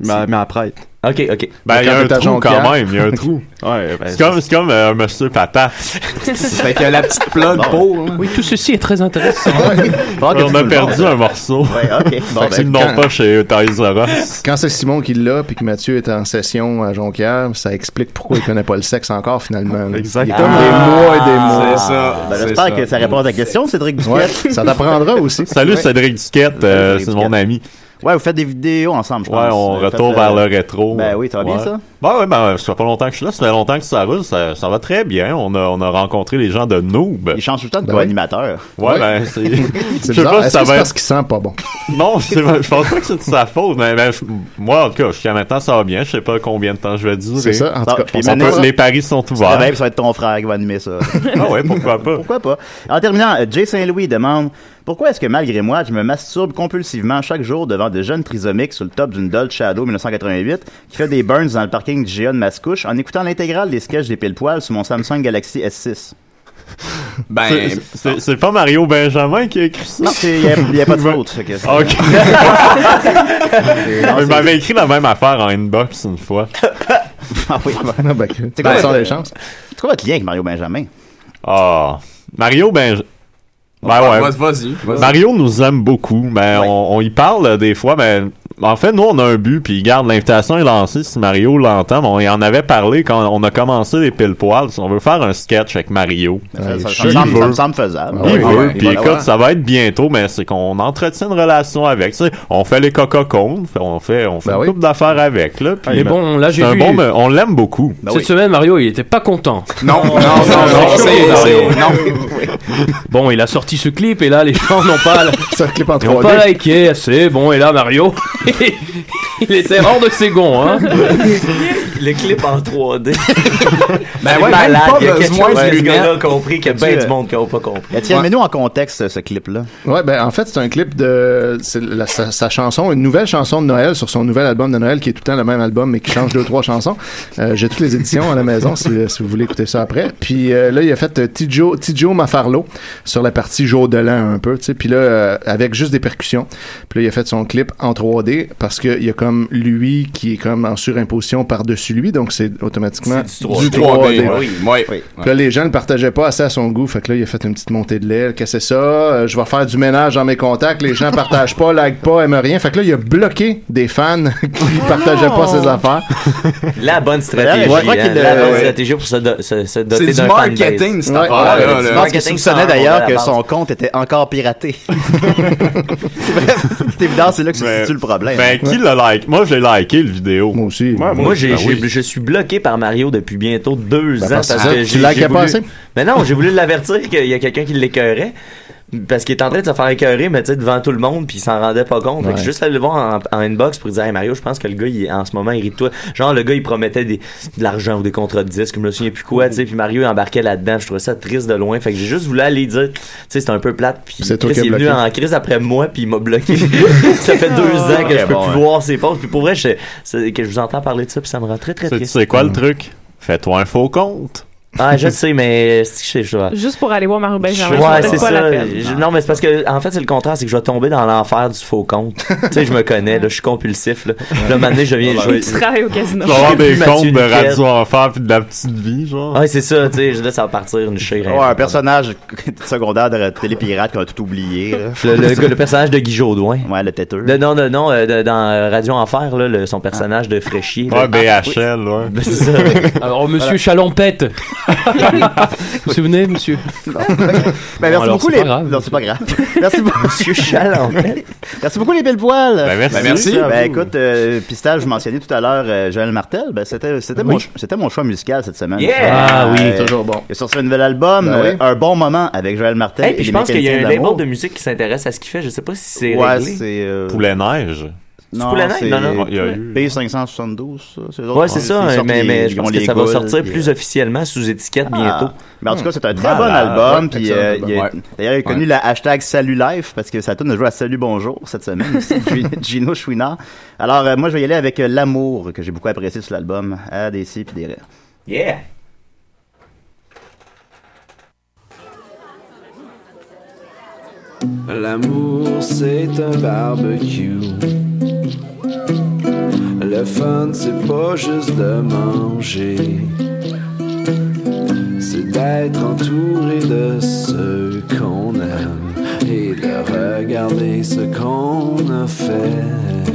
[SPEAKER 16] Ma, ma prête.
[SPEAKER 9] Ok, ok.
[SPEAKER 13] Ben, il y a un
[SPEAKER 16] Quand t'as
[SPEAKER 13] trou
[SPEAKER 16] Jonquière.
[SPEAKER 13] quand même, il y a un trou.
[SPEAKER 16] Ouais, ben,
[SPEAKER 13] C'est comme, c'est comme euh, un monsieur patate. fait
[SPEAKER 15] que la petite plug
[SPEAKER 13] pour.
[SPEAKER 7] hein.
[SPEAKER 12] Oui, tout ceci est très intéressant.
[SPEAKER 13] On a perdu un morceau.
[SPEAKER 7] Ouais, ok. Bon,
[SPEAKER 13] Fait que
[SPEAKER 7] ben,
[SPEAKER 13] Ils n'ont
[SPEAKER 10] quand-
[SPEAKER 13] pas chez Toys R Us.
[SPEAKER 10] Quand c'est Simon qui l'a, puis que Mathieu est en session à Jonquière, ça explique pourquoi il connaît pas le sexe encore, finalement. Exactement. Il est comme
[SPEAKER 9] Ah,
[SPEAKER 10] des mois et des mois.
[SPEAKER 7] Ben, J'espère que ça répond à ta question, Cédric Duquette.
[SPEAKER 10] Ouais, ça t'apprendra aussi.
[SPEAKER 13] Salut
[SPEAKER 7] Ouais.
[SPEAKER 13] Cédric Duquette, euh, c'est mon ami.
[SPEAKER 7] Ouais, vous faites des vidéos ensemble, je pense.
[SPEAKER 13] Ouais, on
[SPEAKER 7] Vous faites,
[SPEAKER 13] retourne
[SPEAKER 7] euh,
[SPEAKER 13] vers le rétro.
[SPEAKER 7] Ben oui, ça va bien,
[SPEAKER 13] Ouais.
[SPEAKER 7] ça?
[SPEAKER 13] Ben oui, ben, ça fait pas longtemps que je suis là, ça fait longtemps que ça roule, ça, ça va très bien. On a, on a rencontré les gens de Noob. Ils
[SPEAKER 7] changent tout le temps de
[SPEAKER 13] Ben
[SPEAKER 7] co-animateur.
[SPEAKER 13] Ouais, ben c'est. Je sais
[SPEAKER 10] C'est bizarre.
[SPEAKER 13] pas si
[SPEAKER 10] Est-ce
[SPEAKER 13] ça
[SPEAKER 10] que c'est
[SPEAKER 13] va
[SPEAKER 10] parce
[SPEAKER 13] être.
[SPEAKER 10] qu'il sent pas bon?
[SPEAKER 13] Non, c'est vrai, je pense pas que c'est de sa faute, mais ben, je- moi, en tout cas, jusqu'à maintenant, ça va bien. Je sais pas combien de temps je vais durer.
[SPEAKER 7] C'est ça, en tout
[SPEAKER 13] Ah,
[SPEAKER 7] cas,
[SPEAKER 13] on
[SPEAKER 7] on
[SPEAKER 13] peut-
[SPEAKER 7] s'en-
[SPEAKER 13] les paris sont
[SPEAKER 7] Ah
[SPEAKER 13] ouverts.
[SPEAKER 7] ben, ça va être ton frère qui va animer ça.
[SPEAKER 13] ah ouais, pourquoi pas?
[SPEAKER 7] Pourquoi pas? En terminant, euh, Jay Saint-Louis demande Pourquoi est-ce que malgré moi, je me masturbe compulsivement chaque jour devant de jeunes trisomiques sur le top d'une Dodge Shadow 1988 qui fait des burns dans le parking du GA de Mascouche en écoutant l'intégrale des sketchs des pile-poils sur mon Samsung Galaxy S6
[SPEAKER 15] Ben,
[SPEAKER 13] C'est- c'est- C'est pas Mario Benjamin qui a écrit ça?
[SPEAKER 7] Non, il n'y a, pas de faute. fait que c'est-
[SPEAKER 13] Ok.
[SPEAKER 7] Non,
[SPEAKER 13] Il m'avait écrit la même affaire en inbox une fois.
[SPEAKER 7] Ah oui, ben.
[SPEAKER 10] ben,
[SPEAKER 7] C'est quoi votre-
[SPEAKER 10] les chances?
[SPEAKER 7] C'est quoi votre lien avec Mario Benjamin?
[SPEAKER 13] Ah. Mario Benjamin.
[SPEAKER 15] Ah,
[SPEAKER 13] Ben ouais.
[SPEAKER 15] vas- vas-y, vas-y.
[SPEAKER 13] Mario nous aime beaucoup. Ben, on, on y parle euh, des fois, mais en fait, nous, on a un but, puis garde, l'invitation est lancée si Mario l'entend. mais On y en avait parlé quand on a commencé les pile poils. On veut faire un sketch avec Mario.
[SPEAKER 7] Ça, ça- ça
[SPEAKER 13] Il
[SPEAKER 7] me semble-
[SPEAKER 13] veut.
[SPEAKER 7] ça me semble faisable.
[SPEAKER 13] Il
[SPEAKER 7] Ah Ouais,
[SPEAKER 13] veut,
[SPEAKER 7] ouais,
[SPEAKER 13] puis
[SPEAKER 7] ouais,
[SPEAKER 13] écoute,
[SPEAKER 7] ouais.
[SPEAKER 13] ça va être bientôt, mais c'est qu'on entretient une relation avec. Tu sais, on fait les cococones, on fait, on fait
[SPEAKER 12] Ben
[SPEAKER 13] une
[SPEAKER 12] oui.
[SPEAKER 13] couple d'affaires avec. Là, puis-
[SPEAKER 12] Mais bon, là, j'ai
[SPEAKER 13] c'est un
[SPEAKER 12] vu-
[SPEAKER 13] bon, mais on l'aime beaucoup.
[SPEAKER 10] Bah
[SPEAKER 12] Cette semaine, Mario, il était pas content.
[SPEAKER 15] Non, non, non, non, c'est- c'est- non.
[SPEAKER 12] Bon, il a sorti ce clip et là, les gens n'ont pas,
[SPEAKER 10] Ça clip en
[SPEAKER 12] ils n'ont
[SPEAKER 10] 3D.
[SPEAKER 12] pas liké assez. Bon, et là, Mario, il était hors de ses gonds. Hein.
[SPEAKER 9] Le clip en 3D.
[SPEAKER 12] Ben
[SPEAKER 9] C'est
[SPEAKER 12] ouais, même
[SPEAKER 9] malade,
[SPEAKER 12] pas
[SPEAKER 9] il y a quelque
[SPEAKER 12] besoin
[SPEAKER 9] chose
[SPEAKER 7] de
[SPEAKER 9] que ce
[SPEAKER 7] lunettes.
[SPEAKER 9] gars-là a compris qu'il y a bien
[SPEAKER 7] Tu-
[SPEAKER 9] du monde qui n'a pas compris.
[SPEAKER 7] Eh, Tiens, mets-nous en contexte ce clip-là.
[SPEAKER 10] Ouais, ben en fait, c'est un clip de c'est la- sa, sa chanson, une nouvelle chanson de Noël sur son nouvel album de Noël qui est tout le temps le même album mais qui change deux trois chansons. Euh, J'ai toutes les éditions à la maison si, si vous voulez écouter ça après. Puis euh, là, il a fait euh, Tijo, Tijo Mafarlo sur la partie jour de l'an un peu, tu sais. Puis là, euh, avec juste des percussions. Puis là, il a fait son clip en 3D parce qu'il y a comme lui qui est comme en surimposition par-dessus lui, donc c'est automatiquement
[SPEAKER 15] C'est du 3D. Oui, oui.
[SPEAKER 10] puis là, les gens ne le partageaient pas assez à son goût. Fait que là, il a fait une petite montée de l'aile. Qu'est-ce que c'est ça? Euh, je vais faire du ménage dans mes contacts. Les gens partagent pas, like pas, aiment rien. Fait que là, il a bloqué des fans qui partageaient pas ses affaires.
[SPEAKER 9] La bonne stratégie.
[SPEAKER 10] Ouais, je crois
[SPEAKER 9] hein,
[SPEAKER 10] qu'il
[SPEAKER 9] la
[SPEAKER 10] l'a-
[SPEAKER 9] bonne
[SPEAKER 10] ouais.
[SPEAKER 9] stratégie pour se, do- se, se
[SPEAKER 10] C'est
[SPEAKER 9] doter
[SPEAKER 10] du
[SPEAKER 9] d'un fanbase.
[SPEAKER 10] marketing, cette
[SPEAKER 9] Ouais,
[SPEAKER 10] affaire-là,
[SPEAKER 9] ouais,
[SPEAKER 10] là.
[SPEAKER 9] du
[SPEAKER 10] Je
[SPEAKER 7] Parce que
[SPEAKER 9] marketing
[SPEAKER 7] je soupçonnais
[SPEAKER 9] sans- à
[SPEAKER 7] d'ailleurs
[SPEAKER 9] la
[SPEAKER 7] que
[SPEAKER 9] base.
[SPEAKER 7] son compte était encore piraté. c'est évident, c'est là que se situe le problème.
[SPEAKER 13] Ben, qui l'a like? Moi, j'ai liké le vidéo.
[SPEAKER 10] Moi aussi.
[SPEAKER 9] Moi, j'ai,
[SPEAKER 13] Ben
[SPEAKER 9] j'ai-
[SPEAKER 13] oui.
[SPEAKER 9] je suis bloqué par Mario depuis bientôt deux
[SPEAKER 13] Ben,
[SPEAKER 9] ans
[SPEAKER 13] parce
[SPEAKER 9] parce,
[SPEAKER 13] que
[SPEAKER 9] que
[SPEAKER 13] tu
[SPEAKER 9] j'ai,
[SPEAKER 13] likais
[SPEAKER 9] j'ai
[SPEAKER 13] pas
[SPEAKER 9] voulu...
[SPEAKER 13] assez?
[SPEAKER 9] Mais non, j'ai voulu l'avertir qu'il y a quelqu'un qui l'écœurait. Parce qu'il est en train de se faire écœurer, mais tu sais, devant tout le monde, puis il s'en rendait pas compte. Fait que
[SPEAKER 10] Ouais.
[SPEAKER 9] je suis juste allé le voir en, en inbox pour lui dire, hey Mario, je pense que le gars, il, est- en ce moment, il rit de toi. Genre, le gars, il promettait des, de l'argent ou des contrats de disques, je me souviens plus quoi, tu sais, puis Mario, il embarquait là-dedans. Je trouvais ça triste de loin. Fait que j'ai juste voulu aller dire, tu sais, c'est un peu plate, puis
[SPEAKER 10] C'est toi
[SPEAKER 9] Chris,
[SPEAKER 10] qui
[SPEAKER 9] il
[SPEAKER 10] as
[SPEAKER 9] est venu
[SPEAKER 10] bloqué.
[SPEAKER 9] en crise après moi, puis il m'a bloqué. ça fait deux ans que
[SPEAKER 13] Ok,
[SPEAKER 9] je peux
[SPEAKER 13] bon,
[SPEAKER 9] plus
[SPEAKER 13] ouais.
[SPEAKER 9] voir ses posts, puis pour vrai, je, c'est que je vous entends parler de ça, puis ça me rend très, très
[SPEAKER 13] Tu
[SPEAKER 9] triste.
[SPEAKER 13] sais quoi le truc? Fais-toi un faux compte.
[SPEAKER 9] Ah, je sais, mais c'est que je sais, je vois.
[SPEAKER 8] Juste pour aller voir Mario Benjamin.
[SPEAKER 9] Ouais,
[SPEAKER 8] vaut
[SPEAKER 9] c'est ça.
[SPEAKER 8] pas la peine.
[SPEAKER 9] Je- non, mais c'est parce que, en fait, c'est le contraire, c'est que je vais tomber dans l'enfer du faux compte. tu sais, je me connais, là, je suis compulsif, là. Là, maintenant, je viens.
[SPEAKER 8] Tu travailles au casino.
[SPEAKER 9] Je vais avoir
[SPEAKER 13] Des
[SPEAKER 9] Mathieu
[SPEAKER 13] comptes de
[SPEAKER 9] Niquette.
[SPEAKER 13] Radio Enfer puis de la petite vie, genre.
[SPEAKER 9] Ouais, c'est ça, tu sais, là, ça va partir une chire.
[SPEAKER 7] Ouais, un personnage secondaire de Télépirate qu'on a tout oublié. là.
[SPEAKER 9] Le, le gars- le personnage de Guy Jodoin.
[SPEAKER 7] Ouais, le têteux.
[SPEAKER 9] non, non, non, euh, de- dans euh, Radio Enfer, là, le- son personnage de Fréchier. là.
[SPEAKER 13] Ouais, BHL, ouais.
[SPEAKER 9] Ben, c'est ça.
[SPEAKER 12] Alors, monsieur Chalampette. vous vous souvenez, monsieur
[SPEAKER 7] Ben,
[SPEAKER 12] Bon,
[SPEAKER 7] merci
[SPEAKER 12] alors,
[SPEAKER 7] beaucoup
[SPEAKER 12] c'est
[SPEAKER 7] les.
[SPEAKER 12] pas grave.
[SPEAKER 7] Non, c'est pas grave. merci beaucoup. Monsieur Merci beaucoup les belles poils.
[SPEAKER 13] Ben, merci. Ben, merci.
[SPEAKER 7] Ben, écoute, euh, Pistage, je mentionnais tout à l'heure euh, Joël Martel. Ben, c'était, c'était,
[SPEAKER 13] Oui.
[SPEAKER 7] mon, ch- c'était mon choix musical cette semaine. Euh,
[SPEAKER 9] Yeah! Ah oui.
[SPEAKER 10] toujours bon.
[SPEAKER 7] Il a sorti un nouvel album,
[SPEAKER 9] Ben
[SPEAKER 7] euh,
[SPEAKER 9] oui.
[SPEAKER 7] Un bon moment avec Joël Martel.
[SPEAKER 9] Hey,
[SPEAKER 7] et
[SPEAKER 9] puis je
[SPEAKER 7] les
[SPEAKER 9] pense qu'il y a un
[SPEAKER 7] Mécaniciens
[SPEAKER 9] label
[SPEAKER 7] d'amour.
[SPEAKER 9] de musique qui s'intéresse à ce qu'il fait. Je sais pas si c'est
[SPEAKER 7] Ouais,
[SPEAKER 9] réglé.
[SPEAKER 7] c'est. euh,
[SPEAKER 13] Poulet neige.
[SPEAKER 9] C'est pour l'année? Non, non.
[SPEAKER 7] Il y a eu- P572, ça. les autres
[SPEAKER 9] Ouais, c'est
[SPEAKER 7] qui ont-
[SPEAKER 9] ça, hein,
[SPEAKER 7] qui sortent
[SPEAKER 9] mais,
[SPEAKER 7] les-
[SPEAKER 9] mais
[SPEAKER 7] ils
[SPEAKER 9] je
[SPEAKER 7] ont
[SPEAKER 9] pense que
[SPEAKER 7] les
[SPEAKER 9] ça va
[SPEAKER 7] goules,
[SPEAKER 9] sortir
[SPEAKER 7] puis,
[SPEAKER 9] plus officiellement sous étiquette
[SPEAKER 7] Ah.
[SPEAKER 9] bientôt.
[SPEAKER 7] Mais en tout cas, c'est un très bon
[SPEAKER 9] Malade. hein,
[SPEAKER 7] album. Puis, euh, il y a-
[SPEAKER 9] Ouais.
[SPEAKER 7] D'ailleurs, il a connu
[SPEAKER 9] Ouais.
[SPEAKER 7] la hashtag Salut Life parce que ça tourne de jouer à Salut Bonjour cette semaine. aussi. G- Gino Chouinard. Alors, euh, moi, je vais y aller avec euh, L'amour que j'ai beaucoup apprécié sur l'album. À des si puis des rêves.
[SPEAKER 9] Yeah!
[SPEAKER 17] L'amour, c'est un barbecue. Le fun, c'est pas juste de manger. C'est d'être entouré de ceux qu'on aime et de regarder ce qu'on a fait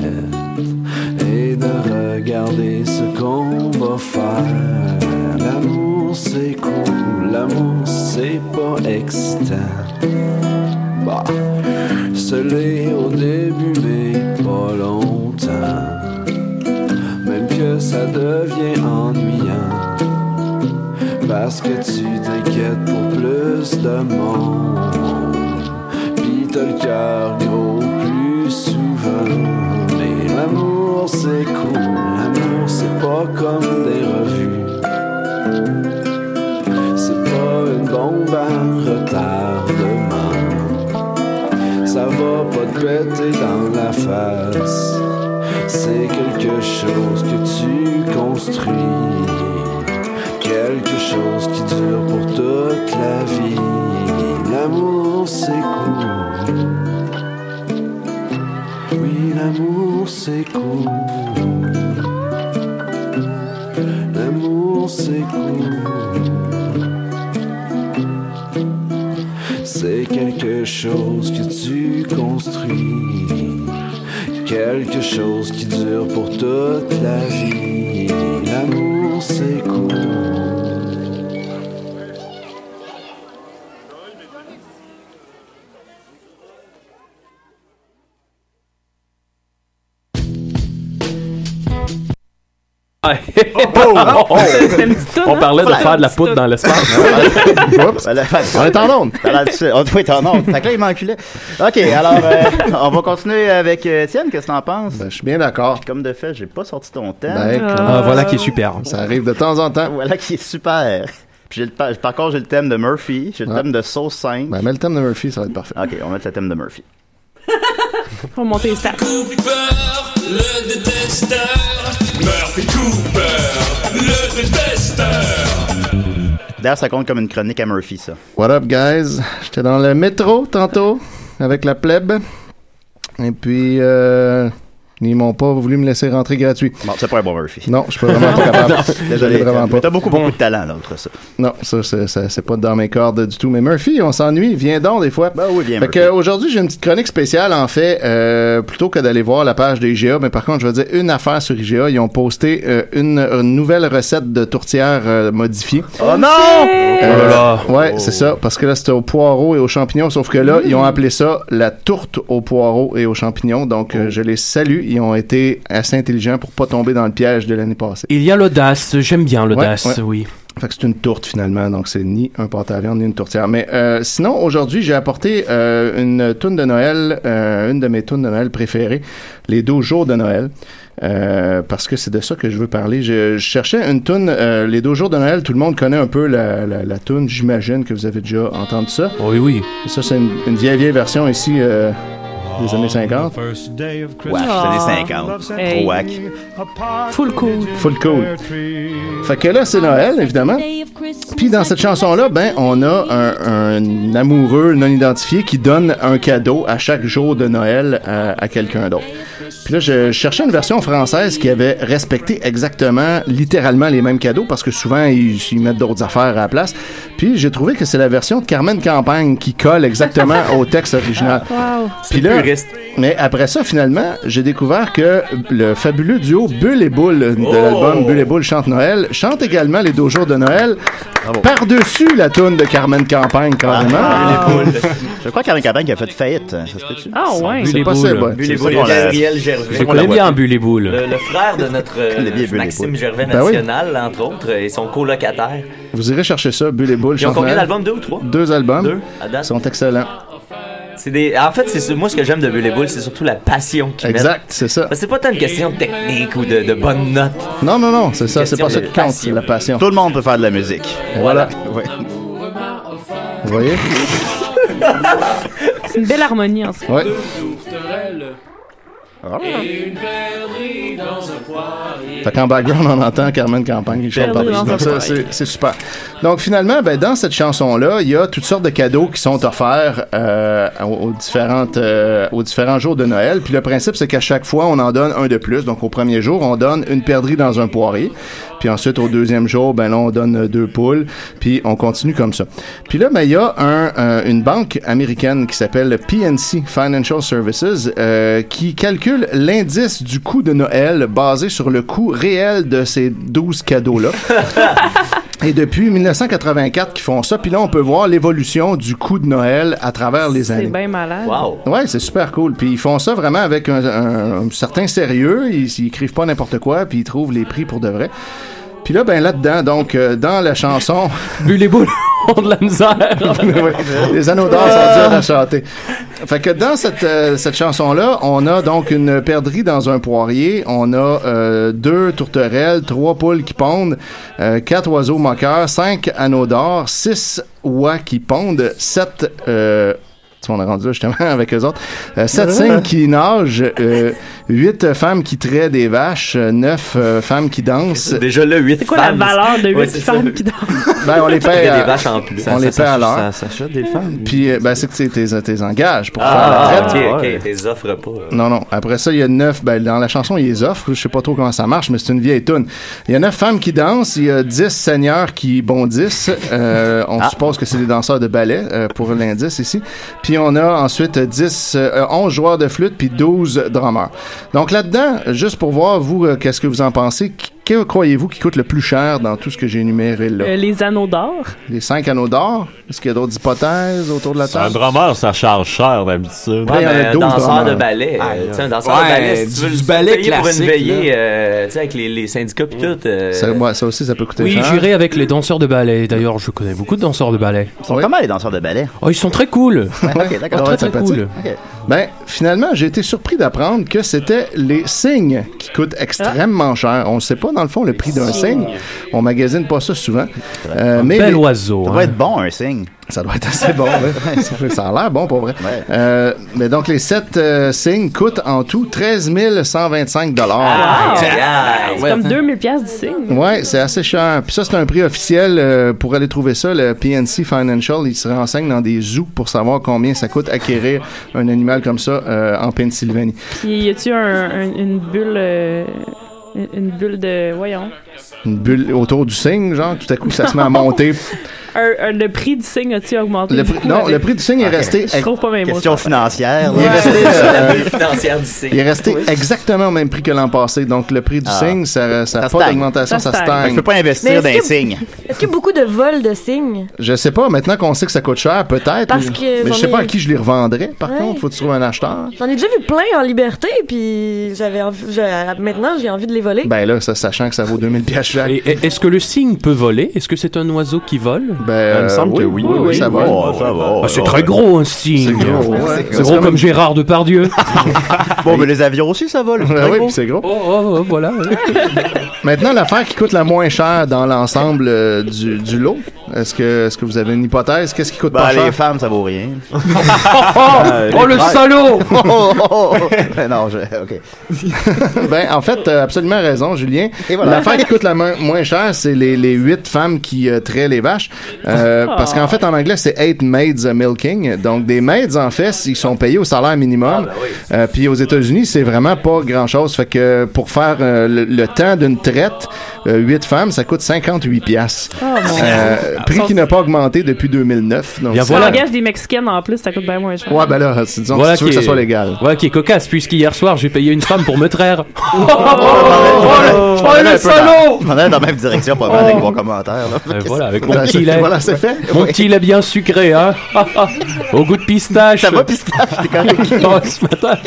[SPEAKER 17] et de regarder ce qu'on va faire. L'amour, c'est cool. L'amour, c'est pas excitant. Bah, scellé au début, mais pas longtemps. Même que ça devient ennuyant. Parce que tu t'inquiètes pour plus de monde. Pis t'as le cœur gros plus souvent. Mais l'amour c'est cool, l'amour c'est pas comme des revues. C'est pas une bombe à retardement. Ça va pas te péter dans la face. C'est quelque chose que tu construis. Quelque chose qui dure pour toute la vie. L'amour, c'est cool. Oui, l'amour, c'est cool. L'amour, c'est cool. C'est quelque chose que tu construis. Quelque chose qui dure pour toute la vie. L'amour, c'est cool.
[SPEAKER 8] Oh,
[SPEAKER 12] On parlait de faire de la poudre dans l'espace.
[SPEAKER 7] On
[SPEAKER 10] est en onde.
[SPEAKER 7] On doit être en onde. Fait que là, il m'enculait. OK, alors, euh, on va continuer avec euh, Étienne. Qu'est-ce que t'en penses?
[SPEAKER 10] Ben, je suis bien d'accord.
[SPEAKER 7] Comme de fait, j'ai pas sorti ton thème.
[SPEAKER 10] Ben, Ah, voilà qui est super. Ça arrive de temps en temps.
[SPEAKER 7] Voilà qui est super. Puis j'ai le, pa- par contre, j'ai le thème de Murphy, j'ai le
[SPEAKER 10] Ouais.
[SPEAKER 7] thème de Sauce 5.
[SPEAKER 10] Ben, mets le thème de Murphy, ça va être parfait.
[SPEAKER 7] OK, on va mettre le thème de Murphy.
[SPEAKER 8] Pour monter les stats.
[SPEAKER 6] Cooper, le détesteur. Murphy Cooper, le détesteur.
[SPEAKER 7] D'ailleurs, ça compte comme une chronique à Murphy, ça.
[SPEAKER 10] What up, guys? J'étais dans le métro tantôt avec la plebe. Et puis, euh, ils m'ont pas voulu me laisser rentrer gratuit.
[SPEAKER 7] Bon, c'est pas un bon Murphy.
[SPEAKER 10] Non, je suis pas vraiment pas capable.
[SPEAKER 7] Non, Désolé.
[SPEAKER 10] Je l'ai vraiment
[SPEAKER 7] mais
[SPEAKER 10] pas.
[SPEAKER 7] T'as beaucoup, beaucoup de talent, là, entre ça.
[SPEAKER 10] Non, ça, c'est- ça, c'est pas dans mes cordes du tout. Mais Murphy, on s'ennuie. Viens donc, des fois.
[SPEAKER 7] Ben oui, viens,
[SPEAKER 10] Fait
[SPEAKER 7] Murphy.
[SPEAKER 10] que, euh, aujourd'hui, j'ai une petite chronique spéciale, en fait, euh, plutôt que d'aller voir la page des IGA. Mais par contre, je vais dire une affaire sur IGA. Ils ont posté euh, une, une nouvelle recette de tourtière euh, modifiée.
[SPEAKER 7] Oh non!
[SPEAKER 10] Euh, Ouais, c'est ça. Parce que là, c'était au poireau et aux champignons. Sauf que là, ils ont appelé ça la tourte au poireau et aux champignons. Donc, euh, je les salue. Ils ont été assez intelligents pour pas tomber dans le piège de l'année passée.
[SPEAKER 12] Il y a l'audace, j'aime bien
[SPEAKER 10] Ouais,
[SPEAKER 12] l'audace,
[SPEAKER 10] ouais.
[SPEAKER 12] oui.
[SPEAKER 10] Fait que c'est une tourte finalement, donc c'est ni un porte à viande ni une tourtière. Mais euh, sinon, aujourd'hui, j'ai apporté euh, une toune de Noël, euh, une de mes tounes de Noël préférées, les 12 jours de Noël. euh, parce que c'est de ça que je veux parler. Je, je cherchais une toune, euh, les 12 jours de Noël, tout le monde connaît un peu la, la, la toune, j'imagine que vous avez déjà entendu ça.
[SPEAKER 12] Oh Oui, oui.
[SPEAKER 10] Ça, c'est une, une vieille, vieille version ici euh, des
[SPEAKER 12] Ah,
[SPEAKER 10] années
[SPEAKER 7] Wack,
[SPEAKER 10] 50.
[SPEAKER 7] c'est les 50. Trop wack.
[SPEAKER 8] Ah. Full cool.
[SPEAKER 10] Full cool. Fait que là, c'est Noël, évidemment. Puis dans cette chanson-là, ben, on a un, un amoureux non identifié qui donne un cadeau à chaque jour de Noël à, à quelqu'un d'autre. Puis là, je cherchais une version française qui avait respecté exactement, littéralement les mêmes cadeaux parce que souvent, ils, ils mettent d'autres affaires à la place. Puis j'ai trouvé que c'est la version de Carmen Campagne qui colle exactement au texte original. Puis là, mais après ça, finalement, j'ai découvert que le fabuleux duo Bulle et Boule de
[SPEAKER 9] Oh!
[SPEAKER 10] l'album Bulle et Boule chante Noël chante également les deux jours de Noël par-dessus la toune de Carmen Campagne,
[SPEAKER 12] Ah,
[SPEAKER 10] carrément.
[SPEAKER 9] Ah,
[SPEAKER 7] Je crois qu'il y a un cabane qui a fait faillite. Ça se peut-tu?
[SPEAKER 8] Ah ouais.
[SPEAKER 10] C'est pas ça, ouais.
[SPEAKER 9] Bulle et
[SPEAKER 10] C'est
[SPEAKER 9] Boule,
[SPEAKER 10] ça qu'on la-
[SPEAKER 9] Gabriel Gervais.
[SPEAKER 10] Je connais bien Bulle et Boule.
[SPEAKER 9] Le, le frère de notre euh,
[SPEAKER 7] connais bien Bulle et
[SPEAKER 9] Maxime
[SPEAKER 7] Boule.
[SPEAKER 9] Gervais
[SPEAKER 10] Ben oui.
[SPEAKER 9] National, entre autres, et son colocataire.
[SPEAKER 10] Vous irez chercher ça, Bulle et Boule
[SPEAKER 9] Ils ont
[SPEAKER 10] chante
[SPEAKER 9] combien
[SPEAKER 10] Noël.
[SPEAKER 9] d'albums, deux ou trois?
[SPEAKER 10] Deux albums.
[SPEAKER 9] Deux, à date.
[SPEAKER 10] Ils sont excellents.
[SPEAKER 9] C'est des... En fait, c'est ce- moi ce que j'aime de Bullyball, c'est surtout la passion qu'ils mettent.
[SPEAKER 10] Exact, c'est ça.
[SPEAKER 9] Parce que C'est pas tant une question de technique ou de, de bonne note.
[SPEAKER 10] Non, non, non, c'est ça, c'est
[SPEAKER 9] Question
[SPEAKER 10] pas ça
[SPEAKER 9] de
[SPEAKER 10] qui compte, c'est la passion. Tout
[SPEAKER 7] le monde peut faire de la musique.
[SPEAKER 10] Voilà.
[SPEAKER 7] Ouais.
[SPEAKER 10] Vous voyez?
[SPEAKER 8] C'est une belle harmonie en ce moment.
[SPEAKER 10] Ouais. Ah, Fait qu'en background, on entend Carmen Campagne qui chante
[SPEAKER 15] Perdu
[SPEAKER 10] par-dessus.
[SPEAKER 9] hein,
[SPEAKER 15] dans
[SPEAKER 10] Donc
[SPEAKER 15] un
[SPEAKER 10] ça, c'est-
[SPEAKER 15] appareil.
[SPEAKER 10] C'est super. Donc finalement, ben, dans cette chanson-là, il y a toutes sortes de cadeaux qui sont offerts euh, aux, aux différentes, euh, aux différents jours de Noël. Puis le principe, c'est qu'à chaque fois, on en donne un de plus. Donc au premier jour, on donne une perdrix dans un poirier. Puis ensuite, au deuxième jour, ben là, on donne euh, deux poules. Puis on continue comme ça. Puis là, ben, il y a un, euh, une banque américaine qui s'appelle PNC, Financial Services, euh, qui calcule l'indice du coût de Noël basé sur le coût réel de ces 12 cadeaux-là. Et depuis 1984 qu'ils font ça, puis là on peut voir l'évolution du coût de Noël à travers les
[SPEAKER 8] C'est
[SPEAKER 10] années.
[SPEAKER 8] bien malade.
[SPEAKER 10] Ouais, c'est super cool. Puis ils font ça vraiment avec un, un- un certain sérieux. Ils, ils écrivent pas n'importe quoi, puis ils trouvent les prix pour de vrai. Puis là, ben là-dedans, donc euh, dans la chanson,
[SPEAKER 12] Bulle et boule ont de la misère.
[SPEAKER 10] les anneaux d'or sont durs à chanter. Fait que dans cette, euh, cette chanson-là, on a donc une perdrix dans un poirier, on a euh, deux tourterelles, trois poules qui pondent, euh, quatre oiseaux moqueurs, cinq anneaux d'or, six oies qui pondent, sept... Euh, tu vois, on est rendu là justement avec eux autres. Euh, sept signes qui nagent, euh, huit femmes qui traient des vaches, euh, neuf euh, femmes qui dansent.
[SPEAKER 9] Déjà là, huit
[SPEAKER 10] C'est
[SPEAKER 9] quoi la femmes. valeur de huit femmes
[SPEAKER 8] qui
[SPEAKER 10] ben, on les paie.
[SPEAKER 9] Des
[SPEAKER 10] à-
[SPEAKER 9] vaches en plus.
[SPEAKER 10] On
[SPEAKER 9] Ça-
[SPEAKER 10] les
[SPEAKER 9] ça-
[SPEAKER 10] paie à
[SPEAKER 9] ça-
[SPEAKER 10] l'heure.
[SPEAKER 9] ça- ça achète des femmes.
[SPEAKER 10] Puis, euh, ben, c'est que tu t'es, t'es engages pour faire la
[SPEAKER 9] Ah,
[SPEAKER 10] traite.
[SPEAKER 9] ok, ok, t'es offres pas. euh.
[SPEAKER 10] Non, non. Après ça, il y a neuf. Ben, dans la chanson, ils les offrent. Je sais pas trop comment ça marche, mais c'est une vieille tune. Il y a neuf femmes qui dansent. Il y a dix seigneurs qui bondissent. Euh, on suppose que c'est des danseurs de ballet euh, pour l'indice ici. Puis on a ensuite dix, euh, onze joueurs de flûte puis douze drummers. Donc là-dedans, juste pour voir vous, euh, qu'est-ce que vous en pensez qu- Que croyez-vous qui coûte le plus cher dans tout ce que j'ai énuméré là
[SPEAKER 8] Euh, les anneaux d'or.
[SPEAKER 10] Les cinq anneaux d'or. Est-ce qu'il y a d'autres hypothèses autour de la
[SPEAKER 13] Un
[SPEAKER 10] table
[SPEAKER 13] drummer, ça charge cher d'habitude.
[SPEAKER 10] Ouais, il y en a
[SPEAKER 9] Un
[SPEAKER 10] 12
[SPEAKER 9] danseur de
[SPEAKER 10] drummers.
[SPEAKER 9] ballet. euh,
[SPEAKER 10] Aïe,
[SPEAKER 9] tu sais, un danseur
[SPEAKER 10] Ah, ouais,
[SPEAKER 9] de ballet, si
[SPEAKER 10] du-
[SPEAKER 9] tu veux
[SPEAKER 10] du
[SPEAKER 9] le
[SPEAKER 10] ballet
[SPEAKER 9] payer pour une
[SPEAKER 10] classique,
[SPEAKER 9] veillée, euh, tu sais, avec les, les syndicats pis tout. euh,
[SPEAKER 10] ça, ouais, ça aussi, ça peut coûter
[SPEAKER 12] Oui,
[SPEAKER 10] cher.
[SPEAKER 12] j'irai avec les danseurs de ballet. D'ailleurs, je connais beaucoup de danseurs de ballet.
[SPEAKER 7] Ils sont comment les danseurs de ballet?
[SPEAKER 12] Oh, ils sont très cool.
[SPEAKER 7] ok, d'accord.
[SPEAKER 12] Très,
[SPEAKER 10] Ah Ouais,
[SPEAKER 12] très
[SPEAKER 10] sympathique.
[SPEAKER 12] cool.
[SPEAKER 7] Ok.
[SPEAKER 10] Ben, finalement, j'ai été surpris d'apprendre que c'était les signes qui coûtent extrêmement cher. On ne sait pas, dans le fond, le prix d'un signe. On magasine pas ça souvent. Euh, mais
[SPEAKER 12] bel
[SPEAKER 10] les-
[SPEAKER 12] oiseau.
[SPEAKER 10] Ça
[SPEAKER 7] doit être bon, un signe.
[SPEAKER 10] Ça doit être assez bon. ouais. Ça fait- ça a l'air bon, pour vrai. Euh, mais donc, les sept euh, signes coûtent en tout 13 125
[SPEAKER 8] Ah,
[SPEAKER 10] dollars.
[SPEAKER 8] C'est comme 2000 pièces du signe.
[SPEAKER 10] Ouais, c'est assez cher. Puis ça, c'est un prix officiel. euh, pour aller trouver ça, le PNC Financial, il se renseigne dans des zoos pour savoir combien ça coûte acquérir un animal comme ça euh, en Pennsylvanie.
[SPEAKER 8] Puis y a-tu un- un- une bulle. euh, une- une bulle de. Voyons.
[SPEAKER 10] Une bulle autour du signe, genre, tout à coup, ça se met à monter.
[SPEAKER 8] Un- un- le prix du signe a-tu augmenté?
[SPEAKER 10] Le
[SPEAKER 8] du
[SPEAKER 10] prix-
[SPEAKER 8] coup,
[SPEAKER 10] non,
[SPEAKER 8] avec-
[SPEAKER 10] le prix du signe est resté-
[SPEAKER 8] Je trouve pas mes mots.
[SPEAKER 7] Question financière.
[SPEAKER 10] Il est resté, euh,
[SPEAKER 9] la bulle financière du signe.
[SPEAKER 10] Il est resté exactement au même prix que l'an passé. Donc, le prix du
[SPEAKER 7] Ah.
[SPEAKER 10] signe, ça ça
[SPEAKER 7] Ça
[SPEAKER 10] a pas
[SPEAKER 7] stagne. Ça
[SPEAKER 10] d'augmentation, ça,
[SPEAKER 7] stagne.
[SPEAKER 10] stagne.
[SPEAKER 7] Fait que je peux pas investir Mais est-ce dans les que- signes.
[SPEAKER 11] Est-ce qu'il y a beaucoup de vols de signes?
[SPEAKER 10] Je sais pas, maintenant qu'on sait que ça coûte cher, peut-être.
[SPEAKER 11] Parce
[SPEAKER 10] mais-
[SPEAKER 11] que
[SPEAKER 10] mais
[SPEAKER 11] j'en
[SPEAKER 10] je sais pas
[SPEAKER 11] ai-
[SPEAKER 10] à qui je les revendrais. Par
[SPEAKER 11] Ouais.
[SPEAKER 10] contre, faut trouver un acheteur.
[SPEAKER 11] J'en ai déjà vu plein en liberté, puis j'avais envie- j'ai- maintenant j'ai envie de les voler.
[SPEAKER 10] Ben là, ça, sachant que ça vaut 2000 pièces chaque.
[SPEAKER 12] Et- et- Est-ce que le cygne peut voler Est-ce que c'est un oiseau qui vole
[SPEAKER 10] Ben,
[SPEAKER 12] il me semble
[SPEAKER 10] oui,
[SPEAKER 12] que Euh, oui.
[SPEAKER 10] oui, oui, ça vole. Oh, ça
[SPEAKER 12] Ah, c'est
[SPEAKER 10] ouais.
[SPEAKER 12] très gros un cygne.
[SPEAKER 10] C'est gros, ouais.
[SPEAKER 12] C'est gros comme Gérard Depardieu.
[SPEAKER 7] bon, mais les avions aussi, ça vole.
[SPEAKER 10] Ben oui, puis c'est gros.
[SPEAKER 12] Oh, voilà.
[SPEAKER 10] Maintenant, l'affaire qui coûte la moins chère dans l'ensemble euh, du, du lot, est-ce que, est-ce que vous avez une hypothèse? Qu'est-ce qui coûte
[SPEAKER 7] Ben,
[SPEAKER 10] pas cher?
[SPEAKER 7] les femmes, ça vaut rien.
[SPEAKER 10] Euh, les prêtres.
[SPEAKER 7] Oh, oh, oh. Ben non, je... OK.
[SPEAKER 10] ben, en fait, t'as absolument raison, Julien.
[SPEAKER 7] Et voilà.
[SPEAKER 10] L'affaire qui coûte la main- moins cher, c'est les, les huit femmes qui euh, traient les vaches. Euh,
[SPEAKER 8] Ah.
[SPEAKER 7] Oh.
[SPEAKER 10] Parce qu'en fait, en anglais, c'est eight maids uh, milking. Donc, des maids, en fait, ils sont payés au salaire
[SPEAKER 8] Ah,
[SPEAKER 10] minimum.
[SPEAKER 8] ben
[SPEAKER 10] Euh, Puis aux États-Unis, c'est vraiment pas grand-chose. Fait que pour faire euh, le, le temps d'une traite, euh, huit femmes, ça coûte 58 piastres.
[SPEAKER 8] Oh, mon
[SPEAKER 10] Euh,
[SPEAKER 8] Dieu.
[SPEAKER 10] prix qui n'a pas augmenté depuis 2009. Donc,
[SPEAKER 8] Si
[SPEAKER 10] c'est-
[SPEAKER 8] on engage des Mexicaines en plus, ça coûte bien moins cher.
[SPEAKER 10] Ouais, ben là, c'est- disons, si tu veux que ça soit légal.
[SPEAKER 12] Voilà qui est cocasse, puisqu'hier soir, j'ai payé une femme pour me traire.
[SPEAKER 8] Oh,
[SPEAKER 10] ben,
[SPEAKER 7] Oh,
[SPEAKER 12] le salaud!
[SPEAKER 7] On est dans la même direction, pas mal, avec mon commentaire. Là.
[SPEAKER 12] Euh, voilà, avec mon petit lait.
[SPEAKER 7] Voilà, c'est fait.
[SPEAKER 12] Mon petit lait bien sucré, hein. Au goût de pistache. Ça va,
[SPEAKER 7] pistache, t'es
[SPEAKER 12] correct. oh, ce matin.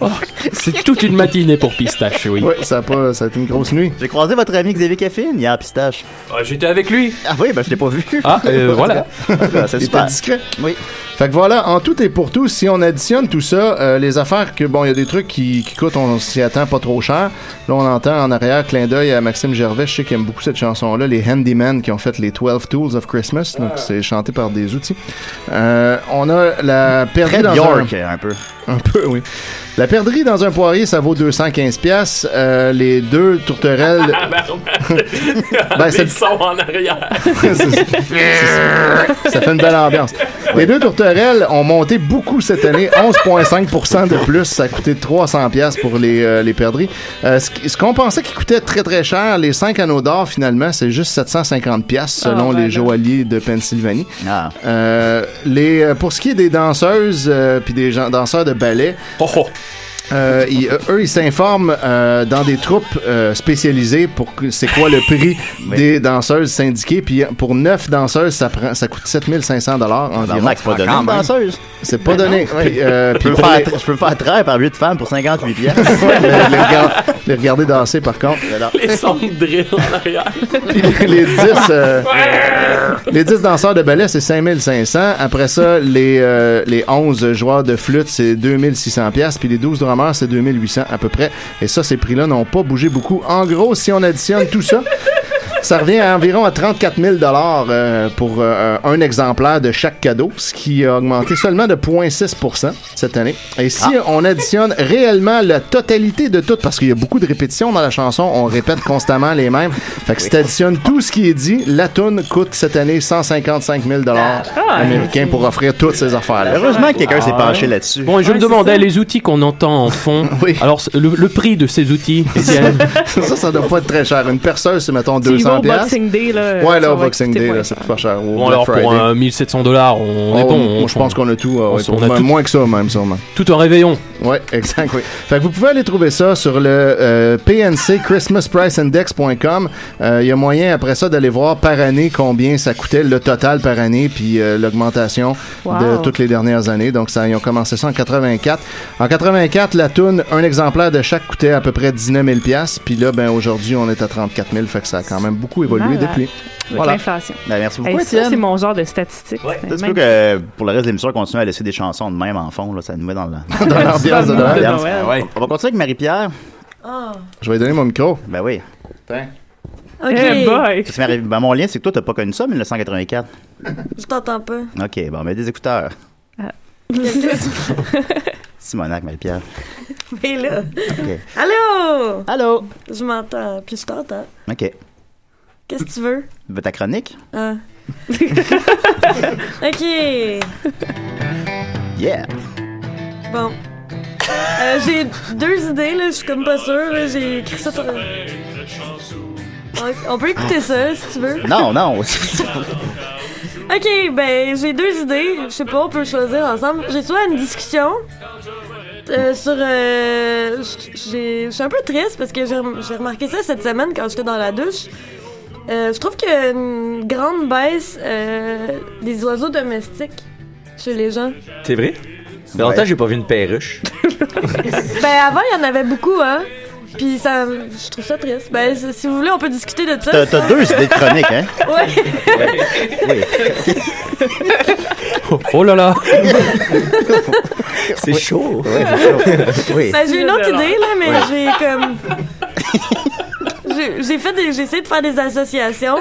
[SPEAKER 12] Oh, C'est toute une matinée pour pistache, oui.
[SPEAKER 10] Oui, ça a, pas, ça a été une grosse nuit.
[SPEAKER 7] J'ai croisé votre ami Xavier Caffine hier à Pistache.
[SPEAKER 12] J'étais avec lui.
[SPEAKER 7] Ah oui, ben je l'ai pas vu. Ah,
[SPEAKER 12] Ah, euh, voilà. Ah,
[SPEAKER 7] C'est
[SPEAKER 10] Il
[SPEAKER 7] super.
[SPEAKER 10] était discret.
[SPEAKER 7] Oui.
[SPEAKER 10] Fait que voilà, en tout et pour tout, si on additionne tout ça, euh, les affaires que, bon, il y a des trucs qui, qui coûtent, on s'y attend pas trop cher. Là, on entend en arrière, clin d'œil à Maxime Gervais, je sais qu'il aime beaucoup cette chanson-là, les Handymen qui ont fait les 12 Tools of Christmas, donc
[SPEAKER 7] Ah.
[SPEAKER 10] c'est chanté par des outils. Euh, on a la perdue
[SPEAKER 7] Très
[SPEAKER 10] dans
[SPEAKER 7] Bjork,
[SPEAKER 10] un...
[SPEAKER 7] un peu.
[SPEAKER 10] Un peu, oui. La perdrix dans un poirier, ça vaut 215$. piastres. Euh, les deux tourterelles...
[SPEAKER 6] Ah, ben,
[SPEAKER 10] c'est-
[SPEAKER 6] c'est le son en arrière.
[SPEAKER 10] Ça fait une belle ambiance. Les deux tourterelles ont monté beaucoup cette année, 11,5 de plus. Ça a coûté 300 pièces pour les, euh, les perdrix. Euh, ce qui- ce qu'on pensait qui coûtait très très cher, les cinq anneaux d'or finalement, c'est juste 750 pièces selon
[SPEAKER 7] Ah, ben
[SPEAKER 10] les
[SPEAKER 7] là. Ah.
[SPEAKER 10] joailliers de Pennsylvanie. Euh, les, euh, pour ce qui est des danseuses euh, puis des gens- danseurs de ballet.
[SPEAKER 7] Oh,
[SPEAKER 10] euh, ils- euh, eux, ils s'informent euh, dans des troupes euh, spécialisées pour que- c'est quoi le prix des danseuses syndiquées. Puis euh, pour neuf danseuses, ça, prend, ça coûte 7500 dollars environ.
[SPEAKER 7] Tabarnak, c'est pas donné,
[SPEAKER 10] Ah,
[SPEAKER 7] une
[SPEAKER 10] quand même.
[SPEAKER 7] danseuse.
[SPEAKER 10] C'est pas donné.
[SPEAKER 7] Ouais.
[SPEAKER 10] Puis, euh,
[SPEAKER 7] je,
[SPEAKER 10] puis
[SPEAKER 7] peux
[SPEAKER 10] pour
[SPEAKER 7] faire,
[SPEAKER 10] les-
[SPEAKER 7] je peux faire traire par 8 femmes pour 58 piastres.
[SPEAKER 10] les, regard- les regarder danser, par contre.
[SPEAKER 6] Les sons de drill en arrière.
[SPEAKER 10] les 10 euh, les 10 danseurs de ballet c'est 5500 après ça les euh, les 11 joueurs de flûte c'est 2600 pièces puis les 12 drummers c'est 2800 à peu près et ça ces prix-là n'ont pas bougé beaucoup en gros si on additionne tout ça Ça revient à environ à 34 000 dollars pour euh, un exemplaire de chaque cadeau, ce qui a augmenté seulement de 0,6 cette année. Et si on additionne réellement la totalité de tout, parce qu'il y a beaucoup de répétitions dans la chanson, on répète constamment les mêmes. Fait que si tu additionnes tout ce qui est dit, la toune coûte cette année 155 000 dollars
[SPEAKER 8] Ah,
[SPEAKER 10] américains pour offrir toutes ces affaires-là.
[SPEAKER 7] Heureusement que quelqu'un s'est
[SPEAKER 12] Ah,
[SPEAKER 7] penché
[SPEAKER 12] ouais.
[SPEAKER 7] là-dessus.
[SPEAKER 12] Bon, et je me demandais, les outils qu'on entend en fond, alors c- le, le prix de ces outils, Étienne,
[SPEAKER 10] ça, ça doit pas être très cher. Une perceuse, c'est mettons
[SPEAKER 8] Tu y vas
[SPEAKER 10] 200
[SPEAKER 8] au Boxing Day, là.
[SPEAKER 10] Ouais,
[SPEAKER 8] ça
[SPEAKER 10] là, au
[SPEAKER 8] va
[SPEAKER 10] Boxing
[SPEAKER 8] coûter
[SPEAKER 10] Day,
[SPEAKER 13] euh,
[SPEAKER 8] moins
[SPEAKER 10] là, c'est pas cher. Au
[SPEAKER 12] bon,
[SPEAKER 10] Black
[SPEAKER 12] alors pour
[SPEAKER 10] Friday.
[SPEAKER 12] un 1700 dollars, on est
[SPEAKER 10] Oh,
[SPEAKER 12] bon.
[SPEAKER 10] moi, je pense qu'on a tout. ouais, ouais,
[SPEAKER 12] on
[SPEAKER 10] pour-
[SPEAKER 12] a
[SPEAKER 10] ben,
[SPEAKER 12] tout.
[SPEAKER 10] Moins que ça, même, sûrement.
[SPEAKER 12] Tout un réveillon.
[SPEAKER 10] Ouais, exact, oui. Fait que vous pouvez aller trouver ça sur le euh, PNC Christmas Price Index.com. Euh, Il y a moyen, après ça, d'aller voir par année combien ça coûtait le total par année, puis euh, l'augmentation
[SPEAKER 18] Wow.
[SPEAKER 10] de toutes les dernières années. Donc, ça, ils ont commencé ça en 84. En 84, la toune, un exemplaire de chaque coûtait à peu près 19 000 Puis là, ben, aujourd'hui, on est à 34 000 Fait que ça a quand même beaucoup évolué
[SPEAKER 8] Malade.
[SPEAKER 10] depuis.
[SPEAKER 8] Avec l'inflation.
[SPEAKER 7] Ben, merci
[SPEAKER 8] Hey,
[SPEAKER 7] beaucoup,
[SPEAKER 8] ça,
[SPEAKER 7] Étienne.
[SPEAKER 8] c'est mon genre de statistique. Ben,
[SPEAKER 7] Ça se peut que pour le reste de l'émission, on continue à laisser des chansons de même en fond. Là, ça nous met dans la-
[SPEAKER 10] Dans l'ambiance de
[SPEAKER 7] Dans
[SPEAKER 10] Noël.
[SPEAKER 7] l'ambiance. Ben
[SPEAKER 10] Ah ouais.
[SPEAKER 7] On va continuer avec Marie-Pierre.
[SPEAKER 10] Je vais lui donner mon micro.
[SPEAKER 7] Ben oui.
[SPEAKER 11] Ok. Eh boy.
[SPEAKER 7] Qu'est-ce qui m'arrive? Ben, mon lien, c'est que toi, t'as pas connu ça, 1984.
[SPEAKER 11] Je t'entends pas.
[SPEAKER 7] OK, bon, mets des écouteurs. Ah.
[SPEAKER 11] Mais
[SPEAKER 7] Simonac, Marie-Pierre.
[SPEAKER 11] là.
[SPEAKER 7] OK.
[SPEAKER 11] Allô? Allô? Je m'entends, puis je t'entends.
[SPEAKER 7] OK.
[SPEAKER 11] Qu'est-ce que tu veux?
[SPEAKER 7] Ben, ta chronique?
[SPEAKER 11] Ah. ok.
[SPEAKER 7] Yeah!
[SPEAKER 11] Bon. Euh, j'ai deux idées, là. Je suis comme pas sûre. là, J'ai écrit ça sur- On- On peut écouter ça, si tu veux.
[SPEAKER 7] Non, non!
[SPEAKER 11] Ok, ben j'ai deux idées. Je sais pas, on peut choisir ensemble. J'ai soit une discussion euh, sur. euh, j- j'ai- Je suis un peu triste parce que j'ai rem- j'ai remarqué ça cette semaine quand j'étais dans la douche. Euh, je trouve qu'il y a une grande baisse euh, des oiseaux domestiques chez les gens.
[SPEAKER 9] C'est vrai? Mais longtemps, j'ai pas vu une perruche.
[SPEAKER 11] ben avant, il y en avait beaucoup, hein. Puis ça, je trouve ça triste. Ben c- si vous voulez, on peut discuter de ça.
[SPEAKER 7] T'as- t'as deux idées de chronique, hein?
[SPEAKER 11] Ouais.
[SPEAKER 7] Oui.
[SPEAKER 12] Oh là là!
[SPEAKER 9] C'est chaud!
[SPEAKER 7] Oui.
[SPEAKER 11] Ben, j'ai une autre
[SPEAKER 6] Excellent.
[SPEAKER 11] idée, là, mais
[SPEAKER 6] Ouais.
[SPEAKER 11] j'ai comme. J'ai- J'ai fait des- j'ai essayé de faire des associations.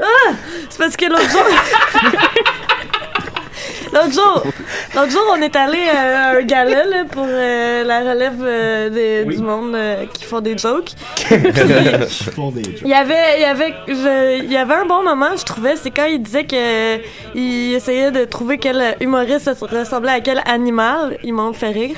[SPEAKER 11] ah! C'est parce que l'autre jour. l'autre jour, l'autre jour, on est allé euh, à un gala là, pour euh, la relève euh, de- du monde euh, qui font des jokes. Il y avait, il y avait, je- il y avait un bon moment, je trouvais, c'est quand il disait que il essayait de trouver quel humoriste ressemblait à quel animal. Ils m'ont fait rire.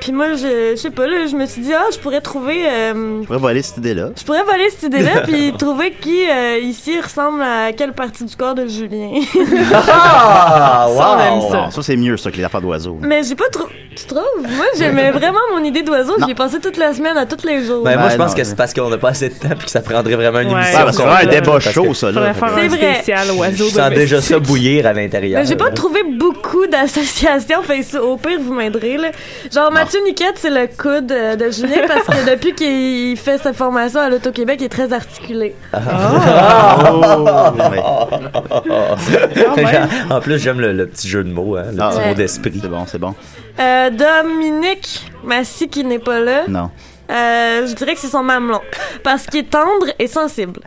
[SPEAKER 11] Puis moi, je, je sais pas, là, je me suis dit, ah, je pourrais trouver, euh,
[SPEAKER 7] Je pourrais voler cette idée-là.
[SPEAKER 11] je pourrais voler cette idée-là, puis trouver qui euh, ici ressemble à quelle partie du corps de Julien.
[SPEAKER 7] Ah,
[SPEAKER 11] Ça, on
[SPEAKER 7] wow!
[SPEAKER 11] aime ça.
[SPEAKER 7] Ça, c'est mieux, ça, que les affaires d'oiseaux.
[SPEAKER 11] Mais j'ai pas trouvé. Tu trouves? Moi, j'aimais vraiment mon idée d'oiseau. J'y ai passé toute la semaine, à tous les jours.
[SPEAKER 9] Ben, moi, je pense que c'est parce qu'on n'a pas assez de temps puis que ça prendrait vraiment une
[SPEAKER 11] Ouais,
[SPEAKER 9] émission.
[SPEAKER 11] Ouais,
[SPEAKER 10] Ah,
[SPEAKER 9] complète.
[SPEAKER 11] ça serait un débat
[SPEAKER 9] Parce que-
[SPEAKER 7] chaud, ça, là.
[SPEAKER 11] C'est vrai.
[SPEAKER 9] Je sens déjà ça bouillir à l'intérieur.
[SPEAKER 11] Mais j'ai pas trouvé beaucoup d'associations. Fait que ça, au pire, vous m'aiderez. là. Genre, Mathieu Niquette, c'est le coude euh, de Julien parce que depuis qu'il fait sa formation à l'Auto-Québec, il est très articulé.
[SPEAKER 9] Ah.
[SPEAKER 2] Ah.
[SPEAKER 10] Oh.
[SPEAKER 11] Ah,
[SPEAKER 9] Genre, en plus, j'aime le, le petit jeu de mots, hein, le
[SPEAKER 7] Ah,
[SPEAKER 9] petit
[SPEAKER 11] ouais.
[SPEAKER 9] mot d'esprit. C'est bon, c'est bon.
[SPEAKER 11] Euh, Dominique Massy, qui n'est pas là.
[SPEAKER 7] Non.
[SPEAKER 11] Euh, je dirais que c'est son mamelon. Parce qu'il est tendre et sensible.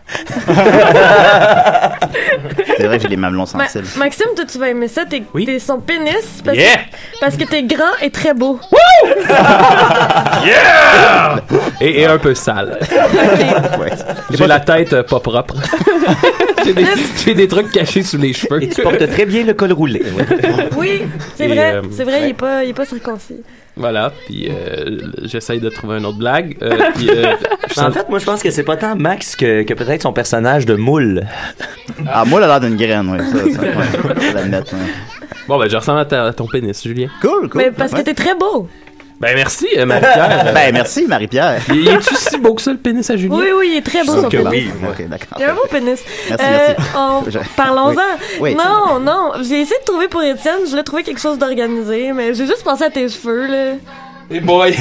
[SPEAKER 7] C'est vrai que j'ai des mamelons
[SPEAKER 11] Ma-
[SPEAKER 7] sensibles.
[SPEAKER 11] Maxime, toi, tu vas aimer ça. T'es t'es son pénis. Parce,
[SPEAKER 7] Yeah!
[SPEAKER 11] que, parce que t'es grand et très beau.
[SPEAKER 12] Et, et un peu sale. J'ai la tête euh, pas propre. J'ai des, j'ai des trucs cachés sous les cheveux.
[SPEAKER 9] Et tu portes très bien le col roulé.
[SPEAKER 11] Oui, c'est
[SPEAKER 12] Et,
[SPEAKER 11] vrai.
[SPEAKER 12] euh,
[SPEAKER 11] c'est vrai,
[SPEAKER 12] ouais.
[SPEAKER 11] il, est pas, il est pas circoncis.
[SPEAKER 12] Voilà, puis euh, j'essaye de trouver une autre blague. euh, puis, euh, je
[SPEAKER 9] En
[SPEAKER 12] sens-
[SPEAKER 9] fait, moi, je pense que c'est pas tant Max que, que peut-être son personnage de moule.
[SPEAKER 7] Ah, moule a l'air d'une graine, oui. Ça, ça, ouais, hein. faut l'admettre, ouais.
[SPEAKER 12] Bon, ben, je ressemble à, ta- à ton pénis, Julien.
[SPEAKER 7] Cool,
[SPEAKER 11] Mais parce que t'es très beau.
[SPEAKER 12] Ben, merci, euh, Marie-Pierre.
[SPEAKER 7] Ben, merci, Marie-Pierre.
[SPEAKER 12] Y est-tu si beau que ça, le pénis à Julien?
[SPEAKER 11] Oui, oui, il est très
[SPEAKER 12] Je
[SPEAKER 11] beau,
[SPEAKER 12] sens
[SPEAKER 11] son
[SPEAKER 12] que
[SPEAKER 11] pénis.
[SPEAKER 12] oui, moi.
[SPEAKER 7] Ok, d'accord.
[SPEAKER 11] Il y a un beau pénis.
[SPEAKER 7] Ah,
[SPEAKER 11] Euh,
[SPEAKER 7] Merci, merci.
[SPEAKER 11] on-
[SPEAKER 7] Je-
[SPEAKER 11] Parlons-en.
[SPEAKER 7] Oui, oui.
[SPEAKER 11] Non, non. J'ai essayé de trouver pour Étienne. Je l'ai trouvé quelque chose d'organisé, mais j'ai juste pensé à tes cheveux, là.
[SPEAKER 12] Et boy!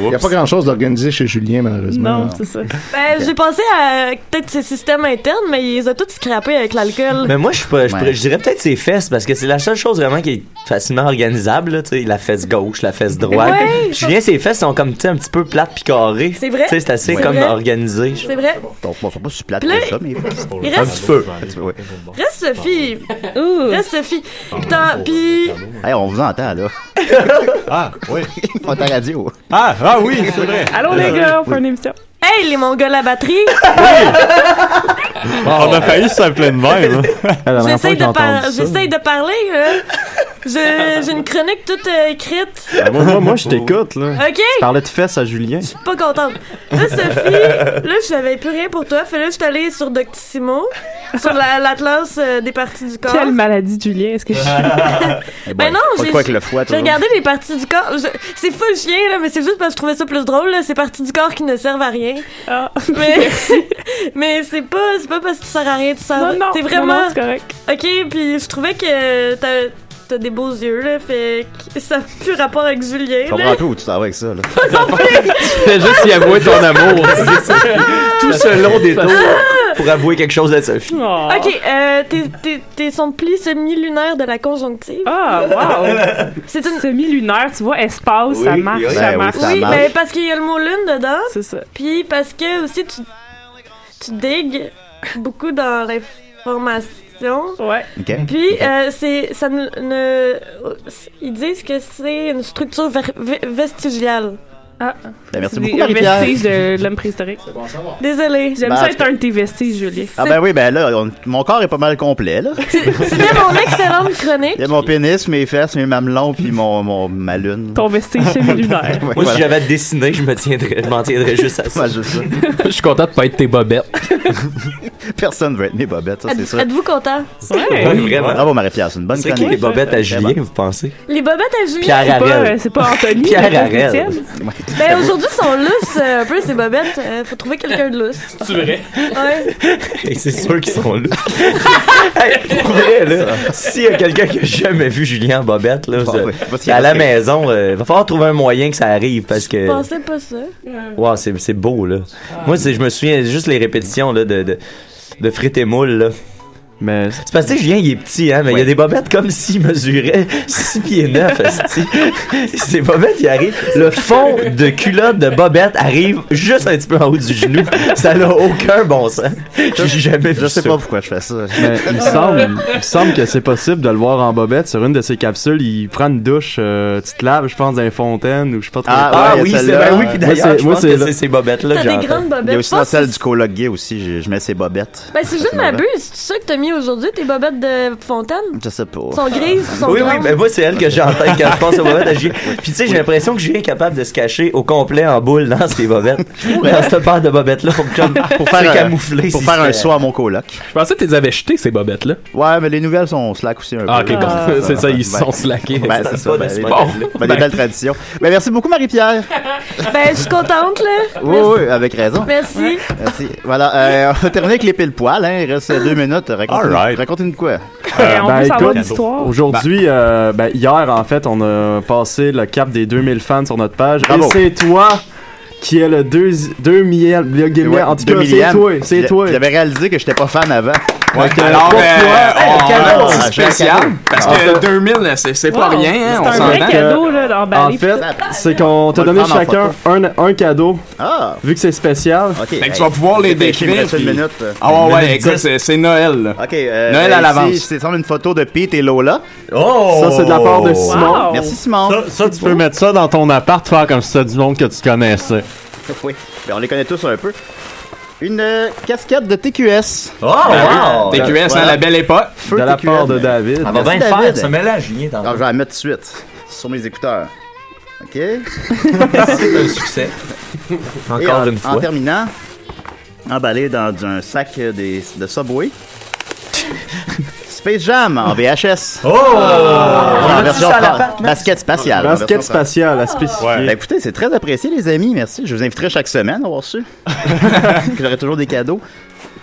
[SPEAKER 10] Il n'y a pas grand chose d'organisé chez Julien, malheureusement.
[SPEAKER 11] ça. Ben, j'ai pensé à peut-être ses systèmes internes, mais il les a tous scrappés avec l'alcool.
[SPEAKER 9] Mais moi, je, suis pas- je
[SPEAKER 11] Ouais.
[SPEAKER 9] pourrais- je dirais peut-être ses fesses, parce que c'est la seule chose vraiment qui est facilement organisable. là, tu sais, la fesse gauche, la fesse droite.
[SPEAKER 11] Ouais.
[SPEAKER 9] Julien, ses fesses sont comme tu sais, un petit peu plates puis carrées.
[SPEAKER 11] C'est vrai.
[SPEAKER 9] Tu sais, C'est assez
[SPEAKER 11] C'est
[SPEAKER 9] comme
[SPEAKER 11] vrai.
[SPEAKER 9] organisé.
[SPEAKER 11] C'est vrai.
[SPEAKER 7] Bon, bon, faut pas se plates
[SPEAKER 11] Puis là,
[SPEAKER 7] comme ça, mais.
[SPEAKER 11] il reste-
[SPEAKER 7] Un petit peu. Oui.
[SPEAKER 11] Reste Sophie. Reste Sophie.
[SPEAKER 16] Ah,
[SPEAKER 11] T'as- Puis,
[SPEAKER 7] Hey, on vous entend, là. ah, oui. On est à la radio.
[SPEAKER 13] Ah, ah oui, c'est vrai.
[SPEAKER 8] Allô les gars, on fait
[SPEAKER 7] Oui.
[SPEAKER 8] une émission.
[SPEAKER 16] hein.
[SPEAKER 11] hey, les Mongols à batterie.
[SPEAKER 13] Ah, on a failli s'appeler de même. hein.
[SPEAKER 11] J'essaye de, par- j'essaye de parler. là. Je- J'ai une chronique toute euh, écrite.
[SPEAKER 16] Ben, moi, moi, moi,
[SPEAKER 7] Oh.
[SPEAKER 16] je t'écoute, là.
[SPEAKER 11] Ok.
[SPEAKER 16] Tu parlais de fesses à Julien.
[SPEAKER 11] Pas contente. Là, Sophie, là, je n'avais plus rien pour toi. Fait là, je suis allée sur Doctissimo, sur la- l'atlas euh, des parties du corps.
[SPEAKER 8] Quelle maladie de Julien, est-ce que je
[SPEAKER 11] Ben non,
[SPEAKER 7] pas de
[SPEAKER 11] j'ai-
[SPEAKER 7] quoi avec le foie,
[SPEAKER 11] J'ai
[SPEAKER 7] toujours.
[SPEAKER 11] regardé les parties du corps. Je- C'est fou le chien, là, mais c'est juste parce que je trouvais ça plus drôle. là. C'est parties du corps qui ne servent à rien.
[SPEAKER 8] Ah.
[SPEAKER 11] Mais, mais c'est pas, c'est pas parce que tu sers à rien, tu sers.
[SPEAKER 8] Non, non,
[SPEAKER 11] T'es
[SPEAKER 8] non,
[SPEAKER 11] vraiment.
[SPEAKER 8] non, c'est correct.
[SPEAKER 11] Ok, puis je trouvais que t'as t'as des beaux yeux, là. Fait que ça n'a plus rapport avec Julien.
[SPEAKER 7] Je
[SPEAKER 11] là.
[SPEAKER 7] comprends tout où tu t'en vas avec ça, là.
[SPEAKER 12] fais juste y avouer ton amour.
[SPEAKER 9] Tout ce long détour pour avouer quelque chose à Sophie.
[SPEAKER 8] Oh.
[SPEAKER 11] Ok, euh, t'es- t'es- t'es son pli semi-lunaire de la conjonctive.
[SPEAKER 8] Ah, wow!
[SPEAKER 11] C'est une
[SPEAKER 8] semi-lunaire, tu vois, espace, ça
[SPEAKER 11] Oui,
[SPEAKER 8] marche,
[SPEAKER 11] oui,
[SPEAKER 8] ça
[SPEAKER 11] oui,
[SPEAKER 8] marche.
[SPEAKER 11] Oui, mais parce qu'il y a le mot lune dedans.
[SPEAKER 8] C'est ça.
[SPEAKER 11] Puis parce que aussi tu, tu digues beaucoup dans l'information.
[SPEAKER 8] Ouais.
[SPEAKER 7] Ok.
[SPEAKER 11] Puis euh, c'est ça ne, ne- ils disent que c'est une structure ver- ve- vestigiale.
[SPEAKER 8] Ah.
[SPEAKER 7] Ben, merci
[SPEAKER 8] C'est
[SPEAKER 7] beaucoup,
[SPEAKER 8] des- Un
[SPEAKER 7] Marie-Pierre.
[SPEAKER 8] vestige de, de l'homme préhistorique. C'est bon savoir. Désolé. J'aime
[SPEAKER 7] Ben, en
[SPEAKER 8] ça
[SPEAKER 7] tout
[SPEAKER 8] être un de tes vestiges, Julien.
[SPEAKER 7] Ah, ben oui, ben là, on- mon corps est pas mal complet, là.
[SPEAKER 11] C'était mon excellente chronique.
[SPEAKER 7] Il y a mon pénis, mes fesses, mes mamelons, puis mon, mon, ma lune.
[SPEAKER 8] Ton vestige cellulaire.
[SPEAKER 7] Ouais,
[SPEAKER 9] Moi,
[SPEAKER 7] voilà.
[SPEAKER 9] si j'avais à dessiner, je me tiendrais, je m'en tiendrais juste à ça.
[SPEAKER 12] Je suis content de pas être tes bobettes.
[SPEAKER 7] Personne veut être mes bobettes, ça, c'est
[SPEAKER 11] Êtes-
[SPEAKER 7] ça.
[SPEAKER 11] Êtes-vous content?
[SPEAKER 7] Bravo, Marie-Pierre, c'est une bonne
[SPEAKER 9] C'est qui
[SPEAKER 7] chronique.
[SPEAKER 9] les bobettes à Julien, vous pensez?
[SPEAKER 11] Les bobettes à Julien.
[SPEAKER 9] Pierre
[SPEAKER 11] c'est pas-
[SPEAKER 9] Harel.
[SPEAKER 11] euh, c'est pas Anthony.
[SPEAKER 9] Pierre
[SPEAKER 11] mais
[SPEAKER 9] Harel.
[SPEAKER 11] Étienne. Ben aujourd'hui ils sont lousses euh, un peu ces bobettes. Euh, faut trouver quelqu'un de lousse.
[SPEAKER 9] C'est vrai?
[SPEAKER 11] Ouais.
[SPEAKER 9] Et c'est sûr qu'ils sont là. Hey, pour vrai, là, s'il y a quelqu'un qui a jamais vu Julien en bobette, là, ça-
[SPEAKER 7] ouais,
[SPEAKER 9] à la
[SPEAKER 7] reste-
[SPEAKER 9] maison, il va falloir trouver un moyen que ça arrive parce que.
[SPEAKER 11] Je pensais pas ça.
[SPEAKER 9] Wow, c'est c'est beau, là. Moi, c'est- je me souviens juste les répétitions là, de, de, de frites et moules, là. Mais... C'est parce que tu sais, Julien, il est petit, hein, mais il y a des bobettes comme s'il mesurait 6 pieds 9, Ces bobettes, ils arrivent. Le fond de culotte de bobette arrive juste un petit peu en haut du genou. Ça n'a aucun bon sens. J'ai jamais vu
[SPEAKER 7] Je sais
[SPEAKER 9] ça.
[SPEAKER 7] pas pourquoi je fais ça.
[SPEAKER 16] Mais il semble, il semble que c'est possible de le voir en bobette sur une de ses capsules. Il prend une douche, euh, tu te laves, je pense, dans une fontaine ou je sais pas trop.
[SPEAKER 7] Ah, ouais, il y a celle-là.
[SPEAKER 16] Moi, c'est- moi, c'est là.
[SPEAKER 9] bobettes-là
[SPEAKER 11] T'as que des j'entends. grandes bobettes.
[SPEAKER 7] Il y a aussi
[SPEAKER 11] Pas
[SPEAKER 7] dans celle du cologue gay aussi, je, je mets ces bobettes.
[SPEAKER 11] Ben si je ne m'abuse, c'est ça que t'as mis mis aujourd'hui, tes bobettes de fontaine?
[SPEAKER 7] Je sais pas.
[SPEAKER 11] Sont grises ou sont
[SPEAKER 9] Oui, oui,
[SPEAKER 11] blanches?
[SPEAKER 9] mais moi, c'est elle que j'ai en tête quand je pense aux bobettes à J. Puis, tu sais, j'ai l'impression que j'ai est capable de se cacher au complet en boule dans ces bobettes. dans cette paire de bobettes-là pour, comme- pour faire camoufler.
[SPEAKER 7] Pour
[SPEAKER 9] si
[SPEAKER 7] faire un
[SPEAKER 9] c'était-
[SPEAKER 7] soir à mon coloc.
[SPEAKER 9] Je pensais que tu les avais jetées, ces bobettes-là.
[SPEAKER 7] Ouais, mais les nouvelles sont slack aussi un
[SPEAKER 9] Ah,
[SPEAKER 7] peu.
[SPEAKER 9] ok, bon. C'est ça, ils se sont slackés.
[SPEAKER 7] Ben, c'est
[SPEAKER 9] Ça
[SPEAKER 7] ça.
[SPEAKER 9] va
[SPEAKER 7] ben,
[SPEAKER 9] pas
[SPEAKER 7] les-
[SPEAKER 9] bon.
[SPEAKER 7] ben, des belles traditions. Ben, merci beaucoup, Marie-Pierre.
[SPEAKER 11] Ben, je suis contente, là.
[SPEAKER 7] Oui, oui, avec raison.
[SPEAKER 11] Merci.
[SPEAKER 7] Merci. Voilà, euh, on va terminer avec les pile poils. Hein. Il reste deux minutes. Raconte-nous raconte-nous de quoi.
[SPEAKER 16] Euh, ben, écoute, Aujourd'hui,
[SPEAKER 7] Bah.
[SPEAKER 16] euh, ben, hier, en fait, on a passé le cap des 2000 fans sur notre page.
[SPEAKER 7] Bravo.
[SPEAKER 16] Et c'est toi qui est le deux, deux millième, le guillemets, en tout
[SPEAKER 7] deux
[SPEAKER 16] cas, c'est
[SPEAKER 7] millième.
[SPEAKER 16] toi, c'est
[SPEAKER 7] J'a-
[SPEAKER 16] toi.
[SPEAKER 7] J'avais réalisé que j'étais pas fan avant.
[SPEAKER 16] Ouais, alors,
[SPEAKER 7] pour
[SPEAKER 16] euh,
[SPEAKER 7] toi,
[SPEAKER 16] on-
[SPEAKER 7] un cadeau.
[SPEAKER 16] un petit
[SPEAKER 7] Ah, j'ai un
[SPEAKER 16] spécial,
[SPEAKER 7] cadeau.
[SPEAKER 15] Parce
[SPEAKER 16] Ah,
[SPEAKER 15] que
[SPEAKER 16] ça-
[SPEAKER 15] 2000, c'est c'est pas
[SPEAKER 16] Wow.
[SPEAKER 15] rien, hein,
[SPEAKER 16] C'est
[SPEAKER 15] on
[SPEAKER 16] un
[SPEAKER 15] s'entend.
[SPEAKER 16] vrai cadeau,
[SPEAKER 8] là,
[SPEAKER 15] Ah,
[SPEAKER 16] En
[SPEAKER 15] ben,
[SPEAKER 8] d'emballer.
[SPEAKER 16] fait, c'est qu'on t'a
[SPEAKER 15] On va le
[SPEAKER 16] donné
[SPEAKER 15] prendre en
[SPEAKER 16] chacun un, un cadeau.
[SPEAKER 7] Ah.
[SPEAKER 16] Vu que c'est spécial.
[SPEAKER 15] Fait que Ben, tu vas pouvoir les décrire. puis-
[SPEAKER 7] euh.
[SPEAKER 15] Ah ouais, ouais, écoute, c'est- c'est Noël. là.
[SPEAKER 7] Ok, euh,
[SPEAKER 15] Noël à
[SPEAKER 7] ici,
[SPEAKER 15] l'avance.
[SPEAKER 7] C'est semble une photo de Pete et Lola.
[SPEAKER 13] Oh!
[SPEAKER 16] Ça, c'est de la part de Simon.
[SPEAKER 7] Merci, Simon.
[SPEAKER 13] Ça, ça, tu peux mettre ça dans ton appart, faire comme si c'était du monde que tu connaissais.
[SPEAKER 7] Oui, ben, on les connaît tous un peu. Une euh, casquette de TQS.
[SPEAKER 9] Oh, wow!
[SPEAKER 15] TQS, hein, la belle époque.
[SPEAKER 7] Ah Feu
[SPEAKER 16] De la
[SPEAKER 7] TQS,
[SPEAKER 16] part de
[SPEAKER 7] mais-
[SPEAKER 16] David.
[SPEAKER 9] Elle va bien
[SPEAKER 7] Merci,
[SPEAKER 9] le faire,
[SPEAKER 7] David.
[SPEAKER 9] ce mélange, Julien, tantôt.
[SPEAKER 7] Alors, je vais la mettre tout de suite sur mes écouteurs. OK?
[SPEAKER 9] C'est un succès. Encore
[SPEAKER 7] Et en-
[SPEAKER 9] une fois.
[SPEAKER 7] En terminant, emballé dans un sac euh, des- de Subway. Space Jam en VHS.
[SPEAKER 9] Oh!
[SPEAKER 7] En
[SPEAKER 9] On a-tu
[SPEAKER 7] Ah, version
[SPEAKER 9] ça à la
[SPEAKER 7] fra-
[SPEAKER 9] patte, Max?
[SPEAKER 7] basket spatial. en
[SPEAKER 16] Basket
[SPEAKER 7] version fra-
[SPEAKER 16] spatial à spécifier.
[SPEAKER 7] Ben, écoutez, c'est très apprécié, les amis. Merci. Je vous inviterai chaque semaine à voir ça. J'aurai toujours des cadeaux.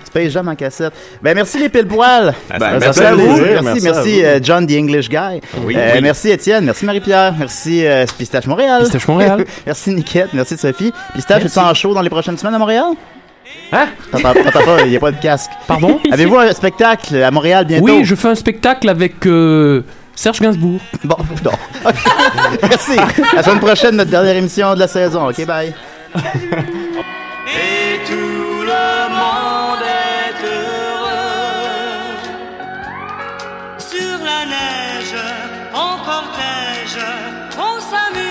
[SPEAKER 7] Space Jam en cassette. Ben, merci les pile poils.
[SPEAKER 15] Ben, merci
[SPEAKER 7] merci
[SPEAKER 15] à
[SPEAKER 7] à vous.
[SPEAKER 15] vous.
[SPEAKER 7] Merci,
[SPEAKER 15] Merci à
[SPEAKER 7] merci,
[SPEAKER 15] vous.
[SPEAKER 7] euh, John the English Guy.
[SPEAKER 15] Oui,
[SPEAKER 7] Euh,
[SPEAKER 15] oui.
[SPEAKER 7] Merci Étienne. Merci Marie-Pierre. Merci euh, Pistache Montréal.
[SPEAKER 16] Pistache Montréal.
[SPEAKER 7] merci Niquette. Merci Sophie. Pistache, tu en show dans les prochaines semaines à Montréal? Hein? T'entends t'entends pas, il n'y a pas de casque.
[SPEAKER 12] Pardon?
[SPEAKER 7] Avez-vous un spectacle à Montréal bientôt?
[SPEAKER 12] Oui, je fais un spectacle avec euh, Serge Gainsbourg.
[SPEAKER 7] Bon, non. Merci. À la semaine prochaine, notre dernière émission de la saison. OK, bye.